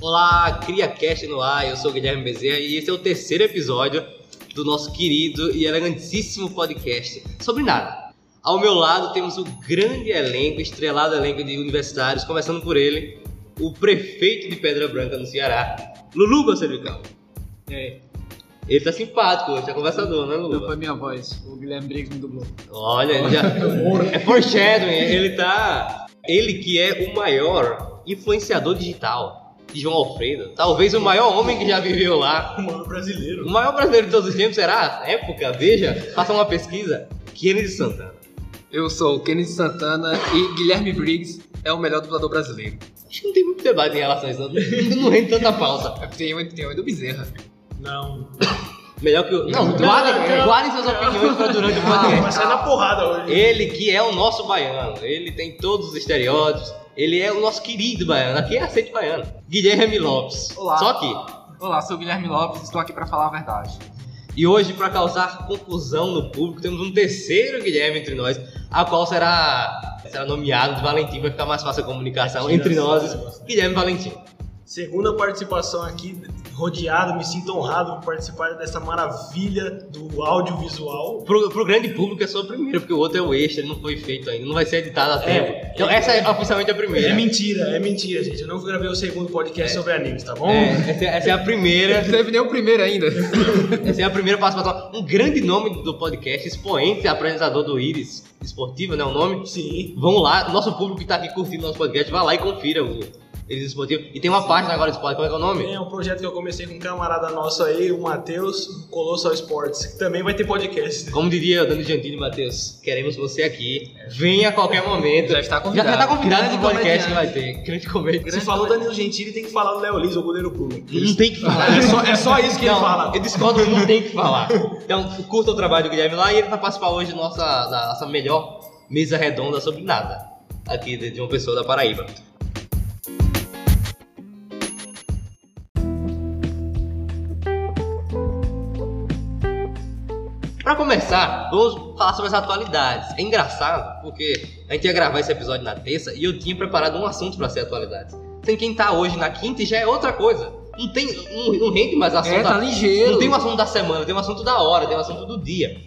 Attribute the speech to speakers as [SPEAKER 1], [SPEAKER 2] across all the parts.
[SPEAKER 1] Olá, CriaCast no ar, eu sou o Guilherme Bezerra e esse é o terceiro episódio do nosso querido e elegantíssimo podcast sobre nada. Ao meu lado temos o grande elenco, estrelado elenco de universitários, começando por ele, o prefeito de Pedra Branca no Ceará, Lulu Bacervical.
[SPEAKER 2] E
[SPEAKER 3] É.
[SPEAKER 2] aí?
[SPEAKER 1] Ele tá simpático hoje, é conversador, né,
[SPEAKER 2] Não foi
[SPEAKER 1] Lulu?
[SPEAKER 2] minha voz, o Guilherme Briggs me dublou.
[SPEAKER 1] Olha, ele já. É foreshadowing, ele tá. Ele que é o maior influenciador digital de João Alfredo, talvez o maior homem que já viveu lá.
[SPEAKER 4] O maior brasileiro.
[SPEAKER 1] O maior brasileiro de todos os tempos será? Época, veja, faça uma pesquisa. Kennedy Santana.
[SPEAKER 2] Eu sou o Kennedy Santana e Guilherme Briggs é o melhor dublador brasileiro.
[SPEAKER 1] Acho que não tem muito debate em relação a isso, não, não rende tanta pausa.
[SPEAKER 2] Tem o tem o do Bezerra.
[SPEAKER 4] Não.
[SPEAKER 1] Melhor que o. Não,
[SPEAKER 4] Não,
[SPEAKER 1] guardem,
[SPEAKER 4] não.
[SPEAKER 1] guardem suas opiniões para durante o
[SPEAKER 4] Ah, vai
[SPEAKER 1] podcast.
[SPEAKER 4] sair na porrada hoje.
[SPEAKER 1] Ele que é o nosso baiano, ele tem todos os estereótipos, ele é o nosso querido baiano, aqui é aceito baiano. Guilherme Lopes.
[SPEAKER 3] Olá.
[SPEAKER 1] Só que.
[SPEAKER 3] Olá, sou o Guilherme Lopes, estou aqui para falar a verdade.
[SPEAKER 1] E hoje, para causar confusão no público, temos um terceiro Guilherme entre nós, a qual será, será nomeado de Valentim, vai ficar mais fácil a comunicação entre nós. Guilherme Valentim.
[SPEAKER 4] Segunda participação aqui, rodeado, me sinto honrado por participar dessa maravilha do audiovisual.
[SPEAKER 1] Pro, pro grande público é só a primeira, porque o outro é o extra, ele não foi feito ainda, não vai ser editado a tempo. então essa é oficialmente a primeira.
[SPEAKER 4] É mentira, é mentira, gente. Eu não gravei o segundo podcast sobre animes, tá bom?
[SPEAKER 1] É, essa, é- essa é a primeira,
[SPEAKER 2] Não teve nem o primeiro ainda.
[SPEAKER 1] essa é a primeira participação. Um grande nome do podcast, expoente, apresentador do Iris Esportivo, né, o nome.
[SPEAKER 4] Sim.
[SPEAKER 1] Vão lá, nosso público que tá aqui curtindo nosso podcast, vai lá e confira o Iris Esportivo. E tem uma página agora do esporte, como é que é o nome?
[SPEAKER 4] É um projeto que eu comecei com um camarada nosso aí, o Matheus, Colossal Sports, que também vai ter podcast.
[SPEAKER 1] Como diria Dani Giantini, Matheus, queremos você aqui. Venha a qualquer momento.
[SPEAKER 2] Já está
[SPEAKER 1] Já,
[SPEAKER 2] convidado.
[SPEAKER 1] já tá convidado
[SPEAKER 3] Grande
[SPEAKER 1] pro podcast que vai
[SPEAKER 3] comediante.
[SPEAKER 1] ter. Grande comédia.
[SPEAKER 4] Se falou Danilo Gentili, tem que falar do Léo Lins, o goleiro público.
[SPEAKER 1] Não tem que falar.
[SPEAKER 4] É só, é só isso que ele
[SPEAKER 1] Não,
[SPEAKER 4] fala.
[SPEAKER 1] Eu discordo, não tem o que falar. Então, curta o trabalho do Guilherme lá e ele vai participar hoje da nossa, da nossa melhor mesa redonda sobre nada. Aqui de, de uma pessoa da Paraíba. Pra começar, vamos falar sobre as atualidades. É engraçado, porque a gente ia gravar esse episódio na terça e eu tinha preparado um assunto pra ser atualidades. Sem quem tá hoje na quinta e já é outra coisa. Não tem, não, não rende mais assunto.
[SPEAKER 2] É, tá
[SPEAKER 1] a-
[SPEAKER 2] ligeiro.
[SPEAKER 1] não tem um assunto da semana, tem um assunto da hora, tem um assunto do dia.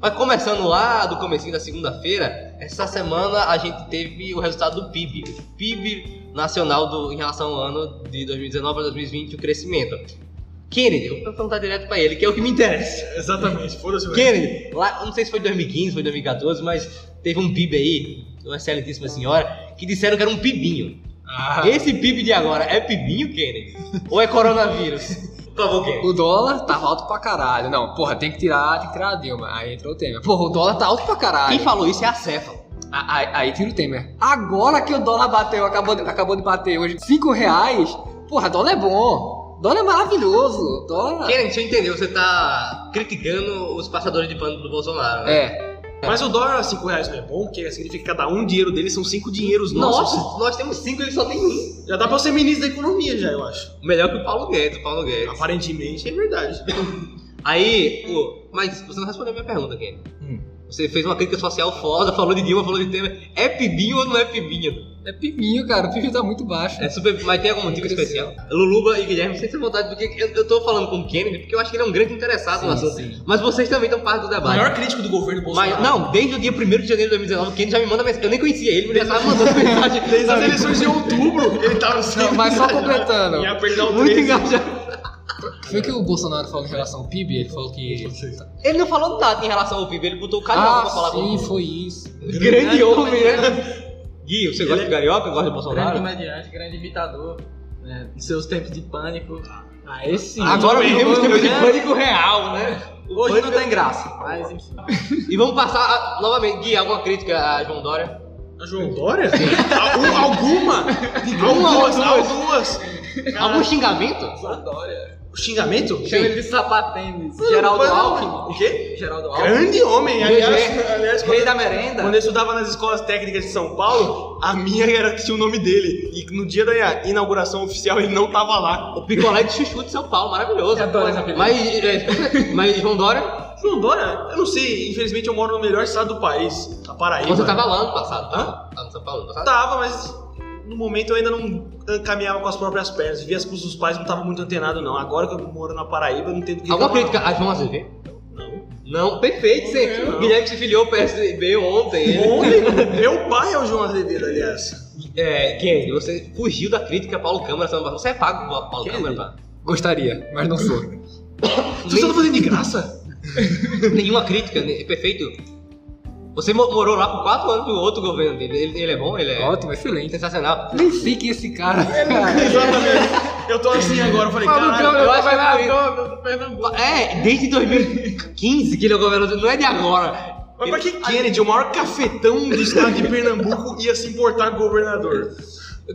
[SPEAKER 1] Mas começando lá do comecinho da segunda-feira, essa semana a gente teve o resultado do PIB. O PIB nacional do, em relação ao ano de 2019 para 2020, o crescimento. Kennedy, eu vou perguntar direto pra ele, que é o que me interessa.
[SPEAKER 4] Exatamente, foda-se. velho.
[SPEAKER 1] Kennedy, lá, eu não sei se foi 2015, foi 2014, mas teve um PIB aí, de uma excelentíssima senhora, que disseram que era um PIBinho.
[SPEAKER 2] Ah,
[SPEAKER 1] Esse PIB de agora é PIBinho, Kennedy? Ou é coronavírus? Por favor, Kennedy.
[SPEAKER 2] O dólar tava alto pra caralho. Não, porra, tem que tirar, tem que tirar a Dilma. Aí entrou o Temer. Porra, o dólar tá alto pra caralho.
[SPEAKER 1] Quem falou isso é a Cefalo.
[SPEAKER 2] A- a- Aí tira o Temer. Agora que o dólar bateu, acabou de, acabou de bater hoje 5 reais, porra, dólar é bom. Dólar é maravilhoso. Dólar.
[SPEAKER 1] Kennedy, deixa eu entender, você tá criticando os passadores de pano do Bolsonaro, né?
[SPEAKER 2] É.
[SPEAKER 4] Mas o dólar a 5 reais não é bom, porque significa que cada um dinheiro dele são cinco dinheiros
[SPEAKER 1] Nossa,
[SPEAKER 4] nossos.
[SPEAKER 1] nós temos cinco, ele só tem um.
[SPEAKER 4] Já dá pra eu ser ministro da economia, já, eu acho.
[SPEAKER 1] Melhor que o Paulo Guedes, o Paulo Guedes.
[SPEAKER 4] Aparentemente é verdade.
[SPEAKER 1] Aí, o- mas você não respondeu a minha pergunta, Kennedy.
[SPEAKER 2] Hum.
[SPEAKER 1] Você fez uma crítica social foda, falou de Dilma, falou de Temer. É pibinho ou não é pibinho?
[SPEAKER 2] É pibinho, cara. O pibinho tá muito baixo.
[SPEAKER 1] É super, mas tem algum motivo
[SPEAKER 2] Cresceu.
[SPEAKER 1] especial? Luluba e Guilherme, sem ter vontade, porque eu, eu tô falando com o Kennedy porque eu acho que ele é um grande interessado no assunto. Mas vocês também estão parte do
[SPEAKER 4] O
[SPEAKER 1] debate.
[SPEAKER 4] maior crítico do governo Bolsonaro.
[SPEAKER 1] Mas, não, desde o dia 1 de janeiro de 2019, o Kennedy já me manda mensagem. Eu nem conhecia ele, mas ele já tava mandando mensagem.
[SPEAKER 4] Desde as eleições de outubro, ele tá tava sempre...
[SPEAKER 2] Não, mas só completando.
[SPEAKER 4] Ia perder o
[SPEAKER 1] Muito
[SPEAKER 4] 13.
[SPEAKER 1] engajado.
[SPEAKER 2] Foi o que o Bolsonaro falou em relação ao PIB? Ele falou que. tá
[SPEAKER 1] Ele não falou nada em relação ao PIB, ele botou o carioca
[SPEAKER 2] Ah,
[SPEAKER 1] pra falar
[SPEAKER 2] sim,
[SPEAKER 1] com
[SPEAKER 2] foi isso.
[SPEAKER 1] o grande homem, né? Gui, você gosta de carioca? Gosta de
[SPEAKER 3] Grande
[SPEAKER 1] Bolsonaro?
[SPEAKER 3] comediante, grande imitador, né, em seus tempos de pânico. Ah, esse sim.
[SPEAKER 1] Agora
[SPEAKER 3] Hoje
[SPEAKER 1] vivemos
[SPEAKER 2] né?
[SPEAKER 3] não-
[SPEAKER 1] tempo
[SPEAKER 2] É.
[SPEAKER 1] de pânico real, né?
[SPEAKER 3] Hoje não tem graça, mas enfim.
[SPEAKER 1] E vamos passar a- novamente, Gui, alguma crítica a João Dória?
[SPEAKER 4] A Tá, João Dória? Algum- alguma? algumas, algumas.
[SPEAKER 1] Algum xingamento?
[SPEAKER 4] Xingamento?
[SPEAKER 3] Chama ele de sapatênis.
[SPEAKER 4] Não,
[SPEAKER 3] Geraldo
[SPEAKER 4] não,
[SPEAKER 3] Alckmin.
[SPEAKER 4] O quê?
[SPEAKER 3] Geraldo Alckmin.
[SPEAKER 4] Grande homem, aliás,
[SPEAKER 3] Rei-
[SPEAKER 4] aliás
[SPEAKER 3] Rei
[SPEAKER 4] quando-
[SPEAKER 3] da merenda.
[SPEAKER 4] Quando eu estudava nas escolas técnicas de São Paulo, a minha era que tinha o nome dele. E no dia da inauguração oficial ele não tava lá.
[SPEAKER 1] O picolé de chuchu de São Paulo, maravilhoso.
[SPEAKER 3] Eu adoro esse apelido.
[SPEAKER 1] Mas, é, mas João Dória,
[SPEAKER 4] João Dória, eu não sei, infelizmente eu moro no melhor estado do país, a Paraíba.
[SPEAKER 1] você tava lá ano passado, tá?
[SPEAKER 4] Hã?
[SPEAKER 1] Tava no São Paulo ano passado?
[SPEAKER 4] Tava, mas no momento eu ainda não caminhava com as próprias pernas, via as coisas dos pais, não tava muito antenado não. Agora que eu moro na Paraíba, eu não tenho do que
[SPEAKER 1] Alguma
[SPEAKER 4] reclamar,
[SPEAKER 1] crítica a João Azevedo?
[SPEAKER 4] Tá. Não.
[SPEAKER 1] Não, perfeito, você.
[SPEAKER 4] Não.
[SPEAKER 1] Guilherme se filiou ao PSDB ontem. ele-
[SPEAKER 4] Ontem, meu pai é o João Azevedo, aliás.
[SPEAKER 1] É, Kennedy, você fugiu da crítica a Paulo Câmara. você não- Você é pago por Paulo Câmara,
[SPEAKER 3] Kennedy?
[SPEAKER 1] pá.
[SPEAKER 2] Gostaria, mas não sou.
[SPEAKER 4] Vocês estão tá fazendo de graça?
[SPEAKER 1] Nenhuma crítica, né? perfeito. Você mo- morou lá por quatro anos do outro governo dele. Ele, ele é bom? Ele é
[SPEAKER 2] Ótimo, excelente.
[SPEAKER 1] sensacional.
[SPEAKER 2] Nem sei quem é esse cara.
[SPEAKER 4] Exatamente. Eu tô assim agora, eu falei,
[SPEAKER 2] Fala,
[SPEAKER 4] caralho.
[SPEAKER 1] eu acho que
[SPEAKER 3] Vai lá,
[SPEAKER 1] ele-
[SPEAKER 3] Dom, do Pernambuco.
[SPEAKER 1] É, desde 2015 que ele é governador, não é de agora.
[SPEAKER 4] Mas pra que Kennedy, o maior cafetão do estado de Pernambuco, ia se importar com o governador?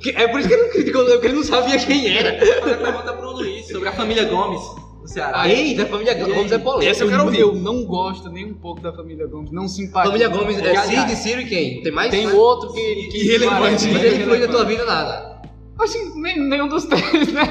[SPEAKER 1] Que- É por isso que ele não criticou, porque ele não sabia quem era.
[SPEAKER 3] Agora pergunta pro Luiz sobre a família Gomes do Ceará.
[SPEAKER 1] Eita, a família Gomes é polêmica.
[SPEAKER 4] Essa eu quero ouvir.
[SPEAKER 5] Eu não gosto nem um pouco da família Gomes, não simpatizo.
[SPEAKER 1] Família Gomes é
[SPEAKER 5] Cara,
[SPEAKER 1] Cid, Ciro e quem? Tem mais?
[SPEAKER 5] Tem
[SPEAKER 1] né?
[SPEAKER 5] outro que. que
[SPEAKER 4] Irrelevante.
[SPEAKER 1] Mas
[SPEAKER 5] parece-
[SPEAKER 1] ele influi na tua vida nada.
[SPEAKER 5] Assim, nem- nenhum dos três, né?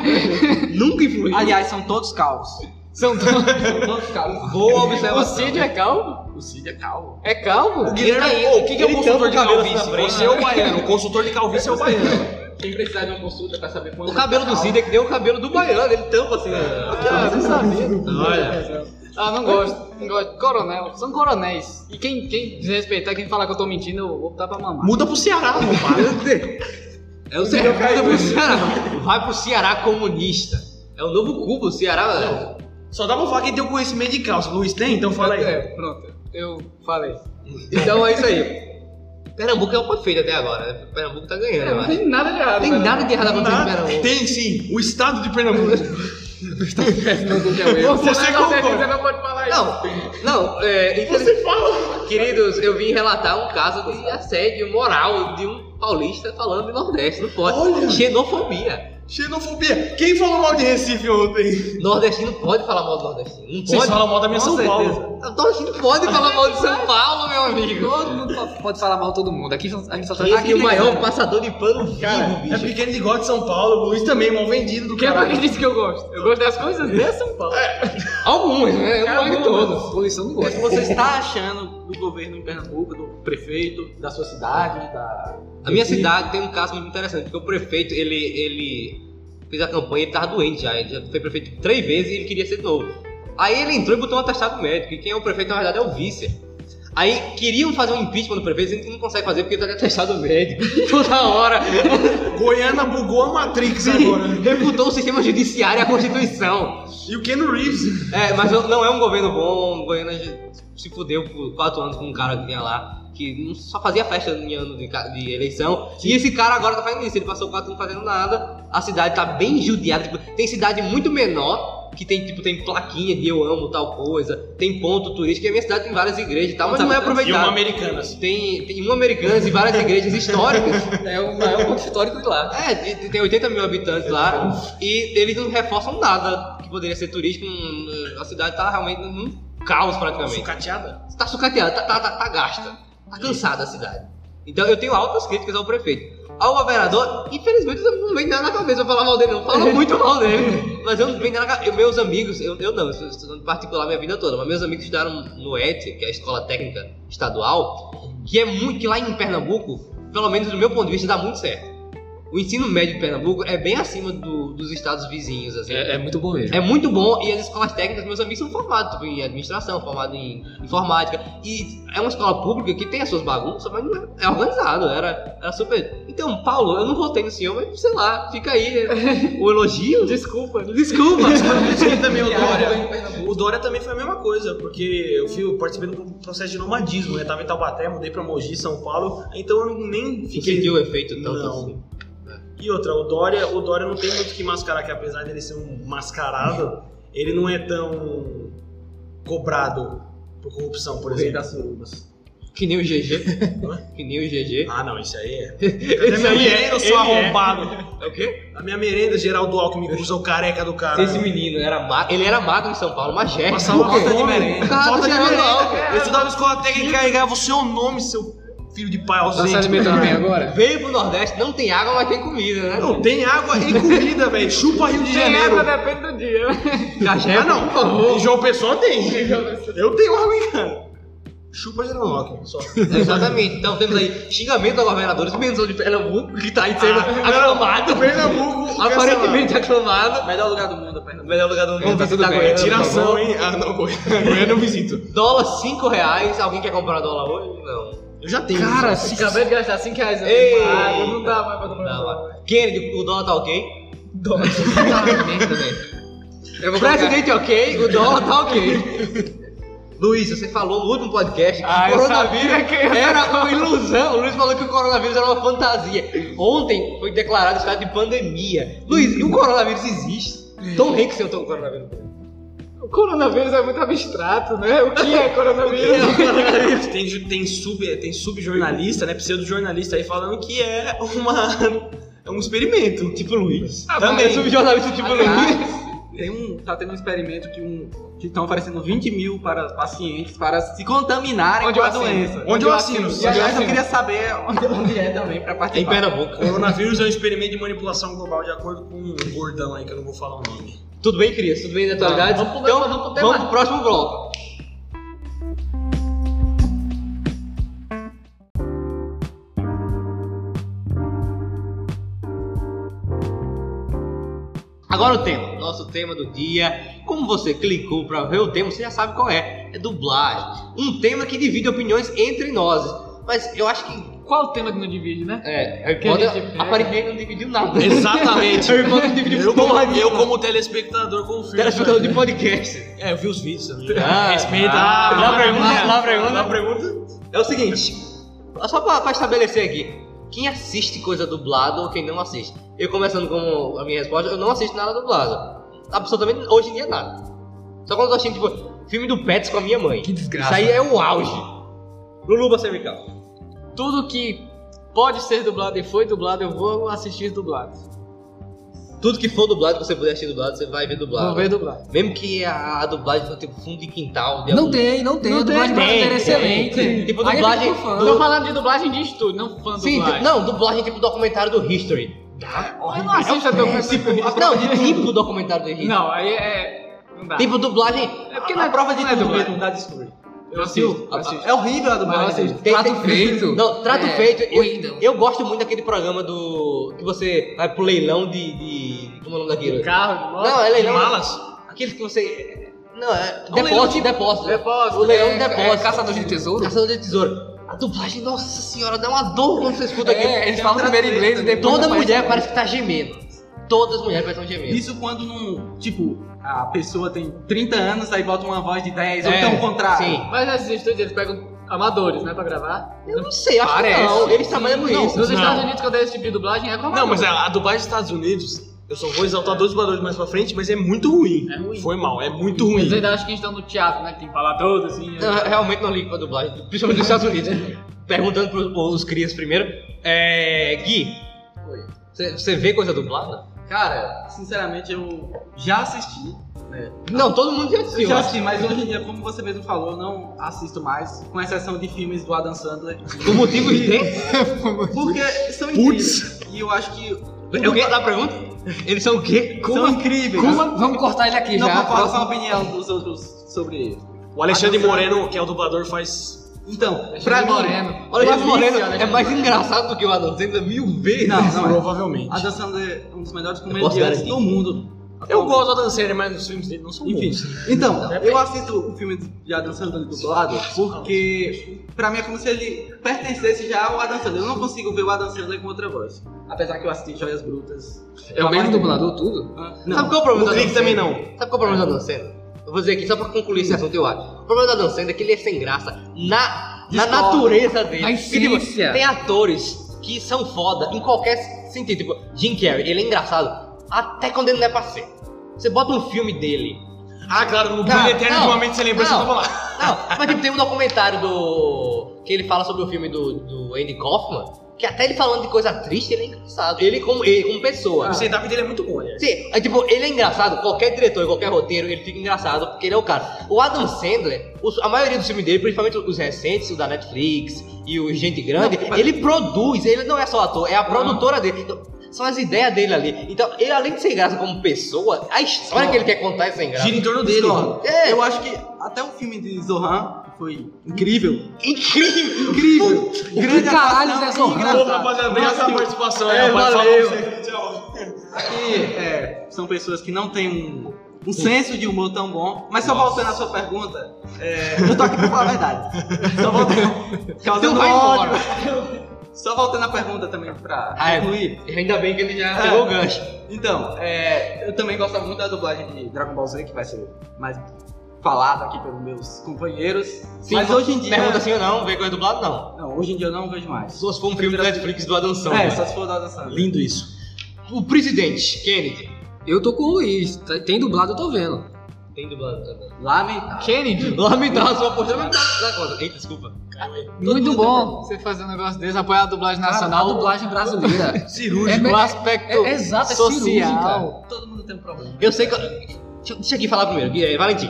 [SPEAKER 1] Nunca influiu.
[SPEAKER 3] Aliás, são todos calvos.
[SPEAKER 5] São todos, são todos calvos.
[SPEAKER 1] Boa
[SPEAKER 5] O
[SPEAKER 1] observação.
[SPEAKER 5] Cid é calvo?
[SPEAKER 3] O Cid é calvo.
[SPEAKER 5] É calvo?
[SPEAKER 4] O Guilherme,
[SPEAKER 1] Ele tá
[SPEAKER 4] Ô, o que, que é o
[SPEAKER 1] ele
[SPEAKER 4] consultor de
[SPEAKER 1] tampa o cabelo
[SPEAKER 4] calvície?
[SPEAKER 1] na frente.
[SPEAKER 4] Você é o baiano. O consultor de calvície é o baiano.
[SPEAKER 3] Quem precisar de uma consulta pra saber quando. tá
[SPEAKER 1] O cabelo do Cid é que nem o cabelo do baiano, ele tampa assim. né?
[SPEAKER 5] Ah, você sabia.
[SPEAKER 1] Olha.
[SPEAKER 5] Ah, não gosto. Não gosto. Coronel, são coronéis. E quem, quem desrespeitar, quem falar que eu tô mentindo, eu vou botar pra mamar.
[SPEAKER 4] Muda pro Ceará, compadre.
[SPEAKER 1] É o Ceará. Vai pro Ceará. Vai pro Ceará comunista. É o novo Cuba, o Ceará.
[SPEAKER 4] Só dá pra falar quem tem o conhecimento de calça. Luiz tem? Então fala aí.
[SPEAKER 5] É, pronto. Eu falei.
[SPEAKER 1] Então é isso aí. Pernambuco é o perfeito até agora, né? Pernambuco tá ganhando, eu
[SPEAKER 5] não
[SPEAKER 1] acho.
[SPEAKER 5] tem nada de errado.
[SPEAKER 1] Tem
[SPEAKER 5] cara.
[SPEAKER 1] nada de errado acontecendo em
[SPEAKER 4] Nada.
[SPEAKER 1] Pernambuco.
[SPEAKER 4] Tem sim, o estado de Pernambuco. Você
[SPEAKER 5] Você, não é
[SPEAKER 4] concorda?
[SPEAKER 5] você, não pode falar isso.
[SPEAKER 1] Não, não, é, infeliz- Queridos, eu vim relatar um caso de assédio moral de um paulista falando de Nordeste, não pode.
[SPEAKER 4] Olha.
[SPEAKER 1] Xenofobia.
[SPEAKER 4] Xenofobia. Quem falou mal de Recife ontem?
[SPEAKER 1] Nordestino pode falar mal do nordestino. Não
[SPEAKER 4] Vocês
[SPEAKER 1] pode.
[SPEAKER 4] falam mal da minha
[SPEAKER 3] Com
[SPEAKER 4] São
[SPEAKER 3] certeza.
[SPEAKER 4] Paulo.
[SPEAKER 1] Nordestino pode falar mal de São Paulo, meu amigo.
[SPEAKER 2] Todo mundo po- pode falar mal todo mundo. Aqui a gente só tá
[SPEAKER 1] Esse
[SPEAKER 2] aqui
[SPEAKER 1] é o
[SPEAKER 2] tem-
[SPEAKER 1] maior passador de pano vivo,
[SPEAKER 4] É
[SPEAKER 1] bicho.
[SPEAKER 4] porque ele gosta de São Paulo. O Luiz também, é mal vendido do
[SPEAKER 5] Quem foi que
[SPEAKER 4] cara.
[SPEAKER 5] disse que eu gosto? Eu gosto das coisas de São Paulo.
[SPEAKER 1] Alguns, né? Eu não gosto de todos.
[SPEAKER 2] Poluição não
[SPEAKER 3] O que
[SPEAKER 1] É.
[SPEAKER 2] gosta.
[SPEAKER 3] você está achando do governo em Pernambuco, do prefeito, da sua cidade, da.
[SPEAKER 1] A minha cidade tem um caso muito interessante, porque o prefeito, ele, ele fez a campanha, ele tava doente já, ele já foi prefeito três vezes e ele queria ser de novo. Aí ele entrou e botou um atestado médico, e quem é o prefeito na verdade é o vice. Aí queriam fazer um impeachment do prefeito, a gente não consegue fazer porque ele tá de atestado médico toda hora.
[SPEAKER 4] Goiânia bugou a Matrix agora. né?
[SPEAKER 1] Refutou o sistema judiciário e a Constituição.
[SPEAKER 4] E o Keanu Reeves.
[SPEAKER 1] É, mas não não é um governo bom, o Goiânia já se fudeu por quatro anos com um cara que tinha lá, que não- só fazia festa em ano de, ca- de eleição. E esse cara agora tá fazendo isso, ele passou quatro anos fazendo nada, a cidade tá bem judiada, tipo, tem cidade muito menor, que tem tipo, tem plaquinha de eu amo tal coisa, tem ponto turístico, e a minha cidade tem várias igrejas e tal, mas não é
[SPEAKER 4] E uma
[SPEAKER 1] aproveitada.
[SPEAKER 4] Americanas.
[SPEAKER 1] Tem, tem uma Americanas e várias igrejas históricas.
[SPEAKER 2] É o maior ponto histórico de lá.
[SPEAKER 1] É, e- e tem 80 mil habitantes lá e eles não reforçam nada que poderia ser turístico. hum, A cidade tá realmente num caos praticamente.
[SPEAKER 4] Sucateada?
[SPEAKER 1] Tá sucateada, tá, tá, tá- tá gasta. Tá cansada a cidade. Então eu tenho altas críticas ao prefeito. Ao governador, infelizmente eu não vem nada na cabeça eu falar mal dele, não. Falo muito mal dele. Mas eu não venho nada na cabeça. Meus amigos, eu, eu não, eu sou em particular minha vida toda, mas meus amigos estudaram no ET, que é a escola técnica estadual, que é muito. que lá em Pernambuco, pelo menos do meu ponto de vista, dá muito certo. O ensino médio de Pernambuco é bem acima do- dos estados vizinhos, assim.
[SPEAKER 2] É, é muito bom mesmo.
[SPEAKER 1] É muito bom e as escolas técnicas, meus amigos são formados tipo, em administração, formados em informática. E é uma escola pública que tem as suas bagunças, mas não é é organizado, era, era super. Então, Paulo, eu não votei no senhor, mas sei lá, fica aí o elogio.
[SPEAKER 5] Desculpa.
[SPEAKER 1] Desculpa.
[SPEAKER 4] Ele também, o Dória.
[SPEAKER 3] em Pernambuco.
[SPEAKER 4] O Dória também foi a mesma coisa, porque eu fui participei do processo de nomadismo, né? Tava em Taubaté, mudei pra Mogi, São Paulo, então eu nem
[SPEAKER 1] Não
[SPEAKER 4] fiquei.
[SPEAKER 1] sentiu o efeito tanto
[SPEAKER 4] Não.
[SPEAKER 1] assim.
[SPEAKER 4] E outra, o Dória, o Dória não tem muito o que mascarar, que apesar dele ser um mascarado, ele não é tão cobrado por corrupção, por
[SPEAKER 3] O rei
[SPEAKER 4] exemplo.
[SPEAKER 3] das surubas.
[SPEAKER 1] Que nem o GG. que nem o GG.
[SPEAKER 4] Ah, não, isso aí é. Até
[SPEAKER 1] Esse
[SPEAKER 4] minha
[SPEAKER 1] aí é-
[SPEAKER 4] merenda, eu
[SPEAKER 1] ele
[SPEAKER 4] sou
[SPEAKER 1] é.
[SPEAKER 4] arrombado.
[SPEAKER 1] É o quê?
[SPEAKER 4] A minha merenda, Geraldo Alckmin, cruza o careca do cara.
[SPEAKER 1] Esse menino era magro. Ele era magro em São Paulo, magé.
[SPEAKER 4] Passava
[SPEAKER 1] Por quê?
[SPEAKER 4] falta de merenda.
[SPEAKER 1] Por causa
[SPEAKER 4] Falta
[SPEAKER 1] do
[SPEAKER 4] de
[SPEAKER 1] Geraldo Alckmin.
[SPEAKER 4] merenda. Eu estudava na escola técnica e carregava o seu nome, seu filho de pai
[SPEAKER 2] Tá se
[SPEAKER 4] ausente.
[SPEAKER 2] alimentando bem agora?
[SPEAKER 1] Veio pro Nordeste, não tem água, mas tem comida, né?
[SPEAKER 4] Não, tem água e comida, velho. Chupa Rio de
[SPEAKER 5] Tem
[SPEAKER 4] Janeiro.
[SPEAKER 5] água, depende do dia.
[SPEAKER 1] Cajé,
[SPEAKER 4] ah, não.
[SPEAKER 1] por favor.
[SPEAKER 4] Em João Pessoa tem. Eu tenho água em casa. Chupa Geraldo Alckmin, só.
[SPEAKER 1] Exatamente. Então temos aí xingamento a governadores, menos de Pernambuco, que tá aí sendo
[SPEAKER 4] Ah,
[SPEAKER 1] aclamado.
[SPEAKER 4] Pernambuco, é
[SPEAKER 1] Aparentemente aclamado.
[SPEAKER 3] Melhor lugar do mundo, Pernambuco.
[SPEAKER 1] Melhor lugar do mundo.
[SPEAKER 2] tá tudo
[SPEAKER 1] visitar
[SPEAKER 2] bem.
[SPEAKER 1] Goiânia, por
[SPEAKER 4] É Tiração,
[SPEAKER 1] favor.
[SPEAKER 4] hein? Ah, não, Goiânia Goiânia eu visito.
[SPEAKER 1] Dólar 5 reais. Alguém quer comprar dólar hoje? Não.
[SPEAKER 4] Eu já tenho.
[SPEAKER 2] Cara,
[SPEAKER 4] Só-
[SPEAKER 2] se
[SPEAKER 5] Acabei de gastar 5 reais. ali.
[SPEAKER 1] Ei!
[SPEAKER 5] Ah, não dá mais pra
[SPEAKER 1] Não
[SPEAKER 5] comprar.
[SPEAKER 1] dá lá. Kennedy, o dólar tá ok?
[SPEAKER 5] Dólar.
[SPEAKER 1] O
[SPEAKER 2] Eu vou colocar-
[SPEAKER 1] presidente é ok, o dólar tá ok. Luiz, você falou no último podcast que
[SPEAKER 5] Ah,
[SPEAKER 1] o
[SPEAKER 5] eu
[SPEAKER 1] coronavírus
[SPEAKER 5] sabia que eu ia
[SPEAKER 1] era uma ilusão. O Luiz falou que o coronavírus era uma fantasia. Ontem foi declarado estado de pandemia. Luiz, e o coronavírus existe? Tom Hanks sentou o coronavírus.
[SPEAKER 5] O coronavírus é muito abstrato, né? O que é coronavírus?
[SPEAKER 4] tem, ju- tem, sub, tem subjornalista, né? Pseudo-jornalista aí falando que é uma. É um experimento, tipo Luiz.
[SPEAKER 1] Também, subjornalista
[SPEAKER 4] Ah,
[SPEAKER 1] tipo
[SPEAKER 4] tá.
[SPEAKER 1] Luiz.
[SPEAKER 3] Tem um, tá tendo um experimento que um que estão oferecendo 20 mil para pacientes para se contaminarem
[SPEAKER 5] Onde
[SPEAKER 3] com a
[SPEAKER 5] eu assino?
[SPEAKER 3] doença.
[SPEAKER 4] Onde é eu assino?
[SPEAKER 3] E aliás,
[SPEAKER 4] assim,
[SPEAKER 3] eu queria saber onde, onde é também para
[SPEAKER 1] Em
[SPEAKER 3] participar.
[SPEAKER 1] Pernambuco.
[SPEAKER 4] Coronavírus é um experimento de manipulação global, de acordo com um gordão aí que eu não vou falar o nome.
[SPEAKER 1] Tudo bem, Cris? Tudo bem na atualidade?
[SPEAKER 5] Vamos pro-
[SPEAKER 1] então,
[SPEAKER 5] vamos pro tema.
[SPEAKER 1] vamos pro próximo bloco. Agora o tema, nosso tema do dia. Como você clicou pra ver o tema, você já sabe qual é. É dublagem. Um tema que divide opiniões entre nós. Mas eu acho que.
[SPEAKER 5] Qual o tema que não divide, né?
[SPEAKER 1] É, Harry
[SPEAKER 5] Que a
[SPEAKER 1] Potter
[SPEAKER 5] gente pega.
[SPEAKER 1] aparentemente não dividiu nada.
[SPEAKER 4] Exatamente.
[SPEAKER 1] Harry Potter não dividiu
[SPEAKER 4] Eu, como,
[SPEAKER 1] porra
[SPEAKER 4] eu
[SPEAKER 1] nenhuma.
[SPEAKER 4] como telespectador, confirmo.
[SPEAKER 1] Telespectador de podcast.
[SPEAKER 4] É, eu vi os vídeos também. É,
[SPEAKER 1] Ah,
[SPEAKER 4] Respeita.
[SPEAKER 1] ah, dá
[SPEAKER 4] vamos
[SPEAKER 1] pergunta,
[SPEAKER 4] lá.
[SPEAKER 1] dá pergunta.
[SPEAKER 4] é. Dá pergunta.
[SPEAKER 1] É o seguinte, só pra, pra estabelecer aqui, quem assiste coisa dublada ou quem não assiste? Eu começando com a minha resposta, eu não assisto nada dublado. Absolutamente hoje em dia nada. Só quando eu tô assistindo, tipo, filme do Pets com a minha mãe.
[SPEAKER 2] Que
[SPEAKER 1] Isso
[SPEAKER 2] desgraça.
[SPEAKER 1] aí é o auge. Luluba cervical.
[SPEAKER 5] Tudo que pode ser dublado e foi dublado, eu vou assistir dublado.
[SPEAKER 1] Tudo que for dublado, que você puder assistir dublado, você vai ver dublado.
[SPEAKER 5] Vou ver dublado.
[SPEAKER 1] Mesmo que a, a dublagem for tipo fundo de quintal. De
[SPEAKER 2] Não
[SPEAKER 1] algum-
[SPEAKER 2] tem, não tem.
[SPEAKER 5] Não
[SPEAKER 2] a dublagem
[SPEAKER 5] tem,
[SPEAKER 2] brasileira é
[SPEAKER 1] tem,
[SPEAKER 2] excelente.
[SPEAKER 1] tem. Tipo,
[SPEAKER 2] Aí eu
[SPEAKER 1] dublagem
[SPEAKER 2] fico fã.
[SPEAKER 5] Tô falando de dublagem de estúdio, não fã
[SPEAKER 1] Sim, tipo,
[SPEAKER 5] dublagem. Tá então,
[SPEAKER 1] não, dublagem tipo documentário do History. Ah,
[SPEAKER 5] eu não assisto a dublagem.
[SPEAKER 1] Não, de tipo documentário do History.
[SPEAKER 5] Não, aí é. Não dá.
[SPEAKER 1] Tipo dublagem.
[SPEAKER 5] é porque não é prova de
[SPEAKER 3] Não é
[SPEAKER 4] né?
[SPEAKER 5] tudo
[SPEAKER 3] dublagem,
[SPEAKER 5] mesmo.
[SPEAKER 3] não dá descobrir.
[SPEAKER 5] Eu assisto.
[SPEAKER 1] Ah,
[SPEAKER 5] assisto.
[SPEAKER 3] É horrível a
[SPEAKER 5] Mas eu
[SPEAKER 3] dublagem.
[SPEAKER 5] assisto.
[SPEAKER 2] Trato feito.
[SPEAKER 1] Não, trato
[SPEAKER 5] É,
[SPEAKER 1] feito. Eu,
[SPEAKER 2] Windows.
[SPEAKER 1] eu gosto muito daquele programa do. que você vai pro leilão de. de como é o nome daquilo?
[SPEAKER 5] Carro, moto.
[SPEAKER 1] Não, é
[SPEAKER 4] De
[SPEAKER 1] leilão.
[SPEAKER 4] malas?
[SPEAKER 1] Aquele que você. Não, é.
[SPEAKER 2] um leilão
[SPEAKER 1] Depósito, depósito.
[SPEAKER 5] Depósito,
[SPEAKER 1] O leilão de
[SPEAKER 2] é, é
[SPEAKER 1] depósito.
[SPEAKER 2] caçador de tesouro?
[SPEAKER 1] Caçador de tesouro. A dublagem, nossa senhora, dá uma dor quando você escuta aquilo.
[SPEAKER 2] É, eles falam primeiro inglês e depois.
[SPEAKER 1] Toda
[SPEAKER 2] aparece-
[SPEAKER 1] mulher parece que tá gemendo. Todas as mulheres parecem que tão gemendo.
[SPEAKER 3] Isso quando não. Tipo, a pessoa tem 30 anos, aí bota uma voz de 10, ou
[SPEAKER 1] É,
[SPEAKER 3] então o contrário.
[SPEAKER 1] Sim.
[SPEAKER 5] Mas nesses estúdios eles pegam amadores, né, pra gravar.
[SPEAKER 1] Eu não sei, eu acho que
[SPEAKER 2] Parece.
[SPEAKER 1] não. Eles trabalham com isso.
[SPEAKER 5] Nos
[SPEAKER 4] Não.
[SPEAKER 5] Estados Unidos, quando é esse tipo de dublagem, é com amador.
[SPEAKER 4] Não, mas a, a dublagem dos Estados Unidos, eu só vou exaltar dois dubladores mais pra frente, mas é muito ruim.
[SPEAKER 5] É ruim.
[SPEAKER 4] Foi mal, é muito
[SPEAKER 5] Eles
[SPEAKER 4] ruim.
[SPEAKER 5] ainda acham que eles estão no teatro, né, que tem que falar todo assim.
[SPEAKER 1] Eu realmente não ligo pra dublagem, principalmente nos Estados Unidos. Perguntando pros, pros crias primeiro. É, Gui, você- você vê coisa dublada?
[SPEAKER 3] Cara, sinceramente, eu já assisti.
[SPEAKER 1] Não, todo mundo já assistiu.
[SPEAKER 3] Eu já assisti, mas hoje em dia, como você mesmo falou, eu não assisto mais, com exceção de filmes do Adam Sandler.
[SPEAKER 1] Por motivos de...
[SPEAKER 3] Porque são incríveis. E eu acho que
[SPEAKER 1] Eu quero dar a pergunta. Eles são o quê? assim?
[SPEAKER 3] são incríveis.
[SPEAKER 2] Vamos, vamos cortar ele aqui
[SPEAKER 3] Não
[SPEAKER 2] já.
[SPEAKER 3] concordo com a
[SPEAKER 2] próximo.
[SPEAKER 3] opinião dos outros sobre ele.
[SPEAKER 4] O Alexandre
[SPEAKER 3] Adam
[SPEAKER 4] Moreno, que é o dublador, faz.
[SPEAKER 3] Então, pra mim.
[SPEAKER 5] Moreno.
[SPEAKER 1] Olha, o Moreno
[SPEAKER 5] Delícia, né?
[SPEAKER 1] é mais engraçado do que o Adam Sandler mil vezes.
[SPEAKER 3] Não, não é.
[SPEAKER 4] Provavelmente.
[SPEAKER 3] Adam Sandler é um dos melhores
[SPEAKER 1] posso
[SPEAKER 3] comediantes
[SPEAKER 1] garantir.
[SPEAKER 3] do mundo.
[SPEAKER 4] Eu
[SPEAKER 3] Atualmente.
[SPEAKER 4] gosto do Adam Sandler, mas os filmes dele não são
[SPEAKER 3] Enfim,
[SPEAKER 4] bons.
[SPEAKER 3] então, eu assisto o filme de Adam Sandler dublado porque pra mim é como se ele pertencesse já ao Adam Sandler. Eu não consigo ver o Adam Sandler com outra voz. Apesar que eu assisti Joias Brutas.
[SPEAKER 2] É o mesmo dublador, tudo?
[SPEAKER 3] Ah,
[SPEAKER 1] Sabe
[SPEAKER 3] Não,
[SPEAKER 1] qual é o problema
[SPEAKER 4] O
[SPEAKER 1] da
[SPEAKER 4] Clique também não.
[SPEAKER 1] Sabe qual é o problema da Adam Sandler? Eu vou dizer aqui, só pra concluir esse assunto, eu acho. O problema da Dan Sandler é que ele é sem graça na, na
[SPEAKER 3] Discordo.
[SPEAKER 1] natureza dele.
[SPEAKER 2] Na
[SPEAKER 1] Porque, tipo,
[SPEAKER 2] essência.
[SPEAKER 1] tem atores que são foda em qualquer sentido. Tipo, Jim Carrey, ele é engraçado até quando ele não é pra ser. Você bota um filme dele.
[SPEAKER 4] Ah, claro, no
[SPEAKER 1] Não,
[SPEAKER 4] Brilho Eterno
[SPEAKER 1] não,
[SPEAKER 4] de uma Mente Sem Lembrança,
[SPEAKER 1] não.
[SPEAKER 4] vamos lá.
[SPEAKER 1] Não, mas tipo, tem um documentário do. que ele fala sobre o filme do, do Andy Kaufman, que até ele falando de coisa triste, ele é engraçado. Ele como, ele como pessoa.
[SPEAKER 4] O stand-up dele é muito bom, né?
[SPEAKER 1] Sim, é tipo, ele é engraçado, qualquer diretor, qualquer roteiro, ele fica engraçado porque ele é o cara. O Adam Sandler, os- a maioria dos filmes dele, principalmente os recentes, o da Netflix e o Gente Grande, ele produz, ele não é só ator, é a produtora dele. Então, são as ideias dele ali. Então, ele além de ser engraçado como pessoa, a história que ele quer contar é sem graça.
[SPEAKER 3] então,
[SPEAKER 4] Gira em torno dele.
[SPEAKER 3] discordo.
[SPEAKER 1] É.
[SPEAKER 3] Eu acho que até o filme de Zohan, foi incrível.
[SPEAKER 1] Incrível!
[SPEAKER 3] Incrível!
[SPEAKER 2] que caralho,
[SPEAKER 3] atuação
[SPEAKER 2] Zé Zorrão?
[SPEAKER 3] e engraçado.
[SPEAKER 4] Porra, rapaziada, obrigado pela
[SPEAKER 3] Nossa,
[SPEAKER 4] participação.
[SPEAKER 3] É,
[SPEAKER 4] aí, rapaz.
[SPEAKER 3] valeu.
[SPEAKER 4] Falou pra você. Tchau.
[SPEAKER 3] Aqui é, são pessoas que não têm um, um senso de humor tão bom. Mas só voltando à sua pergunta, é, eu tô aqui pra falar a verdade. Só voltando.
[SPEAKER 5] Então
[SPEAKER 3] causando um
[SPEAKER 5] vai embora.
[SPEAKER 3] ódio. Só voltando à pergunta também pra
[SPEAKER 1] Ah, é.
[SPEAKER 3] concluir.
[SPEAKER 1] Ainda bem que ele já
[SPEAKER 3] É.
[SPEAKER 1] pegou o gancho.
[SPEAKER 3] Então, é, eu também gostava muito da dublagem de Dragon Ball Z, que vai ser mais falada aqui pelos meus companheiros. mas hoje em dia.
[SPEAKER 1] Pergunta assim ou não, vê qual é dublado, não.
[SPEAKER 3] Não, hoje em dia eu não vejo mais.
[SPEAKER 1] Só se for um filme do Netflix do Adam Sandler.
[SPEAKER 3] É, só se for da dançando.
[SPEAKER 4] Lindo isso.
[SPEAKER 1] O presidente, Kennedy.
[SPEAKER 2] Eu tô com o Luiz. Tá- Tem dublado, eu tô vendo.
[SPEAKER 1] Tem dublado tá? também.
[SPEAKER 3] Lamentável.
[SPEAKER 5] Kennedy,
[SPEAKER 1] Lamentável, sua postura mas tá na conta. Eita, desculpa.
[SPEAKER 5] muito bom você fazer um negócio desse, apoiar a dublagem
[SPEAKER 2] Nacional
[SPEAKER 5] nacional.
[SPEAKER 2] dublagem brasileira.
[SPEAKER 5] É,
[SPEAKER 2] É,
[SPEAKER 5] o
[SPEAKER 2] é,
[SPEAKER 5] aspecto
[SPEAKER 2] é exato, é
[SPEAKER 5] social.
[SPEAKER 2] cirúrgica.
[SPEAKER 3] Todo mundo tem um problema.
[SPEAKER 1] Eu sei que. eu- Deixa, deixa aqui falar primeiro, Guilherme. Valentim.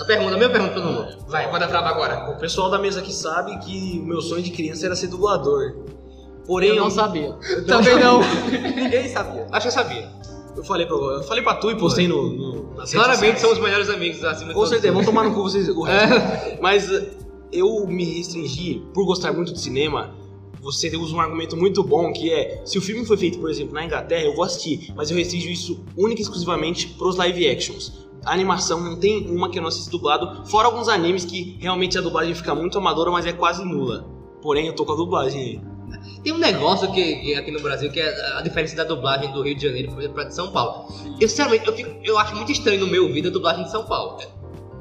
[SPEAKER 1] A pergunta, a minha pergunta pra todo mundo. Vai, manda pra agora.
[SPEAKER 4] O pessoal da mesa aqui sabe que o meu sonho de criança era ser dublador. Porém,
[SPEAKER 5] Eu
[SPEAKER 4] eu,
[SPEAKER 5] não sabia.
[SPEAKER 2] Também não.
[SPEAKER 3] Ninguém sabia.
[SPEAKER 1] Acho que eu sabia.
[SPEAKER 4] eu falei pra, eu falei pra tu e postei no, no, nas redes
[SPEAKER 1] Claramente
[SPEAKER 4] sociais.
[SPEAKER 1] são os melhores amigos acima de
[SPEAKER 4] Com
[SPEAKER 1] todos.
[SPEAKER 4] certeza, vão tomar no cu vocês o resto. Mas eh, eu me restringi, por gostar muito de cinema, você usa um argumento muito bom que é: se o filme foi feito, por exemplo, na Inglaterra, eu vou assistir, mas eu restringo isso única e exclusivamente pros live actions. A animação não tem uma que eu não assisto dublado, fora alguns animes que realmente a dublagem fica muito amadora, mas é quase nula. Porém, eu tô com a dublagem aí.
[SPEAKER 1] Tem um negócio que, que aqui no Brasil que é a diferença da dublagem do Rio de Janeiro pra- pra de São Paulo. Eu sinceramente, eu, fico- eu acho muito estranho no meu ouvido a dublagem de São Paulo.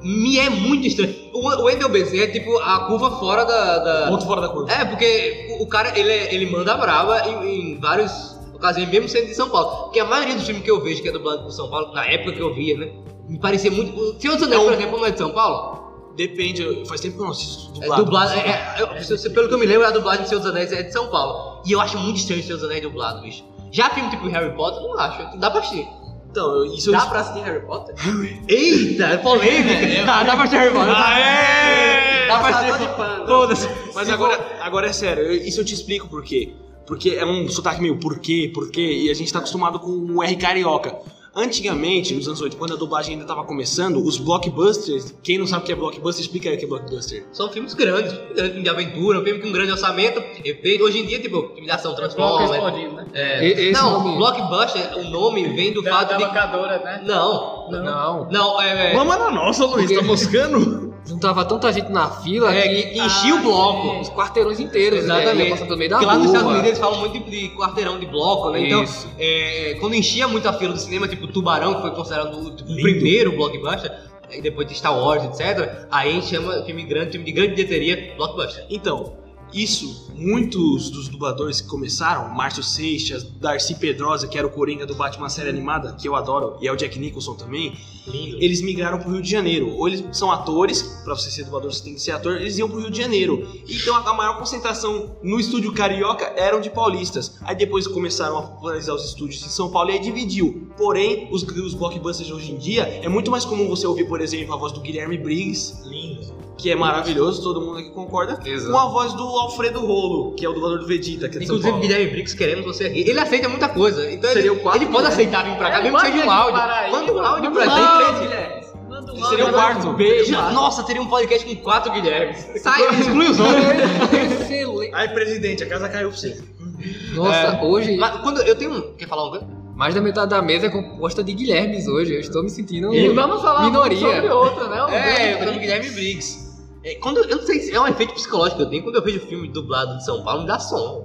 [SPEAKER 1] Me é muito estranho. O, o Wendel Bezerra é tipo a curva fora da. da-
[SPEAKER 4] Ponto fora da curva.
[SPEAKER 1] É, porque o, o cara, ele, é- ele manda brava em, em vários ocasiões, mesmo sendo de São Paulo. Porque a maioria dos filmes que eu vejo que é dublado por São Paulo, na época que eu via, né? Me parecia muito. O Senhor dos Anéis, por exemplo, não é de São Paulo?
[SPEAKER 4] Depende, eu- faz tempo que eu não assisto
[SPEAKER 1] É
[SPEAKER 4] dublado.
[SPEAKER 1] dublado. é- é- eu- se- se- pelo que eu me lembro, a dublagem do Senhor dos Anéis é de São Paulo. E eu acho muito estranho o Senhor dos Anéis dublado, bicho. Já filme tipo Harry Potter, não acho. Dá pra assistir.
[SPEAKER 4] Então, eu- isso
[SPEAKER 3] Dá
[SPEAKER 4] eu.
[SPEAKER 3] pra assistir Harry Potter?
[SPEAKER 1] Eita, é polêmica. Dá, dá pra assistir Harry Potter.
[SPEAKER 4] Aê! tipo,
[SPEAKER 1] Dá pra
[SPEAKER 3] Passar
[SPEAKER 1] assistir.
[SPEAKER 3] de pano.
[SPEAKER 1] Todas.
[SPEAKER 4] tá Mas agora, agora é sério, eu- isso eu te explico por quê. Porque é um sotaque meio por quê, por quê, e a gente tá acostumado com o R carioca. Antigamente, nos anos 80, quando a dublagem ainda tava começando, os blockbusters, quem não sabe o que é blockbuster, explica aí o que é blockbuster.
[SPEAKER 1] São filmes grandes, filme de aventura, um filme com grande orçamento, efeito. Hoje em dia, tipo, filme de ação Transformers,
[SPEAKER 5] explodindo, né?
[SPEAKER 1] É,
[SPEAKER 2] E- esse
[SPEAKER 1] não,
[SPEAKER 2] nome-
[SPEAKER 1] blockbuster, o nome vem do fato de.
[SPEAKER 5] locadora, né?
[SPEAKER 1] Não,
[SPEAKER 2] Não.
[SPEAKER 1] não, é. é,
[SPEAKER 4] Mama na nossa, Luiz,
[SPEAKER 2] tá
[SPEAKER 4] moscando?
[SPEAKER 2] Juntava tanta gente na fila
[SPEAKER 1] é,
[SPEAKER 2] que
[SPEAKER 1] que enchia o bloco.
[SPEAKER 2] os quarteirões inteiros. né? Ia
[SPEAKER 1] Exatamente.
[SPEAKER 2] passando no meio da
[SPEAKER 1] Porque lá nos
[SPEAKER 2] rua.
[SPEAKER 1] Estados Unidos eles falam muito de, de quarteirão de bloco, né? Então,
[SPEAKER 2] Isso.
[SPEAKER 1] é, quando enchia muito a fila do cinema, tipo Tubarão, que foi considerado o, tipo, o primeiro blockbuster, e depois de Star Wars, etc., aí a gente chama filme grande, filme de grande bilheteria, blockbuster.
[SPEAKER 4] Então, isso, muitos dos dubladores que começaram, Márcio Seixas, Darcy Pedrosa, que era o Coringa do Batman série animada, que eu adoro, e é o Jack Nicholson também,
[SPEAKER 1] Lindo.
[SPEAKER 4] eles migraram pro Rio de Janeiro. Ou eles são atores, pra você ser dublador você tem que ser ator, eles iam pro Rio de Janeiro. Então a a maior concentração no estúdio carioca eram de paulistas. Aí depois começaram a popularizar os estúdios em São Paulo e aí dividiu. Porém, os, os blockbusters de hoje em dia, é muito mais comum você ouvir, por exemplo, a voz do Guilherme Briggs. Que é maravilhoso, todo mundo aqui concorda.
[SPEAKER 1] Exato.
[SPEAKER 4] Com a voz do Alfredo Rolo, que é o dublador do Vegeta, que é de São
[SPEAKER 1] Inclusive,
[SPEAKER 4] Paulo.
[SPEAKER 1] Guilherme Briggs, queremos você aqui. Ele aceita muita coisa. Então
[SPEAKER 3] Seria
[SPEAKER 1] ele,
[SPEAKER 3] o quarto
[SPEAKER 1] ele pode
[SPEAKER 2] né?
[SPEAKER 3] Guilherme.
[SPEAKER 1] aceitar vir pra cá,
[SPEAKER 5] É,
[SPEAKER 1] mesmo que
[SPEAKER 5] manda
[SPEAKER 1] seja um
[SPEAKER 5] ele
[SPEAKER 1] áudio.
[SPEAKER 5] para aí,
[SPEAKER 1] Manda um
[SPEAKER 5] manda
[SPEAKER 1] áudio
[SPEAKER 5] um
[SPEAKER 1] pra
[SPEAKER 5] áudio.
[SPEAKER 1] gente.
[SPEAKER 3] Três Guilhermes.
[SPEAKER 5] um
[SPEAKER 4] Seria
[SPEAKER 5] né?
[SPEAKER 4] o quarto.
[SPEAKER 1] Já- Nossa, teria um podcast com quatro Guilhermes.
[SPEAKER 2] Sai,
[SPEAKER 1] exclui os outros.
[SPEAKER 2] Excelente.
[SPEAKER 4] Ai, presidente, a casa caiu pra você.
[SPEAKER 2] Nossa, hoje
[SPEAKER 1] Mas quando eu tenho um. Quer falar uma coisa?
[SPEAKER 2] mais da metade da mesa é composta de Guilhermes hoje. Eu estou me sentindo.
[SPEAKER 5] E vamos falar um
[SPEAKER 2] Minoria.
[SPEAKER 5] sobre outra, né? O
[SPEAKER 1] É,
[SPEAKER 5] grande
[SPEAKER 1] o
[SPEAKER 5] Prix.
[SPEAKER 1] Guilherme Briggs. É, quando, eu não sei se é um efeito psicológico que eu tenho, quando eu vejo filme dublado de São Paulo, me dá sono.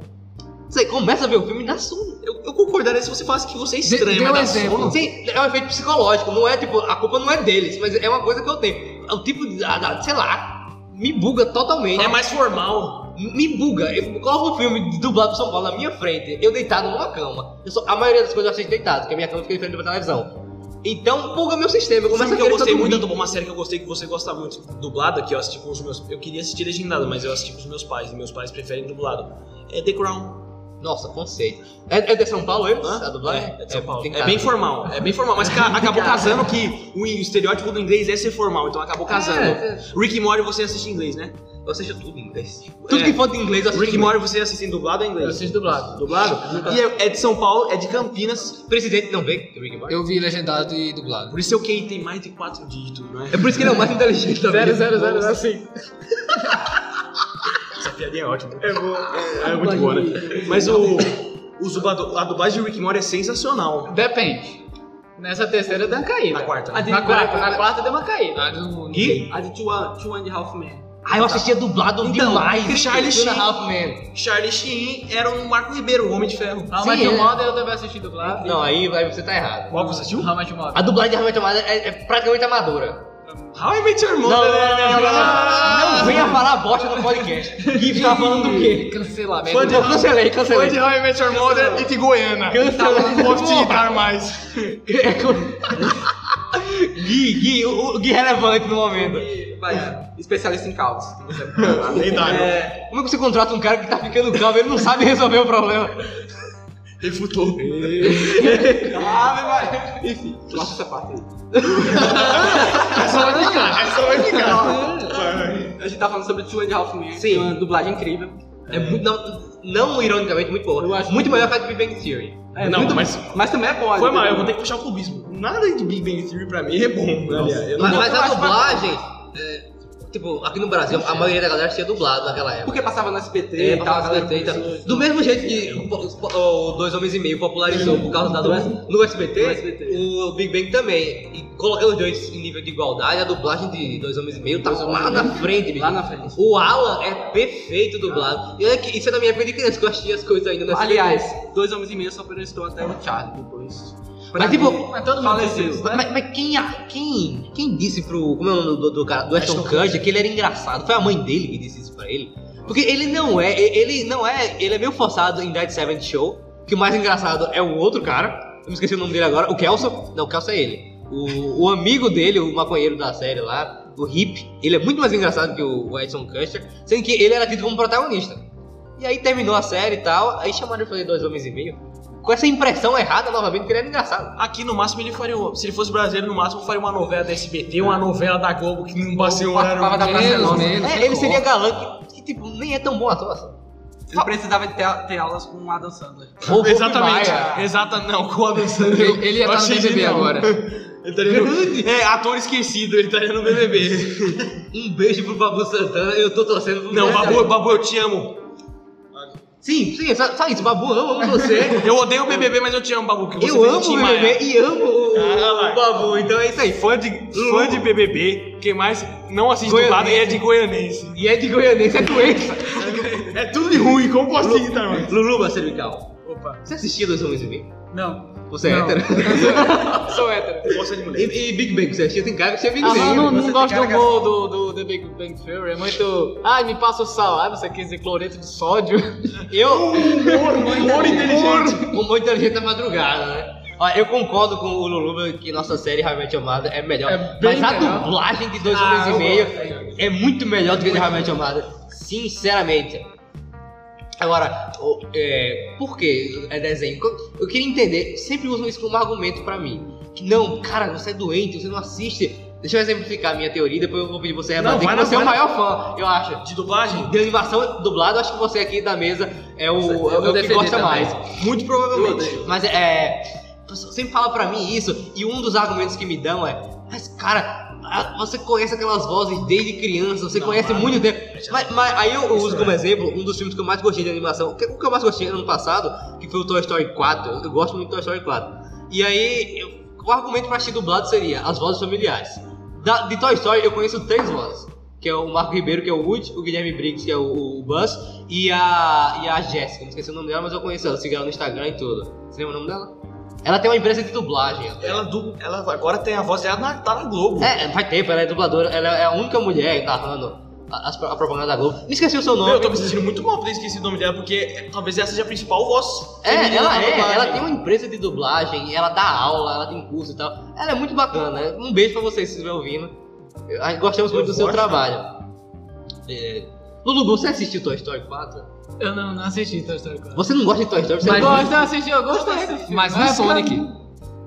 [SPEAKER 1] Você começa a ver o filme e dá sono.
[SPEAKER 4] Eu, eu concordaria se você falasse que você é
[SPEAKER 2] Dê-
[SPEAKER 4] estranho,
[SPEAKER 2] dê
[SPEAKER 4] mas
[SPEAKER 2] um
[SPEAKER 4] dá
[SPEAKER 2] exemplo.
[SPEAKER 4] sono.
[SPEAKER 1] Sim, é um efeito psicológico, não é tipo, a culpa não é deles, mas é uma coisa que eu tenho. É o tipo de, ah, da- sei lá, me buga totalmente.
[SPEAKER 4] É mais formal.
[SPEAKER 1] Me buga. Eu coloco um filme dublado de São Paulo na minha frente, eu deitado numa cama. Eu só- a maioria das coisas eu assisto deitado, porque a minha cama fica diferente da televisão. Então, buga meu sistema. Eu começo
[SPEAKER 4] Sabe
[SPEAKER 1] a
[SPEAKER 4] que eu
[SPEAKER 1] querer
[SPEAKER 4] gostei
[SPEAKER 1] só
[SPEAKER 4] muito,
[SPEAKER 1] dormir.
[SPEAKER 4] da- uma série que eu gostei que você gosta muito, tipo, dublada, que eu assisti com os meus... Eu queria assistir legendada, mas eu assisti com os meus pais, e meus pais preferem dublado. É The Crown.
[SPEAKER 1] Nossa, conceito. É, é de São Paulo eles? A dublagem?
[SPEAKER 4] É, é de São Paulo.
[SPEAKER 1] tem
[SPEAKER 4] É
[SPEAKER 1] cara.
[SPEAKER 4] bem formal, é bem formal, mas ca- acabou casando que o estereótipo do inglês é ser formal, então acabou casando.
[SPEAKER 1] É,
[SPEAKER 4] Rick and Morty você assiste em inglês, né?
[SPEAKER 1] Eu assisto tudo em inglês. Tudo
[SPEAKER 4] É.
[SPEAKER 1] que for de inglês eu assisto. em
[SPEAKER 4] Rick e
[SPEAKER 1] inglês.
[SPEAKER 4] Morty você assiste em dublado ou em
[SPEAKER 5] Eu
[SPEAKER 4] inglês?
[SPEAKER 5] assisto dublado.
[SPEAKER 4] Dublado? E é, é de São Paulo, é de Campinas,
[SPEAKER 1] Presidente não vê Rick e Morty?
[SPEAKER 2] Eu vi legendado e dublado.
[SPEAKER 4] por isso o QI tem mais de 4 dígitos, não é?
[SPEAKER 1] É por isso que ele é o mais inteligente da
[SPEAKER 5] Zero,
[SPEAKER 1] vida.
[SPEAKER 5] zero, zero, assim. zero, sim.
[SPEAKER 4] Essa piadinha é ótima. É, muito boa, né? Mas o, os dublado- a dublagem de Rick e Morty é sensacional.
[SPEAKER 5] Depende. Nessa terceira deu uma caída.
[SPEAKER 4] Na quarta.
[SPEAKER 3] A de-
[SPEAKER 5] Na quarta, na quarta deu uma caída.
[SPEAKER 2] Ah, não- não
[SPEAKER 1] Gui?
[SPEAKER 3] A de Two, Two and a Half Men.
[SPEAKER 1] Ah, eu assistia dublado
[SPEAKER 4] Então,
[SPEAKER 1] demais.
[SPEAKER 4] Charlie
[SPEAKER 1] Two and a
[SPEAKER 4] Sheen.
[SPEAKER 1] Half Men.
[SPEAKER 4] Charlie Sheen era um Marco Ribeiro, o Homem de Ferro.
[SPEAKER 5] How Much
[SPEAKER 2] Sim,
[SPEAKER 5] Your
[SPEAKER 2] é.
[SPEAKER 5] Mother eu devia assistir dublado.
[SPEAKER 1] Não, aí, aí você tá errado.
[SPEAKER 4] Qual que você assistiu?
[SPEAKER 5] How Much Your Mother.
[SPEAKER 1] A dublagem de Hamilton Mother é, é praticamente amadora.
[SPEAKER 4] How I Met Your
[SPEAKER 1] Não,
[SPEAKER 4] Mother.
[SPEAKER 1] não, não, não,
[SPEAKER 4] né?
[SPEAKER 1] não, não, não venha falar bosta no podcast. Gui tá falando do quê?
[SPEAKER 5] Cancelamento.
[SPEAKER 4] Fã de-
[SPEAKER 1] Eu cancelei, cancelei.
[SPEAKER 4] Foi de How I Met Your Mother e de Goiânia.
[SPEAKER 1] Cancelou.
[SPEAKER 4] Não posso te citar mais.
[SPEAKER 1] Gui, Gui, o, o Gui relevante no momento.
[SPEAKER 3] E, vai, especialista em caos.
[SPEAKER 4] Nem dá, né?
[SPEAKER 3] É,
[SPEAKER 1] Como é que você contrata um cara que tá ficando calvo, ele não sabe resolver o problema?
[SPEAKER 4] Refutou.
[SPEAKER 3] Ave Maria. Enfim, corta essa parte aí.
[SPEAKER 5] tá.
[SPEAKER 4] Essa vai ficar, essa vai é, ficar.
[SPEAKER 3] A gente tá falando sobre Two and a Half Men,
[SPEAKER 1] Sim.
[SPEAKER 3] que é uma dublagem incrível.
[SPEAKER 1] É muito, não, não ironicamente, muito boa.
[SPEAKER 3] Eu acho
[SPEAKER 1] muito
[SPEAKER 3] muito
[SPEAKER 1] melhor que a de Big Bang Theory.
[SPEAKER 3] É,
[SPEAKER 4] Não,
[SPEAKER 3] muito-
[SPEAKER 4] mas-
[SPEAKER 3] mas também é bom.
[SPEAKER 4] Foi mal, eu vou ter que puxar o clubismo. Nada de Big Bang Theory pra mim é bom. Olha, eu não
[SPEAKER 1] Mas, mas
[SPEAKER 3] eu
[SPEAKER 1] a
[SPEAKER 3] acho
[SPEAKER 1] dublagem, é, tipo, aqui no Brasil, a maioria da galera tinha dublado naquela época.
[SPEAKER 3] Porque passava no SBT
[SPEAKER 1] É,
[SPEAKER 3] e tal. né?
[SPEAKER 1] passava no SBT e tal. Do mesmo jeito que o, o- o Dois Homens e Meio popularizou por causa da
[SPEAKER 3] Do
[SPEAKER 1] dubla-
[SPEAKER 3] S-
[SPEAKER 1] no SBT,
[SPEAKER 3] do SBT.
[SPEAKER 1] o Big Bang também. E colocando os dois em nível de igualdade, a dublagem de Dois Homens e Meio tá lá na frente, bicho.
[SPEAKER 3] Lá na frente.
[SPEAKER 1] O Alan é perfeito dublado. E olha que isso é da minha época de criança, que eu assistia as coisas ainda no SBT.
[SPEAKER 3] Aliás, dois homens e meio só prestou até o Charlie depois.
[SPEAKER 1] Mas, tipo,
[SPEAKER 3] é
[SPEAKER 5] Mas todo mundo
[SPEAKER 3] faleceu.
[SPEAKER 5] fez isso, né?
[SPEAKER 1] Mas, mas quem, a- quem, quem disse pro. Como é o nome do, do cara? Do Ashton Kutcher que ele era engraçado. Foi a mãe dele que disse isso pra ele. Porque ele não é. e- Ele não é. Ele é meio forçado em Dead Seven Show. Que o mais engraçado é o outro cara. Eu me esqueci o nome dele agora. O Kelso. Não, o Kelso é ele. O, o amigo dele, o maconheiro da série lá, o Hip, ele é muito mais engraçado que o, o Ashton Kutcher, sendo que ele era tido como protagonista. E aí terminou a série e tal, aí chamaram ele pra fazer dois homens e meio. Com essa impressão errada novamente, que ele era engraçado.
[SPEAKER 4] Aqui no máximo ele faria. um- Se ele fosse brasileiro, no máximo faria uma novela da SBT, uma novela da Globo que não passei um o horário.
[SPEAKER 3] Participava da Praça
[SPEAKER 2] Menos,
[SPEAKER 3] Nossa.
[SPEAKER 2] menos.
[SPEAKER 1] É, ele seria galã que, que, tipo, nem é tão bom ator assim.
[SPEAKER 3] Ele precisava de ter, ter aulas com o Adam Sandler.
[SPEAKER 2] Ou Bob
[SPEAKER 4] Exatamente.
[SPEAKER 2] Maia.
[SPEAKER 4] Exata, não, com o Adam Sandler.
[SPEAKER 2] Ele- ele ia
[SPEAKER 4] Eu
[SPEAKER 2] tá no
[SPEAKER 4] achei
[SPEAKER 2] BBB
[SPEAKER 4] genial.
[SPEAKER 2] agora.
[SPEAKER 4] Ele estaria no... É, ator esquecido, ele estaria no BBB.
[SPEAKER 1] Um beijo pro Babu Santana, eu tô torcendo pro
[SPEAKER 4] Não,
[SPEAKER 1] Brasil.
[SPEAKER 4] Babu, Babu, eu te amo.
[SPEAKER 1] Sim, sim, só, só isso, Babu, eu amo você.
[SPEAKER 4] Eu odeio o BBB, mas eu te amo, Babu. Que você
[SPEAKER 1] eu
[SPEAKER 4] fez
[SPEAKER 1] amo
[SPEAKER 4] Tim
[SPEAKER 1] o
[SPEAKER 4] Maia.
[SPEAKER 1] BBB e amo o,
[SPEAKER 4] Ah,
[SPEAKER 1] o
[SPEAKER 4] vai.
[SPEAKER 1] Babu, então é isso aí.
[SPEAKER 4] Fã de, fã de BBB, quem mais não assiste
[SPEAKER 1] Goianense.
[SPEAKER 4] dublado e é de goianense.
[SPEAKER 1] E é de goianense, é doença.
[SPEAKER 4] É tudo de ruim, como posso te irritar mais?
[SPEAKER 1] Luluba Cervical,
[SPEAKER 5] Opa.
[SPEAKER 1] você assistiu Dois Homens e Meio?
[SPEAKER 5] Não.
[SPEAKER 1] Você é
[SPEAKER 5] Não.
[SPEAKER 1] hétero?
[SPEAKER 5] Sou hétero.
[SPEAKER 4] Gosta de mulher.
[SPEAKER 1] E, e Big Bang, você assistiu? Tem cara que você é Big
[SPEAKER 5] Ah, mas eu
[SPEAKER 1] Bang.
[SPEAKER 5] não, não
[SPEAKER 3] você
[SPEAKER 5] gosto
[SPEAKER 3] tem
[SPEAKER 5] do
[SPEAKER 3] cara
[SPEAKER 5] humor do, do The Big Bang Theory. É muito. Ai, me passa o sal. Ai, você quer dizer cloreto de sódio? Um
[SPEAKER 1] Eu...
[SPEAKER 4] Humor, humor inteligente.
[SPEAKER 1] O muito inteligente da madrugada, né? Ó, eu concordo com o Luluba que nossa série realmente amada é melhor.
[SPEAKER 5] É bem
[SPEAKER 1] mas a
[SPEAKER 5] melhor.
[SPEAKER 1] dublagem de dois
[SPEAKER 5] Ah,
[SPEAKER 1] homens e
[SPEAKER 5] eu
[SPEAKER 1] meio
[SPEAKER 5] gosto.
[SPEAKER 1] é muito melhor do que a de realmente amada. Sinceramente. Agora, o- é, por que é desenho? Co- Eu queria entender, sempre usam isso como argumento pra mim. Que não, cara, você é doente, você não assiste. Deixa eu exemplificar a minha teoria, depois eu vou pedir você rebater, que
[SPEAKER 4] vai na-
[SPEAKER 1] você é o
[SPEAKER 4] vai na-
[SPEAKER 1] maior fã, eu acho.
[SPEAKER 4] De dublagem?
[SPEAKER 1] De animação dublado, acho que você aqui da mesa é o,
[SPEAKER 2] Eu
[SPEAKER 1] é o
[SPEAKER 2] vou
[SPEAKER 1] que
[SPEAKER 2] defender
[SPEAKER 1] gosta
[SPEAKER 2] também.
[SPEAKER 1] mais.
[SPEAKER 4] Muito provavelmente.
[SPEAKER 1] Mas é. é, Sempre fala pra mim isso, e um dos argumentos que me dão é: Mas cara, a- você conhece aquelas vozes desde criança, você conhece muito tempo. Mas, mas aí eu uso como exemplo um dos filmes que eu mais gostei de animação, que- o que eu mais gostei ano passado, que foi o Toy Story 4. Eu, eu gosto muito do Toy Story 4. E aí, eu- o argumento pra assistir dublado seria as vozes familiares. Da- de Toy Story eu conheço três vozes: que é o Marco Ribeiro, que é o Woody, o Guilherme Briggs, que é o, o Buzz, e a, e a Jéssica. Não esqueci o nome dela, mas eu conheço ela, sigo ela no Instagram e tudo. Você lembra o nome dela? Ela tem uma empresa de dublagem. até.
[SPEAKER 4] Ela, du... ela agora tem a voz dela na, tá na Globo.
[SPEAKER 1] É, faz tempo, ela é dubladora, ela é a única mulher narrando a, as- a propaganda da Globo. Me esqueci o seu nome.
[SPEAKER 4] Meu, eu tô me sentindo muito mal por ter esquecido o nome dela, porque é, talvez essa seja a principal voz.
[SPEAKER 1] É,
[SPEAKER 4] feminina
[SPEAKER 1] ela
[SPEAKER 4] da
[SPEAKER 1] é,
[SPEAKER 4] dublagem.
[SPEAKER 1] ela tem uma empresa de dublagem, ela dá aula, ela tem curso e tal. Ela é muito bacana. Um beijo pra vocês se estiverem ouvindo. Eu- a- Gostamos
[SPEAKER 4] Eu
[SPEAKER 1] muito do seu
[SPEAKER 4] gosto.
[SPEAKER 1] trabalho. É... Lulu, você assistiu Toy Story 4?
[SPEAKER 5] Eu não, não assisti Toy Story 4.
[SPEAKER 1] Você não gosta de Toy Story? Você
[SPEAKER 5] Eu
[SPEAKER 1] não
[SPEAKER 5] gosto, eu assisti, eu gosto desse filme.
[SPEAKER 2] Mas
[SPEAKER 5] Mas
[SPEAKER 2] no Sonic.
[SPEAKER 5] pra mim-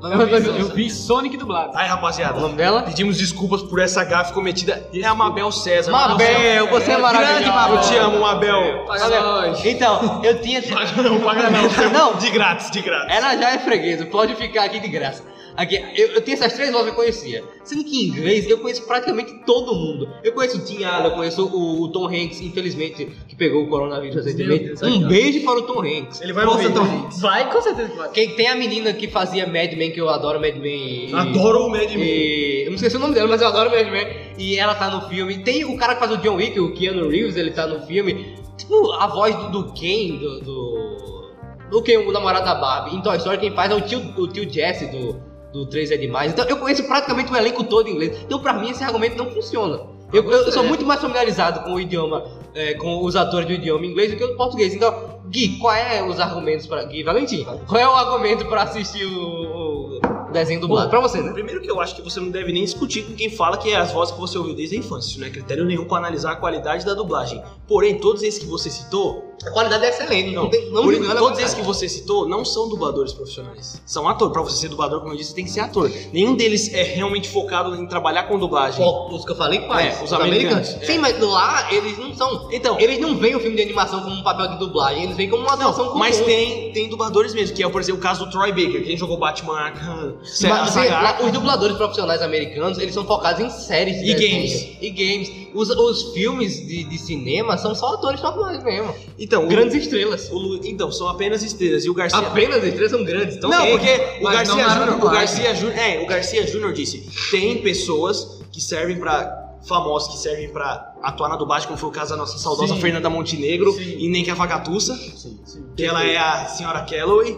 [SPEAKER 1] Mas
[SPEAKER 5] Eu, eu vi Sonic dublado.
[SPEAKER 4] Aí, rapaziada,
[SPEAKER 1] O nome dela?
[SPEAKER 4] pedimos desculpas por essa gafe cometida. É a Mabel César. um
[SPEAKER 1] Mabel, você é
[SPEAKER 4] Grande Mabel. Eu te amo, Mabel.
[SPEAKER 1] Olha, Então, eu tinha.
[SPEAKER 4] Não paga não.
[SPEAKER 1] Não.
[SPEAKER 4] De grátis, de grátis.
[SPEAKER 1] Ela já é freguesa, pode ficar aqui de graça. Aqui, eu, eu tenho essas três vozes que eu conhecia. Sendo que em inglês eu conheço praticamente todo mundo. Eu conheço o Tim Allen, eu conheço o, o Tom Hanks, infelizmente, que pegou o coronavírus recentemente.
[SPEAKER 5] Deus,
[SPEAKER 1] Um
[SPEAKER 5] coitado.
[SPEAKER 1] beijo para o Tom Hanks.
[SPEAKER 4] Ele vai
[SPEAKER 3] Nossa,
[SPEAKER 4] ouvir.
[SPEAKER 3] Tom Hanks.
[SPEAKER 5] Vai, com certeza que vai.
[SPEAKER 1] Quem tem a menina que fazia Mad Men, que eu adoro Mad Men. e-
[SPEAKER 4] Adoro o Mad Men.
[SPEAKER 1] E, eu não esqueci o nome dela, mas eu adoro Mad Men. E ela tá no filme. Tem o cara que faz o John Wick, o Keanu Reeves, ele tá no filme. Tipo, a voz do, do Ken, do. Do, do Ken, o namorado da Barbie. Então a história quem faz é o tio, o tio Jesse do. Do 3 é demais. Então eu conheço praticamente o elenco todo em inglês. Então pra mim esse argumento não funciona. Eu, eu sou muito mais familiarizado com o idioma, é, com os atores do idioma inglês do que o português. Então, Gui, qual é os argumentos pra. Gui Valentim, qual é o argumento pra assistir o, o desenho dublado? Pra você, né?
[SPEAKER 4] Primeiro que eu acho que você não deve nem discutir com quem fala que é as vozes que você ouviu desde a infância. Isso não é critério nenhum pra analisar a qualidade da dublagem. Porém, todos esses que você citou,
[SPEAKER 1] A qualidade é excelente, não,
[SPEAKER 4] não, é.
[SPEAKER 1] tem, não
[SPEAKER 4] porém,
[SPEAKER 1] digo nada
[SPEAKER 4] todos
[SPEAKER 1] contra.
[SPEAKER 4] esses que você citou não são dubladores profissionais. São ator. Pra você ser dublador, como eu disse, você tem que ser ator. Nenhum deles é realmente focado em trabalhar com dublagem.
[SPEAKER 1] Qual- os que eu falei quais?
[SPEAKER 4] É, os americanos, é.
[SPEAKER 1] Sim, mas lá eles não são.
[SPEAKER 4] Então,
[SPEAKER 1] Eles não veem o filme de animação como um papel de dublagem, eles veem como uma atuação comum.
[SPEAKER 4] mas tem, tem dubladores mesmo, que é, por exemplo, o caso do Troy Baker, quem jogou Batman Arkham, Sarah
[SPEAKER 1] Mas, assim,
[SPEAKER 4] Saga
[SPEAKER 1] lá, os dubladores profissionais americanos, eles são focados em séries de
[SPEAKER 4] E
[SPEAKER 1] desenho,
[SPEAKER 4] games.
[SPEAKER 1] E games. Os, os filmes de, de cinema são só atores normais mesmo.
[SPEAKER 4] Então, o-
[SPEAKER 1] Grandes estrelas.
[SPEAKER 4] o Lu- então, são apenas estrelas. E o Garcia.
[SPEAKER 1] Apenas as estrelas são grandes. Então,
[SPEAKER 4] não,
[SPEAKER 1] ok.
[SPEAKER 4] porque o
[SPEAKER 3] mas
[SPEAKER 4] Garcia,
[SPEAKER 3] não na
[SPEAKER 4] Júnior, o
[SPEAKER 3] dublagem.
[SPEAKER 4] Garcia Júnior, é, o Garcia Júnior disse, tem pessoas que servem pra famosos que servem pra atuar na dublagem, como foi o caso da nossa saudosa
[SPEAKER 5] Sim.
[SPEAKER 4] Fernanda Montenegro
[SPEAKER 5] Sim.
[SPEAKER 4] e nem que a Vagatussa,
[SPEAKER 5] Sim, sim.
[SPEAKER 4] que ela é a senhora Calloway.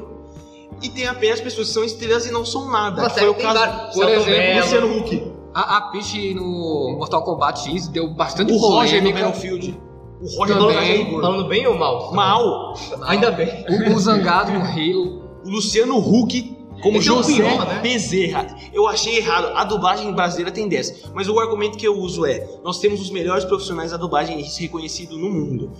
[SPEAKER 4] E tem apenas pessoas que são estrelas e não são nada.
[SPEAKER 1] Uma
[SPEAKER 4] que
[SPEAKER 1] série
[SPEAKER 4] foi o
[SPEAKER 1] tem
[SPEAKER 4] caso
[SPEAKER 1] vários.
[SPEAKER 4] por
[SPEAKER 1] Celton
[SPEAKER 4] exemplo,
[SPEAKER 1] Mello.
[SPEAKER 4] Luciano Huck,
[SPEAKER 2] A, a Peach no Mortal Kombat X deu bastante
[SPEAKER 4] o Roger Então, no
[SPEAKER 2] polêmica.
[SPEAKER 4] Battlefield, o
[SPEAKER 2] Também.
[SPEAKER 4] Roger no Battlefield.
[SPEAKER 1] Falando bem ou mal?
[SPEAKER 4] Mal,
[SPEAKER 1] Ainda bem.
[SPEAKER 2] O, o Zangado no Halo.
[SPEAKER 4] o Luciano Huck como
[SPEAKER 1] Ele tem um
[SPEAKER 4] José
[SPEAKER 1] piroma, né?
[SPEAKER 4] Bezerra. Eu achei errado. A dublagem brasileira tem 10. Mas o argumento que eu uso é: nós temos os melhores profissionais da dublagem isso é reconhecido no mundo.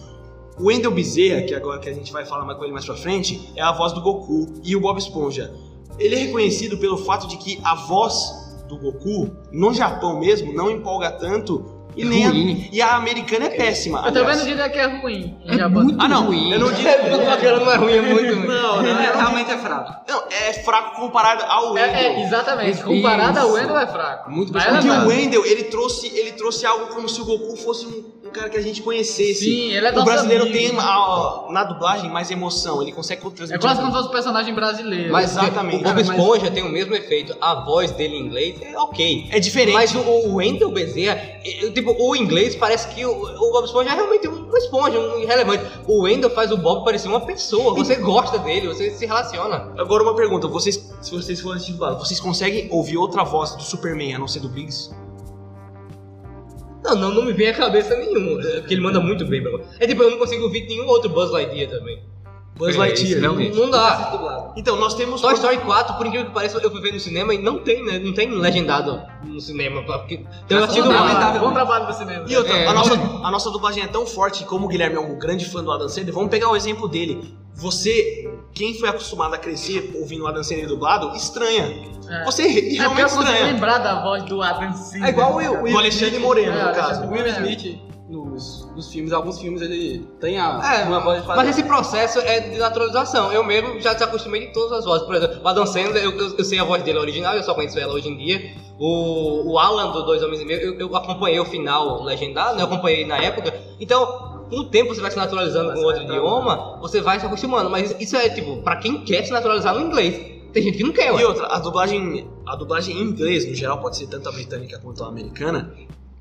[SPEAKER 4] O Wendel Bezerra, que agora que a gente vai falar mais com ele mais pra frente, é a voz do Goku e o Bob Esponja. Ele é reconhecido pelo fato de que a voz do Goku, no Japão mesmo, não empolga tanto. E, nem a-
[SPEAKER 2] É Ruim.
[SPEAKER 4] e a americana é péssima.
[SPEAKER 5] Eu também
[SPEAKER 4] aliás.
[SPEAKER 5] não diria que é ruim.
[SPEAKER 2] É
[SPEAKER 5] Já
[SPEAKER 2] muito
[SPEAKER 5] bota-
[SPEAKER 4] Ah, não.
[SPEAKER 2] ruim.
[SPEAKER 4] Eu não digo.
[SPEAKER 1] não é ruim, é muito ruim.
[SPEAKER 3] Não, não, é, realmente é fraco.
[SPEAKER 4] Não, é fraco comparado ao Wendel.
[SPEAKER 5] É, é, exatamente. Comparado ao Wendel é fraco.
[SPEAKER 2] Muito
[SPEAKER 5] Mas
[SPEAKER 2] bem
[SPEAKER 5] ela
[SPEAKER 4] Porque
[SPEAKER 5] é
[SPEAKER 4] o
[SPEAKER 2] colocado.
[SPEAKER 4] Wendel, ele trouxe, ele trouxe algo como se o Goku fosse um, um cara que a gente conhecesse.
[SPEAKER 5] Sim, ele é
[SPEAKER 4] o
[SPEAKER 5] nosso
[SPEAKER 4] brasileiro
[SPEAKER 5] amigo.
[SPEAKER 4] tem a- na dublagem mais emoção, ele consegue transmitir.
[SPEAKER 5] É quase como se fosse um personagem brasileiro.
[SPEAKER 1] Mas
[SPEAKER 4] Exatamente.
[SPEAKER 1] o Bob
[SPEAKER 4] Cara, mas-
[SPEAKER 1] Esponja tem o mesmo efeito. A voz dele em inglês é ok.
[SPEAKER 4] É diferente.
[SPEAKER 1] Mas o, o Wendell Bezerra, eh, tipo, o inglês parece que o, o Bob Esponja é realmente um esponja, um irrelevante. O Wendell faz o Bob parecer uma pessoa. Você gosta dele, você se relaciona.
[SPEAKER 4] Agora uma pergunta, vocês, se vocês forem assistir dublado, vocês conseguem ouvir outra voz do Superman a não ser do Briggs?
[SPEAKER 1] Não, não, não me vem à cabeça nenhum. é, Porque ele manda muito bem pra É tipo, eu não consigo ouvir nenhum outro Buzz Lightyear também.
[SPEAKER 4] Buzz
[SPEAKER 2] É,
[SPEAKER 4] Lightyear.
[SPEAKER 2] isso realmente.
[SPEAKER 1] Não dá.
[SPEAKER 4] Então, nós temos
[SPEAKER 1] Toy Story 4, por incrível que pareça, eu fui ver no cinema e não tem, né? Não tem legendado no cinema. Porque... Então eu assisti
[SPEAKER 5] Bom
[SPEAKER 1] dublado.
[SPEAKER 5] trabalho, Bom trabalho do cinema.
[SPEAKER 4] E outra,
[SPEAKER 2] É.
[SPEAKER 4] a, nossa, a nossa dublagem é tão forte, como o Guilherme é um grande fã do Adam Sandler, vamos pegar o exemplo dele. Você, quem foi acostumado a crescer ouvindo o Adam Sandler dublado, estranha.
[SPEAKER 5] É.
[SPEAKER 4] Você
[SPEAKER 5] É porque
[SPEAKER 4] realmente
[SPEAKER 5] eu consigo
[SPEAKER 4] estranha.
[SPEAKER 5] lembrar da voz do Adam Sandler.
[SPEAKER 3] É igual o Will.
[SPEAKER 4] Do Alexandre Moreno,
[SPEAKER 5] É,
[SPEAKER 4] no caso.
[SPEAKER 3] O Will Smith, nos, nos filmes, alguns filmes, ele tem
[SPEAKER 1] É,
[SPEAKER 3] a, uma voz de
[SPEAKER 1] Mas esse processo é de naturalização. Eu mesmo já desacostumei de todas as vozes. Por exemplo, o Adam Sandler, eu, eu- eu sei a voz dele original, eu só conheço ela hoje em dia. O, o Alan do Dois Homens e Meio, eu, eu acompanhei o final legendado, né? eu acompanhei na época. Então, com o tempo você vai se naturalizando com outro idioma, você vai se acostumando. Mas isso é, tipo, pra quem quer se naturalizar no inglês. Tem gente que não quer,
[SPEAKER 4] E
[SPEAKER 1] ué.
[SPEAKER 4] outra, a dublagem, a dublagem em inglês, no geral, pode ser tanto a britânica quanto a americana.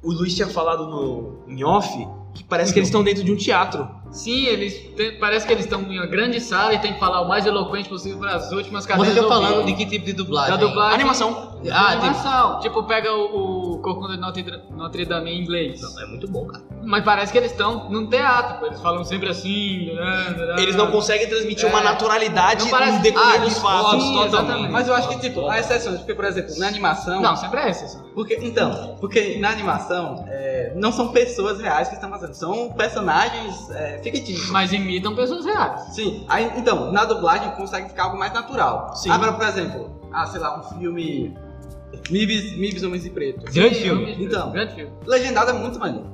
[SPEAKER 4] O Luiz tinha falado no, em off que parece que eles estão dentro de um teatro.
[SPEAKER 5] Sim, eles têm- parece que eles estão em uma grande sala e tem que falar o mais eloquente possível para as últimas cadeiras.
[SPEAKER 1] Você tá
[SPEAKER 5] ouvirem.
[SPEAKER 1] falando de que tipo de dublagem?
[SPEAKER 5] da dublagem.
[SPEAKER 4] Animação.
[SPEAKER 5] da
[SPEAKER 1] Ah,
[SPEAKER 5] animação. Tipo, pega o, o Corcunda de Notre, Notre Dame em inglês.
[SPEAKER 1] É muito bom, cara.
[SPEAKER 5] Mas parece que eles estão num teatro. pô, Eles falam sempre assim. né, né,
[SPEAKER 4] Eles não conseguem transmitir uma
[SPEAKER 5] É.
[SPEAKER 4] naturalidade
[SPEAKER 5] Não parece-
[SPEAKER 4] no decorrer
[SPEAKER 5] Ah,
[SPEAKER 4] dos
[SPEAKER 5] isso,
[SPEAKER 4] fatos.
[SPEAKER 5] sim, exatamente.
[SPEAKER 3] Mas eu acho que, tipo, há exceções, porque, por exemplo, na animação...
[SPEAKER 5] Não, sempre é essa.
[SPEAKER 3] Porque, então, porque na animação é, não são pessoas reais que estão fazendo, são personagens é, é fictício.
[SPEAKER 5] Mas imitam pessoas reais.
[SPEAKER 3] Sim, aí, então, na dublagem consegue ficar algo mais natural.
[SPEAKER 4] Sim.
[SPEAKER 3] Agora, por exemplo, ah, sei lá, um filme. Mibis, Mibis Homens e Preto.
[SPEAKER 1] Grande filme.
[SPEAKER 3] Então.
[SPEAKER 5] Grande filme.
[SPEAKER 3] Legendado é muito maneiro.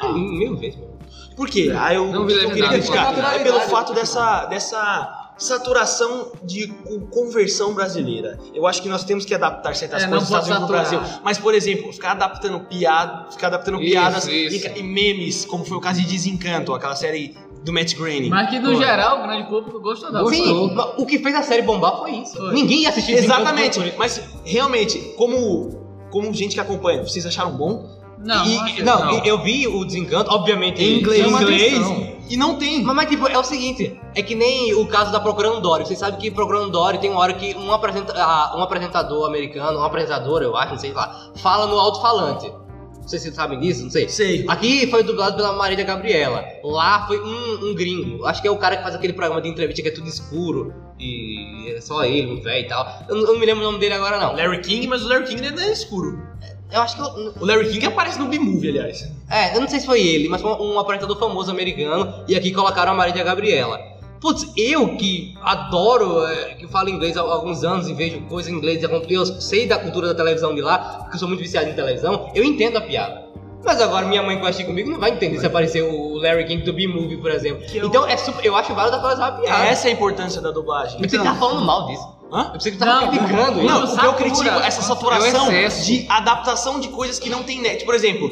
[SPEAKER 1] Ah, mil vezes, mano.
[SPEAKER 4] Por quê? Aí eu,
[SPEAKER 5] Não
[SPEAKER 4] eu
[SPEAKER 5] vi
[SPEAKER 4] queria
[SPEAKER 5] legendado,
[SPEAKER 4] criticar.
[SPEAKER 2] não.
[SPEAKER 4] É pelo fato dessa, dessa saturação de co- conversão brasileira. Eu acho que nós temos que adaptar certas
[SPEAKER 5] É, não
[SPEAKER 4] coisas dos Estados
[SPEAKER 5] pode
[SPEAKER 4] Unidos pro Brasil.
[SPEAKER 5] saturar.
[SPEAKER 4] Mas, por exemplo, ficar adaptando piada, ficar adaptando
[SPEAKER 2] Isso,
[SPEAKER 4] piadas
[SPEAKER 2] isso.
[SPEAKER 4] E, e memes, como foi o caso de Desencanto, aquela série do Matt Groening.
[SPEAKER 5] Mas que no
[SPEAKER 4] Pô,
[SPEAKER 5] geral, o grande público gostou da
[SPEAKER 1] Sim, mas o que fez a série bombar foi isso.
[SPEAKER 5] Foi.
[SPEAKER 1] Ninguém ia assistir
[SPEAKER 4] Exatamente.
[SPEAKER 1] Desencanto
[SPEAKER 4] Mas realmente, como como gente que acompanha, vocês acharam bom?
[SPEAKER 5] Não,
[SPEAKER 1] E-
[SPEAKER 5] achei.
[SPEAKER 1] não, e- eu vi o Desencanto, obviamente,
[SPEAKER 4] Em
[SPEAKER 1] em
[SPEAKER 4] inglês,
[SPEAKER 1] inglês.
[SPEAKER 4] em inglês
[SPEAKER 1] Mas,
[SPEAKER 4] e não tem.
[SPEAKER 1] mas, tipo, é o seguinte, é que nem o caso da Procurando Dory. Vocês sabem que Procurando Dory tem uma hora que um, apresenta- ah, um apresentador americano, uma apresentadora, eu acho, não sei lá, fala no alto-falante. Vocês sabem disso? Não sei.
[SPEAKER 4] Sei.
[SPEAKER 1] Aqui foi dublado pela Marília Gabriela. Lá foi um, um gringo. Acho que é o cara que faz aquele programa de entrevista que é tudo escuro. E é só ele, um velho e tal. Eu, não- eu não me lembro o nome dele agora, não.
[SPEAKER 4] Larry King, mas o Larry King ele é escuro.
[SPEAKER 1] Eu acho que. eu-
[SPEAKER 4] O Larry King aparece no B-Movie, aliás.
[SPEAKER 1] é, eu não sei se foi ele, mas foi um, um apresentador famoso americano. E aqui colocaram a Marília Gabriela. Putz, eu que adoro, é, que falo inglês há alguns anos e vejo coisa em inglês, e acompanho- eu sei da cultura da televisão de lá, porque eu sou muito viciado em televisão, eu entendo a piada. Mas agora minha mãe que vai assistir comigo não vai entender se aparecer o Larry King do B-Movie, por exemplo.
[SPEAKER 4] eu-
[SPEAKER 1] Então é super, eu acho válido fazer uma piada.
[SPEAKER 4] Essa é a importância da dublagem.
[SPEAKER 1] Eu pensei que tava falando mal disso.
[SPEAKER 4] Hã?
[SPEAKER 1] Eu pensei que tava
[SPEAKER 5] Não,
[SPEAKER 1] criticando.
[SPEAKER 4] Não,
[SPEAKER 5] Não,
[SPEAKER 4] o que eu
[SPEAKER 5] satura.
[SPEAKER 4] critico é essa
[SPEAKER 2] É
[SPEAKER 4] saturação
[SPEAKER 2] o excesso.
[SPEAKER 4] de adaptação de coisas que não tem net. Por exemplo,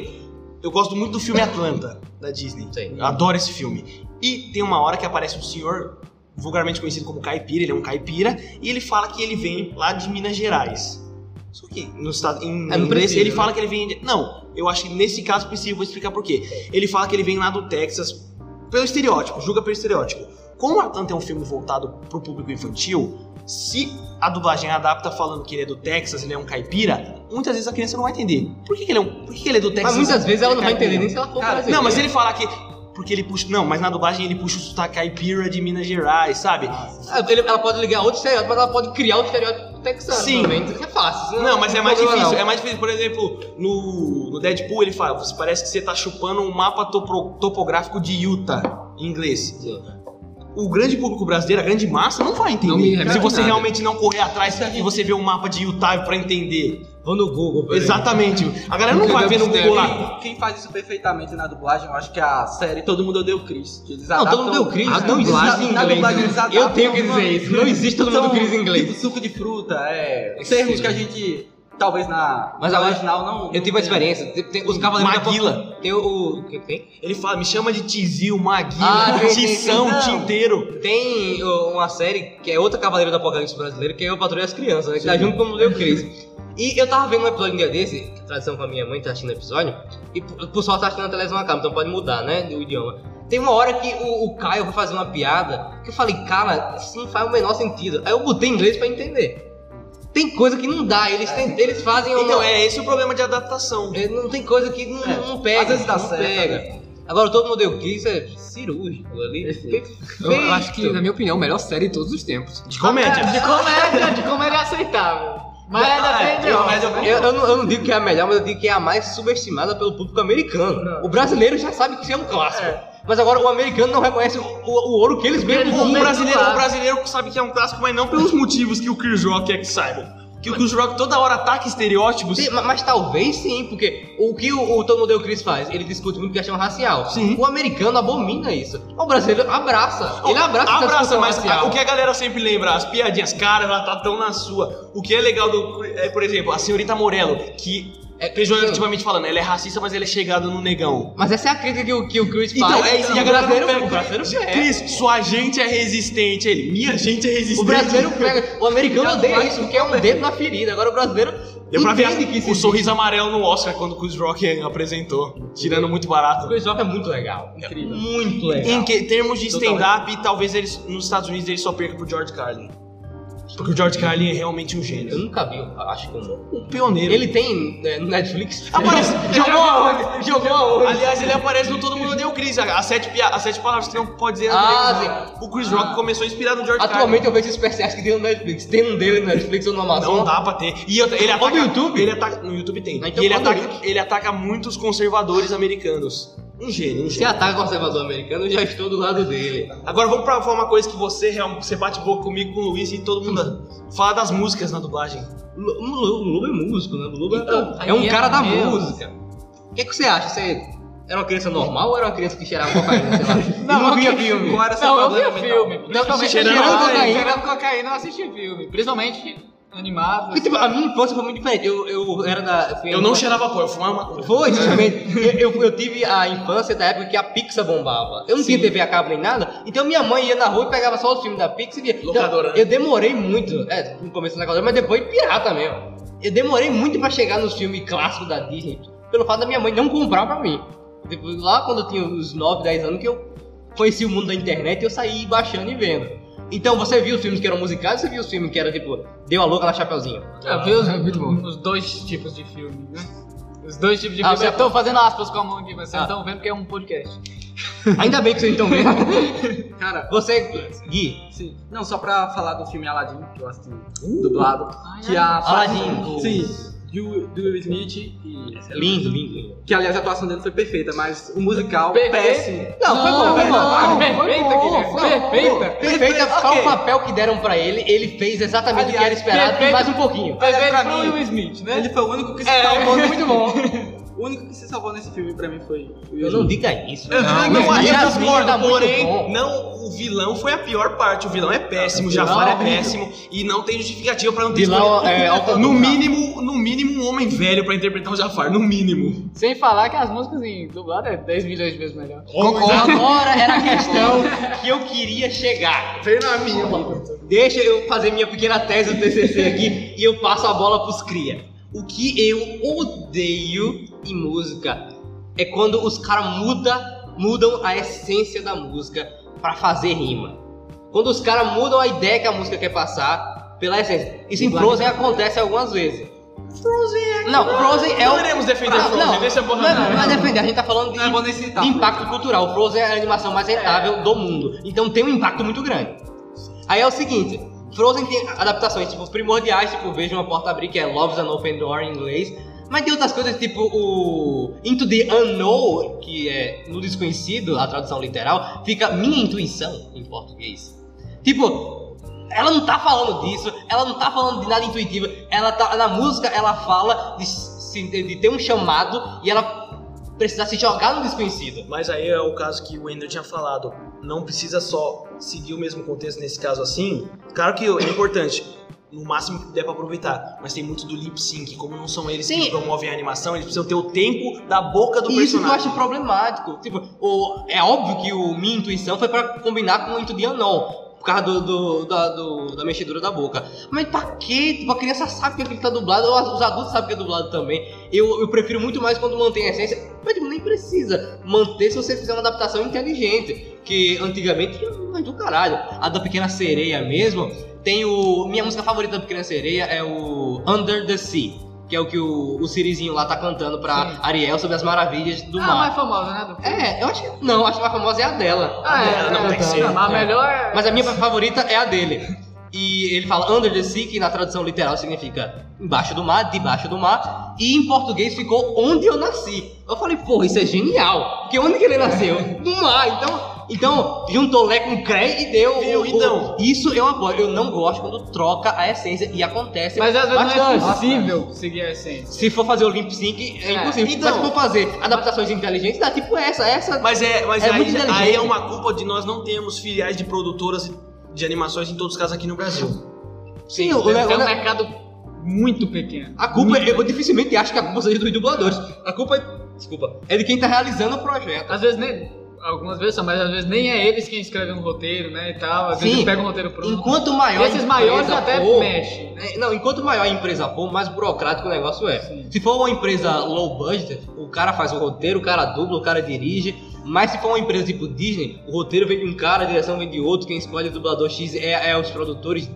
[SPEAKER 4] eu gosto muito do filme Atlanta, da Disney.
[SPEAKER 1] Sei.
[SPEAKER 4] Eu adoro esse filme. E tem uma hora que aparece um senhor vulgarmente conhecido como caipira, ele é um caipira, e ele fala que ele vem lá de Minas Gerais. Só que no estado, em
[SPEAKER 1] É, não
[SPEAKER 4] inglês
[SPEAKER 1] precisa,
[SPEAKER 4] ele
[SPEAKER 1] né?
[SPEAKER 4] fala que ele vem... de- Não, eu acho que nesse caso precisa, eu vou explicar por quê. Ele fala que ele vem lá do Texas pelo estereótipo, julga pelo estereótipo. Como Atlanta é um filme voltado pro público infantil, se a dublagem adapta falando que ele é do Texas, ele é um caipira, muitas vezes a criança não vai entender. Por que, que ele, é um, por que, que ele é do
[SPEAKER 1] Mas
[SPEAKER 4] Texas?
[SPEAKER 1] muitas vezes ela não vai entender nem
[SPEAKER 4] caipira?
[SPEAKER 1] se ela for
[SPEAKER 3] Cara,
[SPEAKER 1] brasileira.
[SPEAKER 4] Não, mas ele fala que. Porque ele puxa. Não, mas na dublagem ele puxa o sotaque caipira de Minas Gerais, sabe?
[SPEAKER 1] Ah, ele- Ela pode ligar outro estereótipo, mas ela pode criar o estereótipo texano
[SPEAKER 4] Sim.
[SPEAKER 1] também, que é fácil. isso
[SPEAKER 4] Não, mas é mais
[SPEAKER 1] problema
[SPEAKER 4] difícil.
[SPEAKER 1] não.
[SPEAKER 4] É mais difícil, por exemplo, no, no Deadpool ele fala: você parece que você tá chupando um mapa topro- topográfico de Utah em inglês.
[SPEAKER 1] É.
[SPEAKER 4] O grande público brasileiro, a grande massa, não vai entender.
[SPEAKER 2] Não me lembra
[SPEAKER 4] se você
[SPEAKER 2] nada.
[SPEAKER 4] realmente não correr atrás e você ver um mapa de Utah pra entender.
[SPEAKER 1] é Vou no Google, peraí.
[SPEAKER 4] Exatamente. A galera não
[SPEAKER 2] Entendeu
[SPEAKER 4] vai ver no
[SPEAKER 2] o
[SPEAKER 4] Google
[SPEAKER 1] Tá.
[SPEAKER 4] lá.
[SPEAKER 3] Quem, quem faz isso perfeitamente na dublagem, eu acho que é a série Todo Mundo Odeia o Chris. que Eles
[SPEAKER 1] Não, todo
[SPEAKER 3] adaptam-
[SPEAKER 1] mundo deu crise,
[SPEAKER 3] a
[SPEAKER 1] não existe
[SPEAKER 3] dublagem-
[SPEAKER 1] em
[SPEAKER 3] na
[SPEAKER 1] é
[SPEAKER 3] dublagem eles
[SPEAKER 1] um inglês. né? Eu
[SPEAKER 3] adaptam
[SPEAKER 1] tenho que
[SPEAKER 3] uma-
[SPEAKER 1] dizer isso, não existe todo mundo
[SPEAKER 3] Então,
[SPEAKER 1] crise em inglês. né?
[SPEAKER 3] Tipo, suco de fruta, é. Termos que a gente. Talvez na.
[SPEAKER 1] Mas
[SPEAKER 3] na
[SPEAKER 1] agora-
[SPEAKER 3] original não.
[SPEAKER 1] Eu tive uma experiência, tem- tem- os cavaleiros da
[SPEAKER 4] Maguila.
[SPEAKER 1] Apocalipse. Tem o. O que que tem?
[SPEAKER 4] Ele fala, me chama de Tizil, Maguila,
[SPEAKER 1] Ah, tem, tem, tem.
[SPEAKER 4] Tição,
[SPEAKER 1] Não.
[SPEAKER 4] Tinteiro.
[SPEAKER 1] Tem o- uma série que é outra Cavaleiro do Apocalipse brasileiro, que é o Patrulha das Crianças, né? Que tá junto com o Deu Crise. E eu tava vendo um episódio um dia desse, que tradição com a minha mãe, tá assistindo o episódio, e por por sorte tá assistindo a televisão na cama, então pode mudar, né? O idioma. Tem uma hora que o, o Caio foi fazer uma piada, que eu falei, cara, isso não faz o menor sentido. Aí eu botei em inglês pra entender. Tem coisa que não dá, eles, tem- eles fazem uma-
[SPEAKER 4] Então, é esse o problema de adaptação.
[SPEAKER 1] É, Não tem coisa que não, não pega.
[SPEAKER 3] às vezes dá
[SPEAKER 1] não
[SPEAKER 3] certo,
[SPEAKER 1] pega.
[SPEAKER 3] às
[SPEAKER 1] Agora todo mundo deu Kiss é cirúrgico ali.
[SPEAKER 3] Perfeito.
[SPEAKER 2] Eu acho que, na minha opinião, é a melhor série de todos os tempos.
[SPEAKER 4] De comédia.
[SPEAKER 5] É, De comédia, de comédia é aceitável. Mas ainda tem de
[SPEAKER 4] É, mas eu-
[SPEAKER 1] é, Eu, eu não, eu não digo que é a melhor, mas eu digo que é a mais subestimada pelo público americano. O brasileiro já sabe que isso é um clássico. Mas agora o americano não reconhece o, o- o ouro que eles mesmos
[SPEAKER 5] Eles não
[SPEAKER 1] vão
[SPEAKER 4] O
[SPEAKER 5] Vamos
[SPEAKER 4] brasileiro,
[SPEAKER 5] lá.
[SPEAKER 4] o brasileiro sabe que é um clássico, mas não pelos motivos que o Chris Rock é que saiba. Que o Chris Rock toda hora ataca estereótipos.
[SPEAKER 1] Sim, ma- mas talvez sim, porque o que o, o Tom Model Chris faz? Ele discute muito questão racial.
[SPEAKER 4] Sim.
[SPEAKER 1] O americano abomina isso. O brasileiro abraça. Ele abraça, essa
[SPEAKER 4] Abraça,
[SPEAKER 1] discussão
[SPEAKER 4] mas
[SPEAKER 1] racial.
[SPEAKER 4] o que a galera sempre lembra, as piadinhas, cara, ela tá tão na sua. O que é legal do. É, por exemplo, a senhorita Morello, que é pejorativamente falando, ela é racista, mas ela é chegada no negão.
[SPEAKER 1] Mas essa é a crítica que o, que o Chris
[SPEAKER 4] Então,
[SPEAKER 1] faz.
[SPEAKER 4] é isso, e a
[SPEAKER 1] O
[SPEAKER 4] galera
[SPEAKER 1] brasileiro-
[SPEAKER 4] pega-
[SPEAKER 1] o brasileiro é.
[SPEAKER 4] Chris, sua gente é resistente. Ele, minha gente é resistente.
[SPEAKER 1] O brasileiro pega. O americano odeia isso, porque é um dedo na ferida. Agora o brasileiro.
[SPEAKER 4] Deu pra ver a-
[SPEAKER 1] entende que isso
[SPEAKER 4] o
[SPEAKER 1] existe.
[SPEAKER 4] sorriso amarelo no Oscar quando o Chris Rock apresentou. Tirando muito barato.
[SPEAKER 1] O Chris Rock é muito legal.
[SPEAKER 3] Incrível.
[SPEAKER 1] Muito legal.
[SPEAKER 4] Em que- termos de stand-up, talvez eles nos Estados Unidos eles só percam pro George Carlin. Porque o George Carlin é realmente um
[SPEAKER 1] Eu
[SPEAKER 4] gênio.
[SPEAKER 1] nunca vi, eu acho que eu não.
[SPEAKER 4] Um pioneiro.
[SPEAKER 1] Ele tem é, no Netflix.
[SPEAKER 4] aparece. jogou aonde?
[SPEAKER 1] Jogou aonde?
[SPEAKER 4] Aliás, ele aparece no Todo Mundo Deu Crise. As sete, pia- as sete palavras que não pode dizer na
[SPEAKER 1] Ah,
[SPEAKER 4] televisão. O Chris Rock começou inspirado no George
[SPEAKER 1] Atualmente eu vejo esses especiais que tem no Netflix. Tem um dele no Netflix ou no
[SPEAKER 4] Carlin. Não
[SPEAKER 1] Amazon.
[SPEAKER 4] dá pra ter. E eu- ele ataca,
[SPEAKER 1] no YouTube?
[SPEAKER 4] Ele ataca, no YouTube tem.
[SPEAKER 1] Ah, então
[SPEAKER 4] e ele
[SPEAKER 1] manda o
[SPEAKER 4] ataca, ele ataca muitos conservadores americanos. Um gênio, um
[SPEAKER 1] Se
[SPEAKER 4] gênio.
[SPEAKER 1] ataca o conservador americano, eu já estou do lado dele.
[SPEAKER 4] Agora vamos pra falar uma coisa que você, real- você bate boca comigo, com o Luiz e todo mundo fala das músicas na dublagem.
[SPEAKER 1] Lu- O Lu- o Lobo é músico, né? O Lobo é-
[SPEAKER 5] Então,
[SPEAKER 1] é um
[SPEAKER 5] aí é
[SPEAKER 1] cara da
[SPEAKER 5] meu.
[SPEAKER 1] música. O que, é que você acha? Você era uma criança normal ou era uma criança que cheirava cocaína, sei lá? E não via filme.
[SPEAKER 3] Agora só
[SPEAKER 5] Não, eu
[SPEAKER 3] falando
[SPEAKER 5] via
[SPEAKER 3] mental.
[SPEAKER 5] filme. Principalmente
[SPEAKER 4] cheirando
[SPEAKER 5] cheirando
[SPEAKER 4] cocaína.
[SPEAKER 5] cocaína. Cheirando cocaína, eu assisti filme. Principalmente animado.
[SPEAKER 1] Porque, tipo, a minha infância foi muito diferente. Eu, eu era da. fui-
[SPEAKER 4] Eu não cheirava pó, eu fumava maconha.
[SPEAKER 1] Foi, justamente. eu, eu, eu tive a infância da época que a Pixar bombava. Eu não tinha TV a cabo nem nada, então minha mãe ia na rua e pegava só os filmes da Pixar e via. Então,
[SPEAKER 4] Locadora, né?
[SPEAKER 1] eu demorei muito, é, no começo na locadora, mas depois pirata mesmo. Eu demorei muito pra chegar nos filmes clássicos da Disney, pelo fato da minha mãe não comprar pra mim. Tipo, lá quando eu tinha uns 9, 10 anos que eu conheci o mundo da internet, eu saí baixando e vendo. Então você viu os filmes que eram musicais, você viu os filmes que era tipo, deu a louca na Chapeuzinho.
[SPEAKER 5] Eu vi os, os dois tipos de filme, né? Os dois tipos de
[SPEAKER 1] Ah,
[SPEAKER 5] filme. Vocês
[SPEAKER 1] você-
[SPEAKER 5] estão fazendo aspas com a mão aqui, mas vocês
[SPEAKER 1] Ah.
[SPEAKER 5] estão vendo que é um podcast.
[SPEAKER 1] Ainda bem que vocês estão vendo.
[SPEAKER 3] Cara,
[SPEAKER 1] Você, Gui,
[SPEAKER 3] sim. Não, só pra falar do filme Aladdin, que eu assisti
[SPEAKER 1] Uh!
[SPEAKER 3] dublado.
[SPEAKER 5] Ai,
[SPEAKER 3] Que a
[SPEAKER 1] Aladdin, do-
[SPEAKER 3] Ah, Sim. é Do, do Will Smith e.
[SPEAKER 1] É Lindo, lindo.
[SPEAKER 3] Que aliás a atuação dele foi perfeita, mas o musical,
[SPEAKER 5] Perfeito.
[SPEAKER 3] péssimo.
[SPEAKER 1] Não, foi bom, foi bom.
[SPEAKER 5] Perfeita, Guilherme. Perfeita.
[SPEAKER 1] Perfeita
[SPEAKER 3] Perfeito,
[SPEAKER 1] qual
[SPEAKER 3] ok.
[SPEAKER 1] o papel que deram pra ele, ele fez exatamente o que era esperado e
[SPEAKER 5] perfeito.
[SPEAKER 1] mais um pouquinho.
[SPEAKER 5] Perfeito
[SPEAKER 3] pra
[SPEAKER 5] pro
[SPEAKER 3] mim-
[SPEAKER 5] Will Smith, né?
[SPEAKER 3] Ele foi o único que se salvou. Muito bom. O único que se salvou nesse filme pra mim foi o Will
[SPEAKER 1] Eu não
[SPEAKER 3] Smith.
[SPEAKER 1] diga isso.
[SPEAKER 4] Eu não,
[SPEAKER 1] Mas
[SPEAKER 4] acho
[SPEAKER 1] Jasmine
[SPEAKER 4] que discordo,
[SPEAKER 1] tá muito
[SPEAKER 4] porém,
[SPEAKER 1] bom.
[SPEAKER 4] não, o vilão foi a pior parte. O vilão é péssimo, o Jafar é péssimo e não tem justificativa pra não ter
[SPEAKER 1] Vilão, é,
[SPEAKER 4] escolhido.
[SPEAKER 1] alto-
[SPEAKER 4] No mínimo, no mínimo, um homem velho pra interpretar o Jafar, no mínimo.
[SPEAKER 5] Sem falar que as músicas em dublado é 10 milhões de vezes melhor.
[SPEAKER 1] Agora era a questão que eu queria chegar.
[SPEAKER 4] Vem na minha.
[SPEAKER 1] Deixa eu fazer minha pequena tese do TCC aqui e eu passo a bola pros cria. O que eu odeio em música é quando os caras muda, mudam a essência da música pra fazer rima. Quando os caras mudam a ideia que a música quer passar pela essência. Isso em Frozen acontece algumas vezes. Frozen é Não, Frozen é
[SPEAKER 4] Não
[SPEAKER 1] o
[SPEAKER 4] iremos defender Frozen,
[SPEAKER 1] não,
[SPEAKER 4] deixa a
[SPEAKER 1] não,
[SPEAKER 4] porra
[SPEAKER 1] não,
[SPEAKER 4] não.
[SPEAKER 1] não é defender, a gente tá falando de,
[SPEAKER 3] Não é bom nem citar,
[SPEAKER 1] de impacto cultural. Frozen é a animação mais rentável do mundo, então tem um impacto muito grande. Aí é o seguinte, Frozen tem adaptações tipo primordiais, tipo Veja uma Porta Abrir, que é Loves an Open Door em inglês, mas tem outras coisas tipo o Into the Unknown, que é no desconhecido, a tradução literal, fica minha intuição em português. Tipo, ela não tá falando disso, ela não tá falando de nada intuitivo, ela tá na música ela fala de, se- de ter um chamado e ela precisa se jogar no desconhecido.
[SPEAKER 4] Mas aí é o caso que o Ender tinha falado. Não precisa só seguir o mesmo contexto nesse caso assim. Claro que é importante. No máximo que der pra aproveitar. Mas tem muito do lip sync. Como não são eles
[SPEAKER 1] Sim.
[SPEAKER 4] que promovem a animação, eles precisam ter o tempo da boca do
[SPEAKER 1] E isso que eu
[SPEAKER 4] personagem.
[SPEAKER 1] acho problemático. Tipo, o- é óbvio que o minha intuição foi pra combinar com o Into the Unknown. Por causa do, do- da, do- da mexedura da boca. Mas pra quê? Tipo, a criança sabe que aquilo tá dublado, ou os adultos sabem que é dublado também. Eu, eu prefiro muito mais quando mantém a essência. Mas tipo, nem precisa manter se você fizer uma adaptação inteligente. Que antigamente tinha mais do caralho. A da Pequena Sereia mesmo. Tem o. Minha música favorita da Pequena Sereia é o Under the Sea. Que é o que o, o Sirizinho lá tá cantando pra
[SPEAKER 5] Sim.
[SPEAKER 1] Ariel sobre as maravilhas do
[SPEAKER 5] Ah, a
[SPEAKER 1] mar.
[SPEAKER 5] mais famosa, né? do-
[SPEAKER 1] É, eu acho que. Não, acho que a mais famosa é a dela.
[SPEAKER 5] Ah,
[SPEAKER 4] é, não, tem que ser.
[SPEAKER 5] A melhor é...
[SPEAKER 1] Mas a minha favorita é a dele. E ele fala under the sea, que na tradução literal significa embaixo do mar, debaixo do mar. E em português ficou onde eu nasci. Eu falei, porra, isso é genial. Porque onde que ele nasceu? No mar. Então, então juntou Lé com Cré e deu. o-
[SPEAKER 4] Viu,
[SPEAKER 1] o-
[SPEAKER 4] então.
[SPEAKER 1] Isso eu apoio. Eu não gosto quando troca a essência e acontece.
[SPEAKER 5] Mas às vezes
[SPEAKER 1] bastante.
[SPEAKER 5] não é possível seguir a essência.
[SPEAKER 1] Se for fazer o Limp Sync, é,
[SPEAKER 5] É,
[SPEAKER 1] impossível.
[SPEAKER 4] então-
[SPEAKER 1] Mas se for fazer adaptações inteligentes, dá tipo essa, essa.
[SPEAKER 4] Mas é, mas
[SPEAKER 1] É muito
[SPEAKER 4] aí,
[SPEAKER 1] inteligente.
[SPEAKER 4] aí é uma culpa de nós não termos filiais de produtoras de animações em todos os casos aqui no Brasil.
[SPEAKER 1] Sim, o,
[SPEAKER 5] Deve
[SPEAKER 1] le-
[SPEAKER 5] ter
[SPEAKER 1] o
[SPEAKER 5] um
[SPEAKER 1] le-
[SPEAKER 5] mercado muito pequeno.
[SPEAKER 1] A culpa, é, eu dificilmente acho que a culpa seja dos dubladores. A culpa é. Desculpa. É de quem tá realizando o projeto.
[SPEAKER 5] Às vezes nem... Algumas vezes são, mas às vezes nem é eles quem escrevem um roteiro, né, e tal. Às vezes
[SPEAKER 1] Sim.
[SPEAKER 5] eles pegam um roteiro pronto.
[SPEAKER 1] Enquanto maior. a
[SPEAKER 5] Esses
[SPEAKER 1] empresa
[SPEAKER 5] maiores até
[SPEAKER 1] for,
[SPEAKER 5] mexem.
[SPEAKER 1] né, Não, enquanto maior a empresa for, mais burocrático o negócio é.
[SPEAKER 5] Sim.
[SPEAKER 1] Se for uma empresa low budget, o cara faz o roteiro, o cara dubla, o cara dirige. Mas se for uma empresa tipo Disney, o roteiro vem de um cara, a direção vem de outro, quem escolhe o dublador X é, é os produtores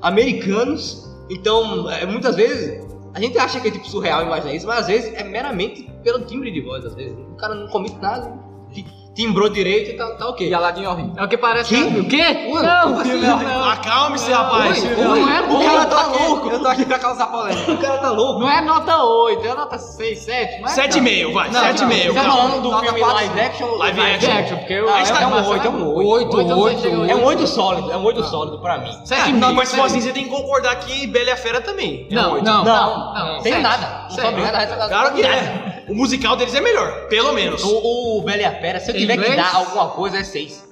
[SPEAKER 1] americanos. Então, é, muitas vezes, a gente acha que é tipo surreal imaginar isso, mas às vezes é meramente pelo timbre de voz, às vezes. O cara não comete nada, fi- timbrou direito e tá, tá ok.
[SPEAKER 3] E Aladdin é horrível.
[SPEAKER 5] É o que parece. O quê?
[SPEAKER 2] Mano,
[SPEAKER 5] não,
[SPEAKER 2] como assim,
[SPEAKER 4] né?
[SPEAKER 5] não.
[SPEAKER 4] Acalme-se, rapaz.
[SPEAKER 5] Oi, não é
[SPEAKER 3] O cara
[SPEAKER 5] bom.
[SPEAKER 3] tá louco! Eu tô aqui pra causar polêmica.
[SPEAKER 1] O cara tá louco.
[SPEAKER 5] Não é nota 8, é nota 6, 7. Mas
[SPEAKER 4] Sete e meio, vai. Sete e meio.
[SPEAKER 1] Tá
[SPEAKER 4] vai.
[SPEAKER 1] falando do
[SPEAKER 3] Nota
[SPEAKER 1] filme
[SPEAKER 3] quatro.
[SPEAKER 1] live action ou
[SPEAKER 4] Live
[SPEAKER 5] Live
[SPEAKER 4] action.
[SPEAKER 5] action, porque eu.
[SPEAKER 1] Ah, é, é um oito, é um oito.
[SPEAKER 2] Oito,
[SPEAKER 5] Oito, não sei se
[SPEAKER 2] oito,
[SPEAKER 5] chega a oito.
[SPEAKER 1] É um 8 sólido, é um 8 sólido pra mim.
[SPEAKER 5] 7
[SPEAKER 4] Ah, Não, mas sozinho você tem que concordar que Bela e a Fera também. é um
[SPEAKER 5] Não,
[SPEAKER 4] oito.
[SPEAKER 5] não,
[SPEAKER 1] Não,
[SPEAKER 5] não,
[SPEAKER 1] não. Tem
[SPEAKER 5] sete.
[SPEAKER 1] nada. Não
[SPEAKER 5] Sete.
[SPEAKER 1] sobe nada.
[SPEAKER 4] Claro que é. O musical deles é melhor, pelo menos.
[SPEAKER 1] O, o Bela e a Fera, se eu
[SPEAKER 5] Em
[SPEAKER 1] tiver que
[SPEAKER 5] inglês?
[SPEAKER 1] dar alguma coisa, é 6.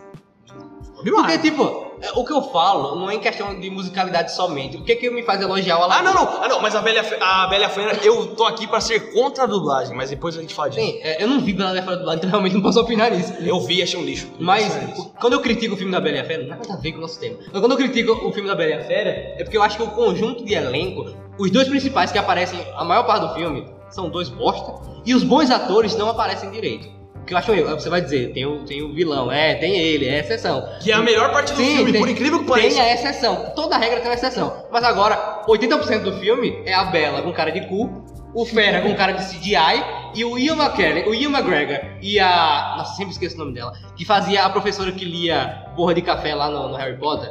[SPEAKER 1] Porque, tipo, é, o que eu falo não é em questão de musicalidade somente. O que que me faz elogiar o Aladdin?
[SPEAKER 4] Ah, não, não. Ah, não, mas a Bela, e a Fe- a Bela e a Fera, eu tô aqui pra ser contra a dublagem, mas depois a gente fala disso.
[SPEAKER 1] Sim, é, eu não vi Bela e a Fera do lado, então realmente não posso opinar nisso.
[SPEAKER 4] Eu vi, achei um lixo.
[SPEAKER 1] Mas o- quando eu critico o filme da Bela e a Fera, não tem nada a ver com o nosso tema. Mas quando eu critico o filme da Bela e a Fera, é porque eu acho que o conjunto de elenco, os dois principais que aparecem a maior parte do filme, são dois bosta, e os bons atores não aparecem direito. O que eu acho eu, você vai dizer, tem o, tem o vilão, é, tem ele, é a exceção.
[SPEAKER 4] Que é a melhor parte do
[SPEAKER 1] Sim,
[SPEAKER 4] filme,
[SPEAKER 1] tem-
[SPEAKER 4] por incrível que
[SPEAKER 1] Tem
[SPEAKER 4] pareça.
[SPEAKER 1] a exceção. Toda regra tem uma exceção. Mas agora, 80% do filme é a Bela com cara de cu, o Fera com cara de CGI e o Ian McKellen, o Ian McGregor e a. Nossa, sempre esqueço o nome dela. Que fazia a professora que lia porra de café lá no, no Harry Potter.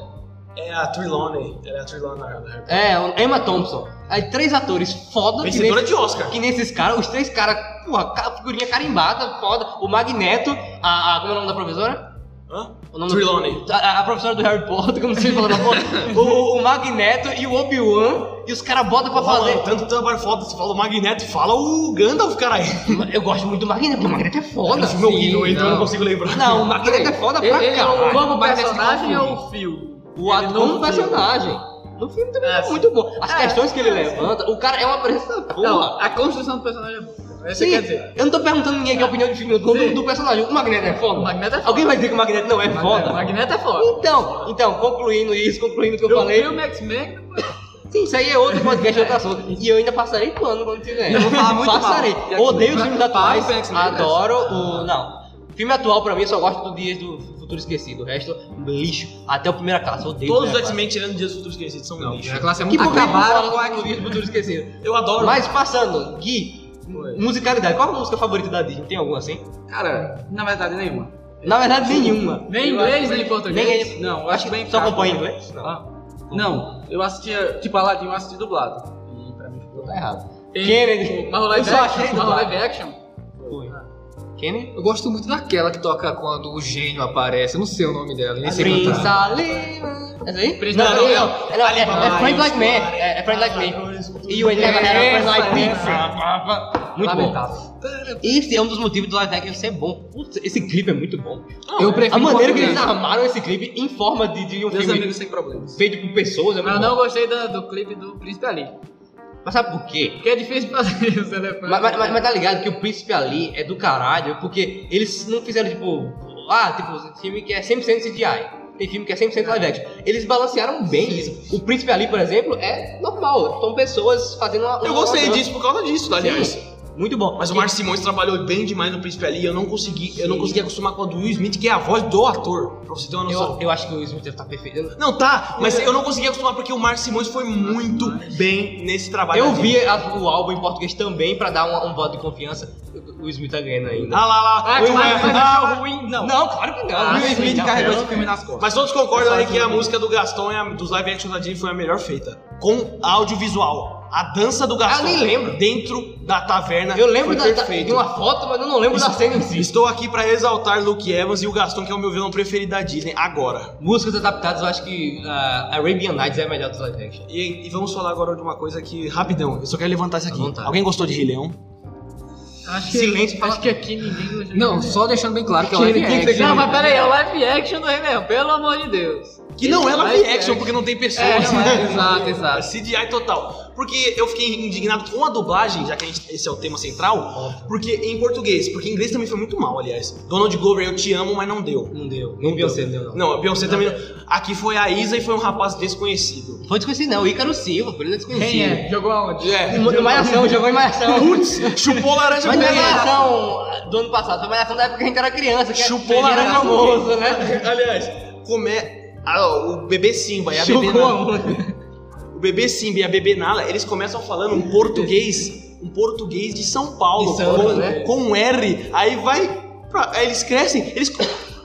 [SPEAKER 4] É a Trilone. Ela é a Trilone. né?
[SPEAKER 1] É, o- Emma Thompson. Aí três atores foda que
[SPEAKER 4] Vencedora
[SPEAKER 1] nesses,
[SPEAKER 4] de Oscar.
[SPEAKER 1] que nesses caras, os três caras, porra, ca- figurinha carimbada, foda. O Magneto, a- a como é o nome da professora?
[SPEAKER 4] Hã?
[SPEAKER 1] O nome
[SPEAKER 4] Trelawney.
[SPEAKER 1] do- a, a professora do Harry Potter, como vocês falam da porra. o, o Magneto e o Obi-Wan. E os caras botam pra
[SPEAKER 4] Pô, mano,
[SPEAKER 1] fazer.
[SPEAKER 4] Tanto trabalho foda, você fala o Magneto, fala o Gandalf, caralho.
[SPEAKER 1] Eu gosto muito do Magneto, porque o Magneto é foda.
[SPEAKER 4] Esse filme é horrível,
[SPEAKER 2] sim,
[SPEAKER 4] então eu não
[SPEAKER 2] não.
[SPEAKER 4] consigo lembrar.
[SPEAKER 1] Não, o Magneto é foda pra
[SPEAKER 5] Ele, ele, o
[SPEAKER 1] caralho.
[SPEAKER 5] como
[SPEAKER 2] Parece que
[SPEAKER 5] personagem
[SPEAKER 2] confunde.
[SPEAKER 5] ou o fio?
[SPEAKER 1] O
[SPEAKER 5] Ele é
[SPEAKER 1] ator do
[SPEAKER 5] não-
[SPEAKER 1] personagem. No filme também é muito bom. As questões que ele levanta, o cara é uma presença
[SPEAKER 5] Não,
[SPEAKER 1] porra.
[SPEAKER 5] a construção do personagem é boa. Essa
[SPEAKER 1] Sim,
[SPEAKER 5] quer dizer.
[SPEAKER 1] eu não tô perguntando ninguém aqui a opinião de filme, eu tô falando do personagem. O Magneto é foda.
[SPEAKER 5] O Magneto é foda.
[SPEAKER 1] Alguém vai dizer que o Magneto não é
[SPEAKER 5] O
[SPEAKER 1] foda?
[SPEAKER 5] Magneto é foda.
[SPEAKER 1] Então, então, concluindo isso, concluindo o que eu
[SPEAKER 5] Eu
[SPEAKER 1] falei.
[SPEAKER 5] vi o Max Men.
[SPEAKER 1] Sim, isso aí é outro podcast, outro assunto. E eu ainda passarei pano quando tiver.
[SPEAKER 3] Eu vou falar muito mal.
[SPEAKER 1] Passarei.
[SPEAKER 3] E aqui,
[SPEAKER 1] Odeio os
[SPEAKER 3] pra-
[SPEAKER 1] filmes
[SPEAKER 3] para
[SPEAKER 1] atuais.
[SPEAKER 3] o Max Miller,
[SPEAKER 1] Adoro o. Não. Filme atual pra mim, eu só gosto do Dias do Futuro Esquecido. O resto, lixo. Até o primeira classe. Odeio. Primeira
[SPEAKER 4] Todos os
[SPEAKER 1] Classe.
[SPEAKER 4] X-Men tirando Dias Futuros Esquecidos são um lixo.
[SPEAKER 2] A classe é
[SPEAKER 1] Que
[SPEAKER 2] muito
[SPEAKER 1] bom que
[SPEAKER 2] acabada.
[SPEAKER 1] acabaram com o Dias do Futuro Esquecido.
[SPEAKER 4] Eu adoro.
[SPEAKER 1] Mas passando, Gui. Musicalidade, qual a música favorita da Disney? Tem alguma assim?
[SPEAKER 3] Cara, na verdade, nenhuma.
[SPEAKER 1] Na verdade, nenhuma.
[SPEAKER 5] Nem
[SPEAKER 3] Eu
[SPEAKER 5] inglês,
[SPEAKER 3] acho
[SPEAKER 5] nem
[SPEAKER 3] bem-
[SPEAKER 5] português.
[SPEAKER 1] Nem-
[SPEAKER 3] Não, eu acho bem
[SPEAKER 1] Só
[SPEAKER 3] fraco.
[SPEAKER 1] acompanha em inglês? Não.
[SPEAKER 3] Ah, Não, eu assistia, tipo, Aladdin, eu assisti dublado. E pra mim ficou
[SPEAKER 1] Tá errado.
[SPEAKER 5] Tem
[SPEAKER 1] Kennedy.
[SPEAKER 5] o- Mas o live
[SPEAKER 1] Eu só
[SPEAKER 5] action.
[SPEAKER 1] achei
[SPEAKER 5] Mas o
[SPEAKER 1] é dublado.
[SPEAKER 5] live action.
[SPEAKER 1] Oi. Kennedy?
[SPEAKER 2] Eu gosto muito daquela que toca quando o gênio aparece. Eu não sei o nome dela, nem sei
[SPEAKER 1] Prince
[SPEAKER 2] cantar.
[SPEAKER 1] Ali. Essa aí?
[SPEAKER 5] Prince
[SPEAKER 1] não, não,
[SPEAKER 5] Ali,
[SPEAKER 1] não. É, não, é, é Friend Like Me. É, é Friend Like Me. E o Never Had a Friend Like Me. Muito bom.
[SPEAKER 2] Lamentável.
[SPEAKER 1] Esse é um dos motivos do live action ser bom. Putz, esse clipe é muito bom.
[SPEAKER 2] Eu prefiro
[SPEAKER 1] A maneira que
[SPEAKER 2] português.
[SPEAKER 1] eles armaram esse clipe em forma de, de um
[SPEAKER 3] Meus
[SPEAKER 1] filme
[SPEAKER 3] amigos sem problemas.
[SPEAKER 1] feito por pessoas é
[SPEAKER 5] Mas
[SPEAKER 1] muito
[SPEAKER 5] eu não
[SPEAKER 1] bom.
[SPEAKER 5] gostei do, do clipe do Príncipe Ali.
[SPEAKER 1] Mas sabe por quê?
[SPEAKER 5] Porque é difícil fazer né, os elefantes.
[SPEAKER 1] Mas, mas- mas- mas tá ligado que o Príncipe Ali é do caralho, porque eles não fizeram tipo. Ah, tipo, filme que é 100% CGI. Tem filme que é 100% live action. Eles balancearam bem isso. O Príncipe Ali, por exemplo, é normal. São pessoas fazendo uma.
[SPEAKER 4] Eu
[SPEAKER 1] uma
[SPEAKER 4] gostei
[SPEAKER 1] dança.
[SPEAKER 4] disso por causa disso, aliás.
[SPEAKER 1] Sim, muito bom.
[SPEAKER 4] Mas o Márcio Simões trabalhou bem demais no Príncipe Ali. Eu não consegui, eu não
[SPEAKER 1] Sim.
[SPEAKER 4] consegui acostumar com a do Will Smith, que é a voz do ator, pra você ter uma
[SPEAKER 1] eu,
[SPEAKER 4] noção.
[SPEAKER 1] eu acho que o Smith deve estar perfeito. Eu-
[SPEAKER 4] Não, tá, mas eu não consegui acostumar porque o Márcio Simões foi muito bem nesse trabalho.
[SPEAKER 1] Eu
[SPEAKER 4] aqui.
[SPEAKER 1] vi a- o álbum em português também pra dar um, um voto de confiança. O o Smith tá ganhando ainda.
[SPEAKER 4] Ah lá, lá.
[SPEAKER 5] Ah,
[SPEAKER 4] Will
[SPEAKER 5] claro,
[SPEAKER 4] Smith-
[SPEAKER 5] mas
[SPEAKER 4] ah,
[SPEAKER 5] achou
[SPEAKER 4] o-
[SPEAKER 5] ruim.
[SPEAKER 1] não. claro que não.
[SPEAKER 3] O
[SPEAKER 1] O
[SPEAKER 3] Will
[SPEAKER 1] Smith tá
[SPEAKER 3] Smith carregou esse
[SPEAKER 1] carregou
[SPEAKER 3] filme nas costas.
[SPEAKER 4] Mas todos concordam aí que a música do Gaston, é a, dos live action da Disney, foi a melhor feita. Com audiovisual. A dança do Gaston.
[SPEAKER 1] nem lembro.
[SPEAKER 4] Dentro da taverna.
[SPEAKER 1] Eu lembro
[SPEAKER 4] foi
[SPEAKER 1] da, da-
[SPEAKER 4] perfeito.
[SPEAKER 1] de uma foto, mas eu não lembro da cena em si.
[SPEAKER 4] Estou aqui pra exaltar Luke Evans e o Gaston, que é o meu vilão preferido da Disney, agora.
[SPEAKER 1] Músicas adaptadas, eu acho que ah, Arabian Nights é a melhor dos live action.
[SPEAKER 4] E, e vamos falar agora de uma coisa que, rapidão, eu só quero levantar isso aqui.
[SPEAKER 1] À vontade.
[SPEAKER 4] Alguém gostou de Rei Leão?
[SPEAKER 5] Acho que,
[SPEAKER 1] Silêncio, fala-
[SPEAKER 5] acho que aqui ninguém gostou.
[SPEAKER 2] Não, só deixando bem claro que é o
[SPEAKER 1] Tinha-
[SPEAKER 2] live
[SPEAKER 1] tinha que
[SPEAKER 2] action.
[SPEAKER 5] Não, mas pera aí, é o live action do Rei Leão, pelo amor de Deus.
[SPEAKER 4] Que não é live
[SPEAKER 5] Live
[SPEAKER 4] action,
[SPEAKER 5] action.
[SPEAKER 4] porque não tem
[SPEAKER 5] É,
[SPEAKER 1] assim?
[SPEAKER 4] pessoas.
[SPEAKER 5] não
[SPEAKER 2] Exato,
[SPEAKER 5] é.
[SPEAKER 2] exato.
[SPEAKER 4] CDI total. Porque eu fiquei indignado com a dublagem, já que a gente- esse é o tema central, porque em português, porque em inglês também foi muito mal, aliás. Donald Glover, eu te amo, mas não deu.
[SPEAKER 1] Não deu. Nem Beyoncé deu, não.
[SPEAKER 4] Não, a Beyoncé também não. Aqui foi a Isa e foi um rapaz desconhecido.
[SPEAKER 1] Foi desconhecido, não. O Ícaro Silva, por ele não é desconhecido.
[SPEAKER 5] Quem é? Jogou aonde?
[SPEAKER 4] É.
[SPEAKER 1] Em Malhação, jogou em Malhação.
[SPEAKER 4] Putz, chupou laranja
[SPEAKER 1] Mas
[SPEAKER 4] com
[SPEAKER 1] não é
[SPEAKER 4] ela.
[SPEAKER 1] malhação do ano passado, foi malhação da época que a gente era criança. Que
[SPEAKER 4] Chupou
[SPEAKER 1] era
[SPEAKER 4] laranja
[SPEAKER 1] famoso, né?
[SPEAKER 4] Aliás, come... Ah, o bebê Simba e a bebê
[SPEAKER 1] Chupou a
[SPEAKER 4] Nala.
[SPEAKER 1] mão.
[SPEAKER 4] O bebê Simba e a bebê Nala, eles começam falando um português, um português de São Paulo,
[SPEAKER 1] De Santos,
[SPEAKER 4] com,
[SPEAKER 1] né?
[SPEAKER 4] com um R, aí vai Pra- aí Eles crescem, eles.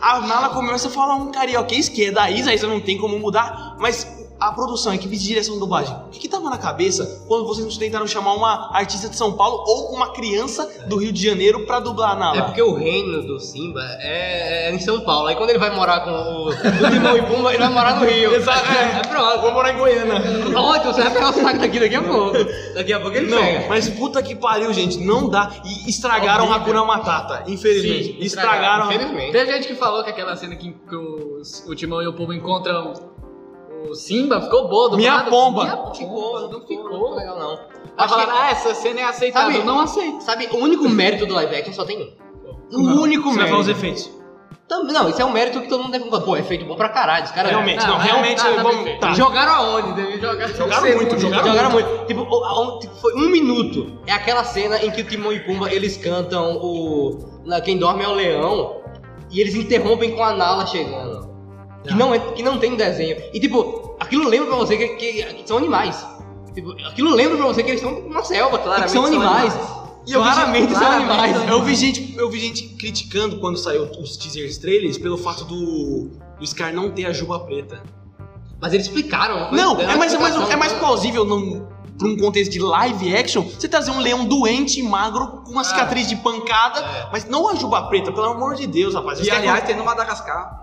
[SPEAKER 4] A mala começa a falar um carioquês que é da Isa, a Isa não tem como mudar, mas a produção, a equipe de direção e dublagem, o que, que tava na cabeça quando vocês tentaram chamar uma artista de São Paulo ou uma criança do Rio de Janeiro pra dublar a Nala?
[SPEAKER 1] É porque o reino do Simba é, é em São Paulo. Aí quando ele vai morar com o do Timão e Pumba, ele vai morar no Rio.
[SPEAKER 4] Exato, é.
[SPEAKER 1] É pronto.
[SPEAKER 4] Vou morar em Goiânia.
[SPEAKER 1] Ótimo, você vai pegar o saco daqui daqui a pouco. Daqui a pouco ele
[SPEAKER 4] Não,
[SPEAKER 1] pega.
[SPEAKER 4] mas puta que pariu, gente, não dá. E estragaram a Hakuna Matata, infelizmente.
[SPEAKER 5] Sim,
[SPEAKER 4] estragaram.
[SPEAKER 1] Infelizmente.
[SPEAKER 5] Teve gente que falou que aquela cena que, que os- o Timão e o Pumba encontram o Simba ficou boa do
[SPEAKER 4] Minha
[SPEAKER 5] nada.
[SPEAKER 4] pomba.
[SPEAKER 5] Minha pomba,
[SPEAKER 1] Ficou,
[SPEAKER 5] não
[SPEAKER 1] Não
[SPEAKER 5] ficou.
[SPEAKER 1] ficou legal, não.
[SPEAKER 5] Aí
[SPEAKER 1] Acho que-
[SPEAKER 5] falaram, ah, essa cena é aceitável.
[SPEAKER 1] Sabe-
[SPEAKER 5] não aceito.
[SPEAKER 1] Sabe, o único mérito do live action só tem um.
[SPEAKER 4] O único
[SPEAKER 1] Você vai
[SPEAKER 4] mesmo.
[SPEAKER 1] falar os
[SPEAKER 4] efeitos.
[SPEAKER 1] Tam- Não, isso é um mérito que todo mundo deve concordar. Pô, é feito bom pra caralho, os caras.
[SPEAKER 4] Realmente, não,
[SPEAKER 5] mas-
[SPEAKER 4] realmente.
[SPEAKER 5] tá, tá
[SPEAKER 4] vamos,
[SPEAKER 5] perfeito.
[SPEAKER 4] tá.
[SPEAKER 5] Jogaram aonde? Deve jogar.
[SPEAKER 4] Jogaram muito, jogaram,
[SPEAKER 1] Jogaram muito. Tipo, o- a- um- tipo, foi um minuto. É aquela cena em que o Timão e Pumba eles cantam o. na- Quem dorme é o leão. E eles interrompem com a Nala chegando.
[SPEAKER 4] Tá.
[SPEAKER 1] Que não, é, que não tem desenho. E tipo, aquilo lembra pra você que, que- que são animais. Tipo, aquilo lembra pra você que eles estão numa selva, claro. Que
[SPEAKER 3] Claramente
[SPEAKER 1] são
[SPEAKER 3] são
[SPEAKER 1] animais. E eu vi-
[SPEAKER 4] Claramente
[SPEAKER 1] são animais.
[SPEAKER 4] Eu vi gente, eu vi gente criticando quando saiu os teasers trailers pelo fato do, do Scar não ter a juba preta.
[SPEAKER 1] Mas eles explicaram.
[SPEAKER 4] Não,
[SPEAKER 1] deram
[SPEAKER 4] é mais, é mais,
[SPEAKER 1] explicação.
[SPEAKER 4] é mais plausível num, pra um contexto de live action você trazer um leão doente, magro, com uma cicatriz de pancada, mas não a juba preta, pelo amor de Deus, rapaz.
[SPEAKER 3] E
[SPEAKER 4] Vocês querem-
[SPEAKER 3] aliás, tem um- no Madagascar. né,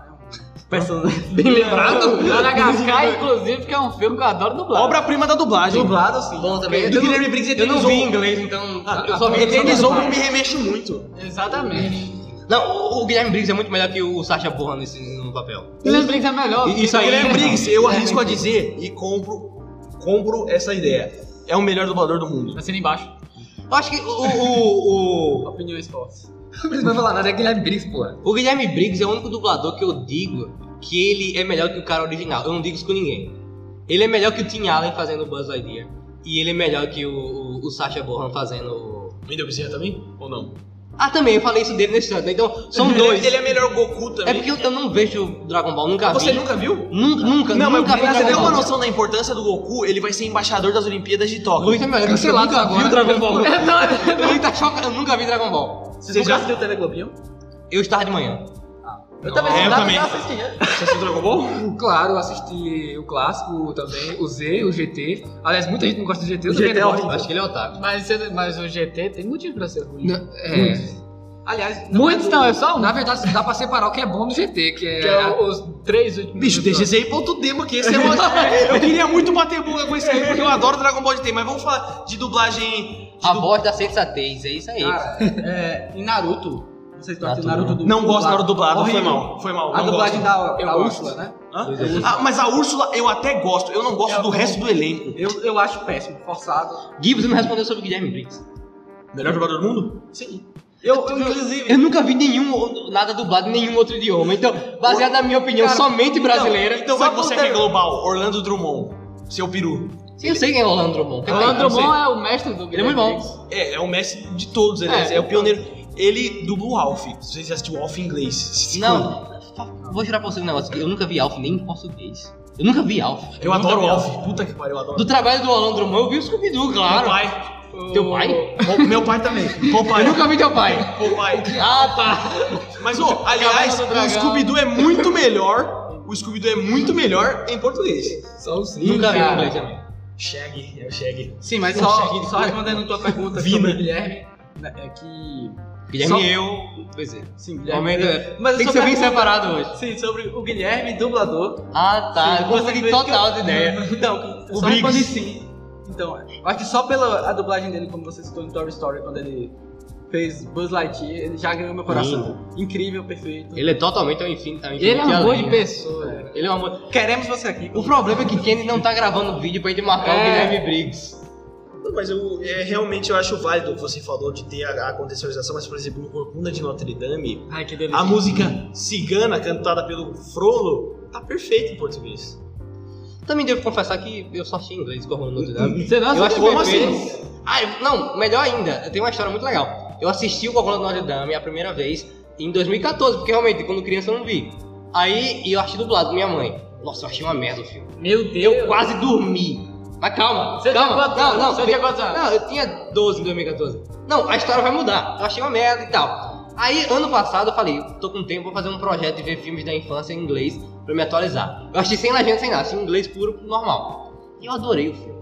[SPEAKER 3] um personagem
[SPEAKER 1] Bem lembrado?
[SPEAKER 5] Madagascar, inclusive, que é um filme que eu adoro dublar.
[SPEAKER 4] obra-prima da dublagem.
[SPEAKER 3] Dublado assim.
[SPEAKER 1] Bom também.
[SPEAKER 4] Do
[SPEAKER 1] Eu não,
[SPEAKER 4] Guilherme Briggs
[SPEAKER 1] eu não vi em
[SPEAKER 4] eternizou.
[SPEAKER 1] inglês, então.
[SPEAKER 4] Ah,
[SPEAKER 1] eu só vi
[SPEAKER 4] Eternizou não me remexo muito.
[SPEAKER 5] Exatamente.
[SPEAKER 1] Não, o- o Guilherme Briggs é muito melhor que o Sacha Borra nesse, no papel.
[SPEAKER 5] William Briggs é melhor.
[SPEAKER 1] E- isso aí- É,
[SPEAKER 4] Guilherme Ah, Briggs, eu arrisco a dizer e compro, compro essa ideia. É o melhor dublador do mundo.
[SPEAKER 5] Assina embaixo.
[SPEAKER 1] Eu acho que o, o, o,
[SPEAKER 3] Opiniões fortes.
[SPEAKER 2] Mas não vai falar nada, é Guilherme Briggs, porra.
[SPEAKER 1] o Guilherme Briggs é o único dublador que eu digo que ele é melhor que o cara original. Eu não digo isso com ninguém. Ele é melhor que o Tim Allen fazendo o Buzz Lightyear. E ele é melhor que o, o, o Sacha Borra fazendo o...
[SPEAKER 4] Me deu bezerra também? Ou não?
[SPEAKER 1] Ah, também, eu falei isso dele nesse ano. Então, são dois.
[SPEAKER 4] Ele é melhor Goku
[SPEAKER 1] É
[SPEAKER 4] também.
[SPEAKER 1] porque eu, eu não vejo Dragon Ball, nunca
[SPEAKER 4] Você
[SPEAKER 1] vi.
[SPEAKER 4] nunca viu?
[SPEAKER 1] Nun- Nunca,
[SPEAKER 4] Não, mas
[SPEAKER 1] nunca vi
[SPEAKER 4] pra você ter
[SPEAKER 1] Dragon
[SPEAKER 4] uma
[SPEAKER 1] Ball.
[SPEAKER 4] noção da importância do Goku, ele vai ser embaixador das Olimpíadas de Tóquio.
[SPEAKER 1] Luiz é melhor.
[SPEAKER 2] Cancelado
[SPEAKER 1] eu nunca vi
[SPEAKER 2] agora.
[SPEAKER 1] o Dragon Ball. Luiz tá chocado, eu nunca vi Dragon Ball.
[SPEAKER 3] Você já assistiu o Teleglobinho?
[SPEAKER 1] Eu estava de manhã.
[SPEAKER 3] Eu também
[SPEAKER 4] É, eu
[SPEAKER 3] não
[SPEAKER 4] também.
[SPEAKER 3] não assistia.
[SPEAKER 4] Você assistiu Dragon Ball?
[SPEAKER 2] Claro, eu assisti o clássico também, o Z, o GT. Aliás, muita gente não gosta do GT, eu
[SPEAKER 3] O
[SPEAKER 2] também
[SPEAKER 3] GT é
[SPEAKER 2] não
[SPEAKER 1] Eu
[SPEAKER 2] gosto.
[SPEAKER 1] acho que ele é otário.
[SPEAKER 5] Mas, você- mas o GT tem motivo pra ser ruim.
[SPEAKER 2] Não, É.
[SPEAKER 3] Aliás, não
[SPEAKER 5] Muitos não, é só um.
[SPEAKER 2] Na verdade, dá pra separar o que é bom do GT, que é.
[SPEAKER 5] Que é o- os três últimos.
[SPEAKER 4] Bicho,
[SPEAKER 5] minutos.
[SPEAKER 4] deixa esse aí ponto demo aqui. Esse é uma... eu queria muito bater boca com esse aí, porque eu adoro Dragon Ball de T, mas vamos falar de dublagem. de
[SPEAKER 1] A
[SPEAKER 4] du-
[SPEAKER 1] voz da sensatez, é isso aí.
[SPEAKER 3] Cara, é, em Naruto, não sei se tu assistiu Naruto do
[SPEAKER 4] Não gosto da hora dublada, foi
[SPEAKER 3] Horrível.
[SPEAKER 4] mal. Foi mal.
[SPEAKER 3] A
[SPEAKER 4] não
[SPEAKER 3] dublagem
[SPEAKER 4] gosto.
[SPEAKER 3] da,
[SPEAKER 4] Eu
[SPEAKER 3] da
[SPEAKER 4] gosto.
[SPEAKER 3] Úrsula, né?
[SPEAKER 4] Hã? Ah, mas a Úrsula eu até gosto, eu não gosto do resto do elenco.
[SPEAKER 3] Eu, eu acho péssimo, forçado.
[SPEAKER 1] Gibbs me respondeu sobre o Guilherme Briggs.
[SPEAKER 4] Melhor dublador do mundo?
[SPEAKER 3] Sim. Eu, eu,
[SPEAKER 1] Eu
[SPEAKER 3] inclusive,
[SPEAKER 1] nunca vi nenhum ou- nada dublado em nenhum outro idioma. Então, baseado na minha opinião somente brasileira.
[SPEAKER 4] Então
[SPEAKER 1] só
[SPEAKER 4] vai você que
[SPEAKER 1] conteúdo-
[SPEAKER 4] é global, Orlando Drummond, seu peru.
[SPEAKER 1] Sim, eu sei quem é Orlando Drummond.
[SPEAKER 5] Orlando
[SPEAKER 1] Eu sei.
[SPEAKER 5] Drummond é o mestre
[SPEAKER 1] Ele
[SPEAKER 5] do
[SPEAKER 1] é muito
[SPEAKER 5] Guilherme
[SPEAKER 1] bom.
[SPEAKER 5] Briggs.
[SPEAKER 4] É, é o mestre de todos, aliás, é,
[SPEAKER 5] É.
[SPEAKER 4] o pioneiro. Ele dubla o Alf. Se vocês já assistiu o Alf em inglês. se cuidem.
[SPEAKER 1] Não, fa- vou jurar pra você um negócio. Eu nunca vi Alf nem em português. Eu nunca vi Alf.
[SPEAKER 4] Eu adoro o Alf. Puta que pariu, eu adoro.
[SPEAKER 1] Do trabalho do Orlando Drummond, eu vi o Scooby-Doo,
[SPEAKER 4] Meu
[SPEAKER 1] claro.
[SPEAKER 4] pai.
[SPEAKER 1] Teu pai?
[SPEAKER 4] Pô, Meu pai também.
[SPEAKER 1] Eu
[SPEAKER 4] Popeye.
[SPEAKER 1] nunca vi teu pai.
[SPEAKER 4] Popeye.
[SPEAKER 1] Ah, tá.
[SPEAKER 4] Mas, ô, aliás,
[SPEAKER 5] Cavalo do Dragão.
[SPEAKER 4] o Scooby-Doo é muito melhor. O Scooby-Doo é muito melhor em português.
[SPEAKER 2] Só o Z.
[SPEAKER 1] nunca vi em
[SPEAKER 5] cara.
[SPEAKER 1] inglês também.
[SPEAKER 4] Shaggy, é o Shaggy.
[SPEAKER 3] sim, mas
[SPEAKER 4] Não,
[SPEAKER 3] só,
[SPEAKER 4] Shaggy,
[SPEAKER 3] só respondendo tua pergunta
[SPEAKER 4] Vina.
[SPEAKER 3] sobre o Guilherme, né, é que...
[SPEAKER 1] Guilherme
[SPEAKER 3] Só-
[SPEAKER 1] eu. Pois é.
[SPEAKER 3] Sim, Guilherme...
[SPEAKER 1] Momento,
[SPEAKER 3] Mas eu
[SPEAKER 1] tem que
[SPEAKER 3] só
[SPEAKER 1] ser bem
[SPEAKER 3] pergunto-
[SPEAKER 1] separado hoje.
[SPEAKER 3] Sim, sobre o Guilherme, dublador.
[SPEAKER 1] Ah, tá.
[SPEAKER 3] Sim,
[SPEAKER 1] eu
[SPEAKER 3] você
[SPEAKER 1] consegui
[SPEAKER 3] vê
[SPEAKER 1] total
[SPEAKER 3] que-
[SPEAKER 1] de ideia.
[SPEAKER 3] Então,
[SPEAKER 4] O
[SPEAKER 3] só
[SPEAKER 4] Briggs.
[SPEAKER 3] respondendo sim. Então, eu acho que só pela a dublagem dele, como você citou em Toy Story, quando ele fez Buzz Lightyear, ele já ganhou meu coração. Incrível, perfeito.
[SPEAKER 1] Ele é totalmente ao infinito. ao
[SPEAKER 5] Ele é
[SPEAKER 1] infinito
[SPEAKER 5] um amor
[SPEAKER 1] além.
[SPEAKER 5] de pessoa.
[SPEAKER 1] Ele é um amor.
[SPEAKER 3] Queremos você aqui.
[SPEAKER 1] O problema é que Kenny não tá gravando vídeo pra gente marcar o
[SPEAKER 5] É.
[SPEAKER 1] Guilherme Briggs.
[SPEAKER 4] Não, mas eu, é, realmente eu acho válido o que você falou de ter a, a contextualização, mas, por exemplo, no Corcunda de Notre Dame,
[SPEAKER 5] Ai, que
[SPEAKER 4] a
[SPEAKER 5] delícia.
[SPEAKER 4] música cigana cantada pelo Frollo tá perfeita em português.
[SPEAKER 1] Também devo confessar que eu só achei inglês com o Dinâmico.
[SPEAKER 5] Você não
[SPEAKER 1] Eu acho
[SPEAKER 5] assiste
[SPEAKER 1] que como
[SPEAKER 5] perfeito.
[SPEAKER 1] assim? Ah, eu- não, melhor ainda, tem uma história muito legal. Eu assisti o Corcunda do Notre Dame a primeira vez em 2014, porque realmente, quando criança eu não vi. Aí e eu achei dublado com minha mãe. Nossa, eu achei uma merda o filme.
[SPEAKER 5] Meu Deus.
[SPEAKER 1] Eu quase dormi. Mas calma,
[SPEAKER 5] Você
[SPEAKER 1] calma.
[SPEAKER 5] tinha quantos
[SPEAKER 1] não,
[SPEAKER 5] anos?
[SPEAKER 1] não,
[SPEAKER 5] Você
[SPEAKER 1] pe-
[SPEAKER 5] tinha quantos anos?
[SPEAKER 1] Não, eu tinha 12 em 2014. Não, a história vai mudar. Eu achei uma merda e tal. Aí, ano passado, eu falei, tô com tempo, vou fazer um projeto de ver filmes da infância em inglês pra me atualizar. Eu achei sem legenda, sem nada, assim, inglês puro, normal. E eu adorei o filme.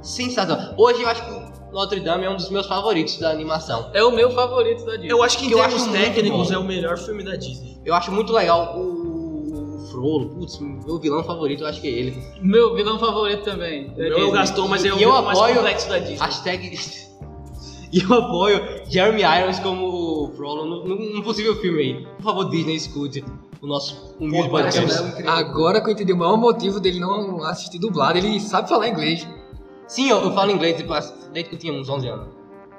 [SPEAKER 1] Sensacional. Hoje eu acho que Notre Dame é um dos meus favoritos da animação.
[SPEAKER 5] É o meu favorito da Disney.
[SPEAKER 4] Eu acho que em
[SPEAKER 1] Que eu
[SPEAKER 4] termos
[SPEAKER 1] acho muito
[SPEAKER 4] técnicos
[SPEAKER 1] bom.
[SPEAKER 4] é o melhor filme da Disney.
[SPEAKER 1] Eu acho muito legal o, o Frollo, putz, meu vilão favorito, eu acho que é ele.
[SPEAKER 5] Meu vilão favorito também.
[SPEAKER 4] O meu é o Gaston, mas é o
[SPEAKER 1] E eu
[SPEAKER 4] filme mais
[SPEAKER 1] apoio-
[SPEAKER 4] complexo da Disney.
[SPEAKER 1] Hashtag. E eu apoio Jeremy Irons como o Frollo num- num num possível filme aí. Por favor, Disney, escute o nosso humilde
[SPEAKER 4] Pô, parece
[SPEAKER 1] podcast.
[SPEAKER 4] um
[SPEAKER 2] Agora que eu entendi o maior motivo dele não assistir dublado, ele sabe falar inglês.
[SPEAKER 1] Sim, eu, eu falo inglês tipo, assim, desde que eu tinha uns 11 anos.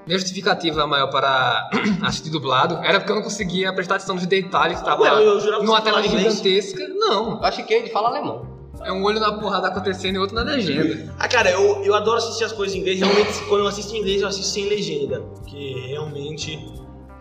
[SPEAKER 2] Minha justificativa maior para assistir dublado era porque eu não conseguia prestar atenção nos detalhes que tava
[SPEAKER 4] Ué,
[SPEAKER 2] lá.
[SPEAKER 4] eu jurava que
[SPEAKER 2] Numa
[SPEAKER 4] você
[SPEAKER 2] tela
[SPEAKER 4] falava inglês.
[SPEAKER 2] gigantesca, não.
[SPEAKER 1] Eu acho que ele fala alemão.
[SPEAKER 2] É um olho na porrada acontecendo e outro na legenda.
[SPEAKER 4] Ah, cara, eu, eu adoro assistir as coisas em inglês. Realmente, quando eu assisto em inglês, eu assisto sem legenda. Porque realmente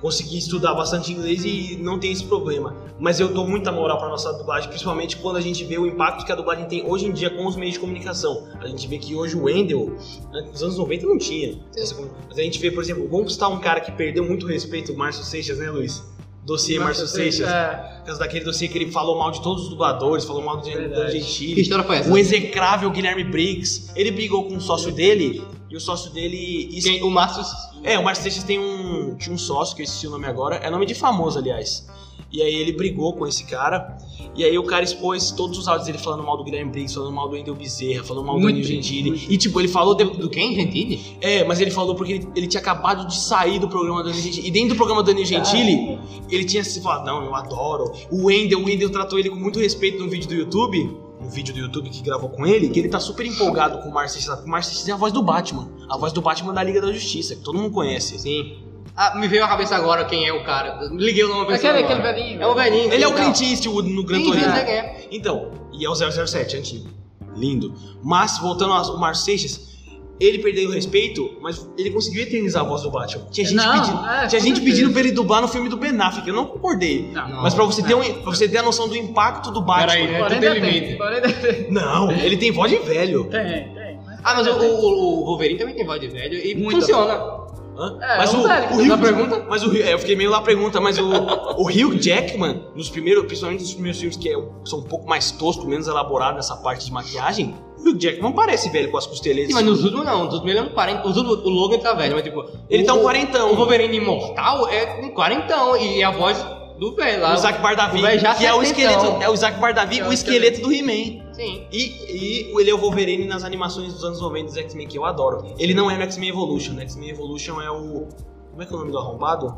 [SPEAKER 4] consegui estudar bastante inglês e não tem esse problema. Mas eu dou muita moral pra nossa dublagem, principalmente quando a gente vê o impacto que a dublagem tem hoje em dia com os meios de comunicação. A gente vê que hoje o Wendell, né, nos anos 90, não tinha. essa comu- Mas a gente vê, por exemplo, vamos citar um cara que perdeu muito respeito, o Márcio Seixas, né, Luiz? Dossiê Márcio Seixas.
[SPEAKER 5] É,
[SPEAKER 4] Por causa daquele dossiê que ele falou mal de todos os dubladores, falou mal do Danilo Gentili.
[SPEAKER 1] Que história foi essa?
[SPEAKER 4] O execrável Guilherme Briggs, ele brigou com o sócio dele, e o sócio dele. isso-
[SPEAKER 1] Quem- o Márcio.
[SPEAKER 4] É, o Márcio Seixas tem um, tinha um sócio, que eu esqueci o nome agora, é nome de famoso, aliás. E aí ele brigou com esse cara, e aí o cara expôs todos os áudios dele falando mal do Guilherme Briggs, falando mal do Endel Bezerra, falando mal do
[SPEAKER 5] Muito
[SPEAKER 4] Danilo
[SPEAKER 5] bem,
[SPEAKER 4] Gentili. E tipo, ele falou. de-
[SPEAKER 1] Do quem, Gentili?
[SPEAKER 4] É, mas ele falou porque ele, ele tinha acabado de sair do programa do Danilo Gentili. E dentro do programa do Danilo Gentili, ele tinha se falado, não, eu adoro. O Wendel, o Wendel tratou ele com muito respeito no vídeo do YouTube. Um vídeo do YouTube que gravou com ele, que ele tá super empolgado com o Marcio Seixas. O Marcio Seixas é a voz do Batman. A voz do Batman da Liga da Justiça, que todo mundo conhece. assim.
[SPEAKER 1] Sim. Ah, me veio à cabeça agora quem é o cara. Liguei o nome pra
[SPEAKER 5] Aquele-
[SPEAKER 1] agora.
[SPEAKER 5] aquele velhinho.
[SPEAKER 1] É o velhinho.
[SPEAKER 4] Ele é o
[SPEAKER 1] Clint
[SPEAKER 4] Clint Eastwood no Gran
[SPEAKER 1] Sim, eu sei
[SPEAKER 4] Torino.
[SPEAKER 1] quem é.
[SPEAKER 4] Então, e é o 007, antigo. Lindo. Mas, voltando ao Márcio Seixas, ele perdeu o respeito, mas ele conseguiu eternizar a voz do Batman. Tinha gente,
[SPEAKER 5] Não,
[SPEAKER 4] pedindo,
[SPEAKER 5] é,
[SPEAKER 4] tinha
[SPEAKER 5] com
[SPEAKER 4] gente
[SPEAKER 5] certeza.
[SPEAKER 4] pedindo pra ele dublar no filme do Ben Affleck. Eu não concordei.
[SPEAKER 5] Não.
[SPEAKER 4] mas pra você, ter um, pra você ter a noção do impacto do Batman.
[SPEAKER 1] Peraí, né?
[SPEAKER 5] ainda
[SPEAKER 1] tem limite.
[SPEAKER 5] tem. porém ainda tem.
[SPEAKER 4] Não, ele tem voz de velho.
[SPEAKER 5] Tem, tem. mas-
[SPEAKER 1] Ah, mas o, o, o Wolverine também tem voz de velho e
[SPEAKER 5] Muito.
[SPEAKER 1] funciona.
[SPEAKER 4] Hã?
[SPEAKER 5] É,
[SPEAKER 4] mas
[SPEAKER 5] é um
[SPEAKER 4] o,
[SPEAKER 5] velho.
[SPEAKER 4] o Hugh,
[SPEAKER 5] Na pergunta?
[SPEAKER 4] Mas o Hugh- é, eu fiquei meio lá a pergunta, mas o, o Hugh Jackman, nos primeiros, principalmente nos primeiros filmes que é- são um pouco mais tosco, menos elaborado nessa parte de maquiagem, o Hugh Jackman parece velho com as costeletas.
[SPEAKER 1] Sim, mas nos últimos não, nos últimos ele é um 40. Os últimos, o Logan tá velho, mas tipo.
[SPEAKER 4] Ele
[SPEAKER 1] o,
[SPEAKER 4] tá um
[SPEAKER 1] o-
[SPEAKER 4] quarentão.
[SPEAKER 1] O Wolverine Imortal é um quarentão e é a voz do velho lá.
[SPEAKER 4] O Isaac Bardavi,
[SPEAKER 1] o velho já
[SPEAKER 4] que é o
[SPEAKER 1] setentão.
[SPEAKER 4] esqueleto, é o Isaac Bardavi,
[SPEAKER 5] É
[SPEAKER 4] o
[SPEAKER 5] o
[SPEAKER 4] esqueleto do He-Man.
[SPEAKER 1] Sim.
[SPEAKER 4] E, e ele é o Wolverine nas animações dos anos 90 dos X-Men, que eu adoro. Ele não é no X-Men Evolution, no X-Men Evolution é o... Como é que é o nome do arrombado?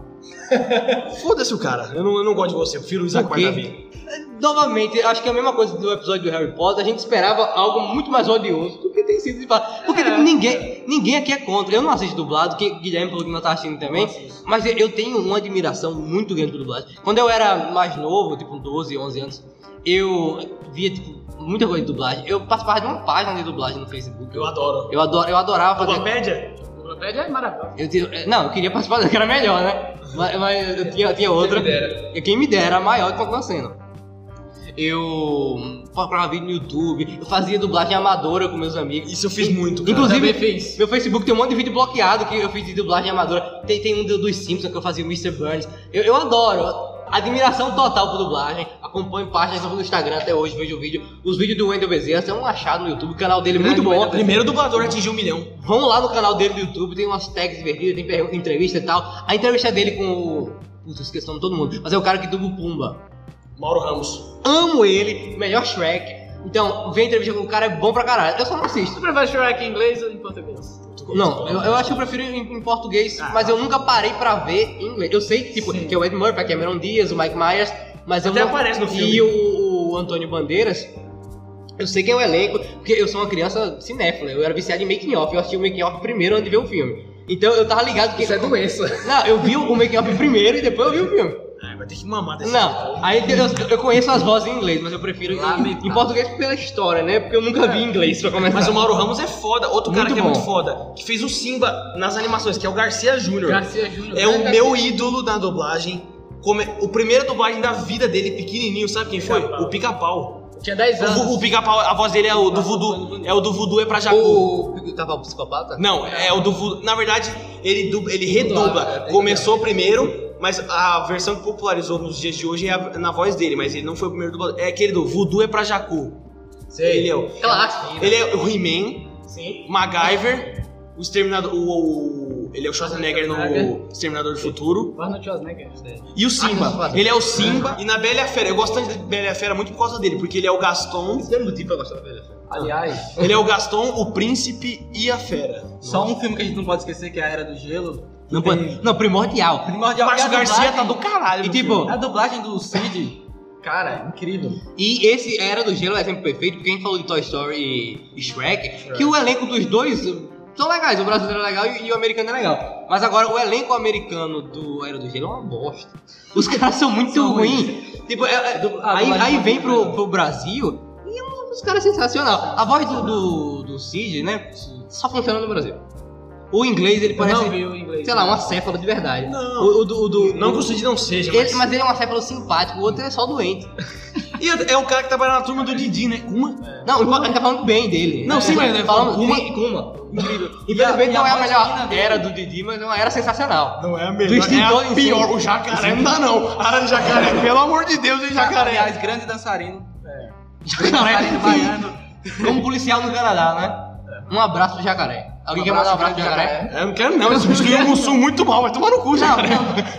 [SPEAKER 4] Foda-se o cara, eu não, eu não gosto de você, eu prefiro o Isaac
[SPEAKER 1] Por quê?
[SPEAKER 4] Bardavi.
[SPEAKER 1] Novamente, acho que é a mesma coisa do episódio do Harry Potter, a gente esperava algo muito mais odioso do que tem sido de fato. Porque tipo, ninguém, ninguém aqui é contra. Eu não assisto dublado, que Guilherme falou que não tá assistindo também, mas eu- eu tenho uma admiração muito grande por dublagem. Quando eu era mais novo, tipo 12, 11 anos, eu via tipo muita coisa de dublagem. Eu participava de uma página de dublagem no Facebook.
[SPEAKER 4] Eu adoro.
[SPEAKER 1] Eu, adoro, eu adorava fazer.
[SPEAKER 4] Dublapédia?
[SPEAKER 5] Enciclopédia é maravilhosa.
[SPEAKER 1] Eu tinha- eh, não, eu queria participar da que era melhor, né? Mas, mas eu tinha, eu tinha outra.
[SPEAKER 2] me dera.
[SPEAKER 1] Eu- Quem me dera, era maior que continua sendo. Eu procurava vídeo no YouTube, eu fazia dublagem amadora com meus amigos.
[SPEAKER 4] Isso eu fiz muito, cara.
[SPEAKER 1] Inclusive,
[SPEAKER 5] Também fiz.
[SPEAKER 1] meu Facebook tem um monte de vídeo bloqueado que eu fiz de dublagem amadora. Tem, tem um do- dos Simpsons que eu fazia o Mr. Burns. Eu, eu adoro. Admiração total por dublagem. Acompanho páginas no Instagram até hoje, vejo o vídeo. Os vídeos do Wendel Bezerra são um achado no YouTube, o canal dele é muito bom.
[SPEAKER 4] O primeiro dublador atingiu um milhão.
[SPEAKER 1] Vão lá no canal dele do YouTube, tem umas tags divertidas, tem pergunta, entrevista e tal. A entrevista dele com o. Putz, eu esqueci o nome de todo mundo, mas é o cara que dubla o Pumba.
[SPEAKER 4] Mauro Ramos.
[SPEAKER 1] Amo ele, melhor Shrek. Então, vê a entrevista com o cara, é bom pra caralho. Eu só não
[SPEAKER 5] Tu
[SPEAKER 1] assisto.
[SPEAKER 5] prefere Shrek em inglês ou em português?
[SPEAKER 1] Não, eu, eu acho que eu prefiro em, em português, mas eu nunca parei pra ver em inglês. Eu sei que, tipo, que é o Ed Murphy, a Cameron Diaz, o Mike Myers, mas eu
[SPEAKER 4] Até
[SPEAKER 1] não...
[SPEAKER 4] aparece no filme.
[SPEAKER 1] E o, o Antônio Bandeiras, eu sei quem é o elenco, porque eu sou uma criança cinéfila, eu era viciado em making off, eu assisti o making off primeiro antes de ver o filme. Então eu tava ligado que
[SPEAKER 2] Isso é doença.
[SPEAKER 1] Não, eu vi o make up primeiro e depois eu vi o filme.
[SPEAKER 4] Ai, É, vai ter que mamar dessa.
[SPEAKER 1] Não, aí eu, eu conheço as vozes em inglês, mas eu prefiro em, em português pela história, né? Porque eu nunca vi inglês pra começar.
[SPEAKER 4] Mas o Mauro Ramos é foda. Outro cara
[SPEAKER 1] Muito
[SPEAKER 4] que é
[SPEAKER 1] bom.
[SPEAKER 4] muito foda, que fez o Simba nas animações, que é o Garcia Júnior.
[SPEAKER 5] Garcia Júnior.
[SPEAKER 4] É o
[SPEAKER 5] Garcia-
[SPEAKER 4] meu ídolo na dublagem. Come- O primeiro dublagem da vida dele, pequenininho, sabe quem foi? O Pica-Pau.
[SPEAKER 5] Tinha 10
[SPEAKER 4] O, Vu-
[SPEAKER 5] anos.
[SPEAKER 4] o Pica-Pau, a voz dele é o do Voodoo. É o do Voodoo é pra Jacu.
[SPEAKER 1] o tava o psicopata?
[SPEAKER 4] é Não, é o do Voodoo. Na verdade, ele, dubla- ele redubla. Começou primeiro, Mas a versão que popularizou nos dias de hoje é a- na voz dele, mas ele não foi o primeiro dublador. É aquele do Voodoo é pra Jacu. Ele é o,
[SPEAKER 1] Clássico.
[SPEAKER 4] ele é o He-Man, MacGyver, o Exterminador. O, o- ele é o Schwarzenegger no Exterminador do Futuro.
[SPEAKER 5] Arnold Schwarzenegger.
[SPEAKER 4] E o
[SPEAKER 1] Ah,
[SPEAKER 4] Simba.
[SPEAKER 1] Schwarzenegger.
[SPEAKER 4] Ele é o Simba. E na Bela e a Fera. Eu gosto tanto de Bela e a Fera muito por causa dele, porque ele é o Gaston.
[SPEAKER 1] Isso não é motivo pra gostar da velha.
[SPEAKER 5] Aliás,
[SPEAKER 4] Ele é o Gaston, o príncipe e a fera.
[SPEAKER 3] Só um filme que a gente não pode esquecer, que é a Era do Gelo. que
[SPEAKER 1] Não,
[SPEAKER 3] tem-
[SPEAKER 1] pode- não, primordial.
[SPEAKER 3] Primordial,
[SPEAKER 4] Márcio
[SPEAKER 3] que a
[SPEAKER 4] Garcia
[SPEAKER 3] dublagem-
[SPEAKER 4] tá do caralho.
[SPEAKER 1] E
[SPEAKER 4] no
[SPEAKER 1] tipo,
[SPEAKER 3] A dublagem do Cid, cara, incrível.
[SPEAKER 1] E esse Era do Gelo é exemplo perfeito, porque a gente falou de Toy Story e Shrek, que o elenco dos dois são legais, o brasileiro é legal e, e o americano é legal. Mas agora o elenco americano do Era do Gelo é uma bosta. Os caras são muito ruins. Tipo, é- é-
[SPEAKER 3] a
[SPEAKER 1] aí,
[SPEAKER 3] dublagem
[SPEAKER 1] aí
[SPEAKER 3] do
[SPEAKER 1] vem
[SPEAKER 3] Brasil.
[SPEAKER 1] pro, pro Brasil e é um dos caras sensacional. A voz do, do, do Cid, né? Só funciona no Brasil. O inglês, ele
[SPEAKER 5] eu
[SPEAKER 1] parece,
[SPEAKER 5] não vi o inglês.
[SPEAKER 1] sei lá, uma céfala de verdade.
[SPEAKER 4] Não.
[SPEAKER 1] O, o do, o do-
[SPEAKER 4] filme. Não
[SPEAKER 1] o-
[SPEAKER 4] que o Cid não seja,
[SPEAKER 1] ele,
[SPEAKER 4] mas...
[SPEAKER 1] mas ele é um acéfalo simpático, o outro é só doente.
[SPEAKER 4] E é o cara que trabalha na turma do Didi, né? Uma...
[SPEAKER 1] Não, a gente tá falando bem dele.
[SPEAKER 4] Não, sim, mas, né,
[SPEAKER 1] falando
[SPEAKER 4] Kuma-
[SPEAKER 1] sim, Kuma.
[SPEAKER 4] Incrível.
[SPEAKER 1] Infelizmente
[SPEAKER 3] e a
[SPEAKER 1] não é a
[SPEAKER 3] voz
[SPEAKER 1] melhor
[SPEAKER 3] fina dele.
[SPEAKER 1] era do Didi, mas é uma era sensacional.
[SPEAKER 4] Não é a
[SPEAKER 1] Do
[SPEAKER 4] melhor, é
[SPEAKER 1] extintor
[SPEAKER 4] a
[SPEAKER 1] em si.
[SPEAKER 4] pior. O jacaré não dá, não. A área de jacaré, pelo amor de Deus, hein, jacaré.
[SPEAKER 3] Aliás, grande dançarino.
[SPEAKER 1] Jacaré
[SPEAKER 3] Dançarino baiano.
[SPEAKER 1] é Como policial no Canadá, né? Um abraço pro jacaré. Alguém quer mandar um abraço pro jacaré?
[SPEAKER 4] É, Eu não quero não, ele substituiu o Mussum um muito mal, vai tomar no cu, jacaré.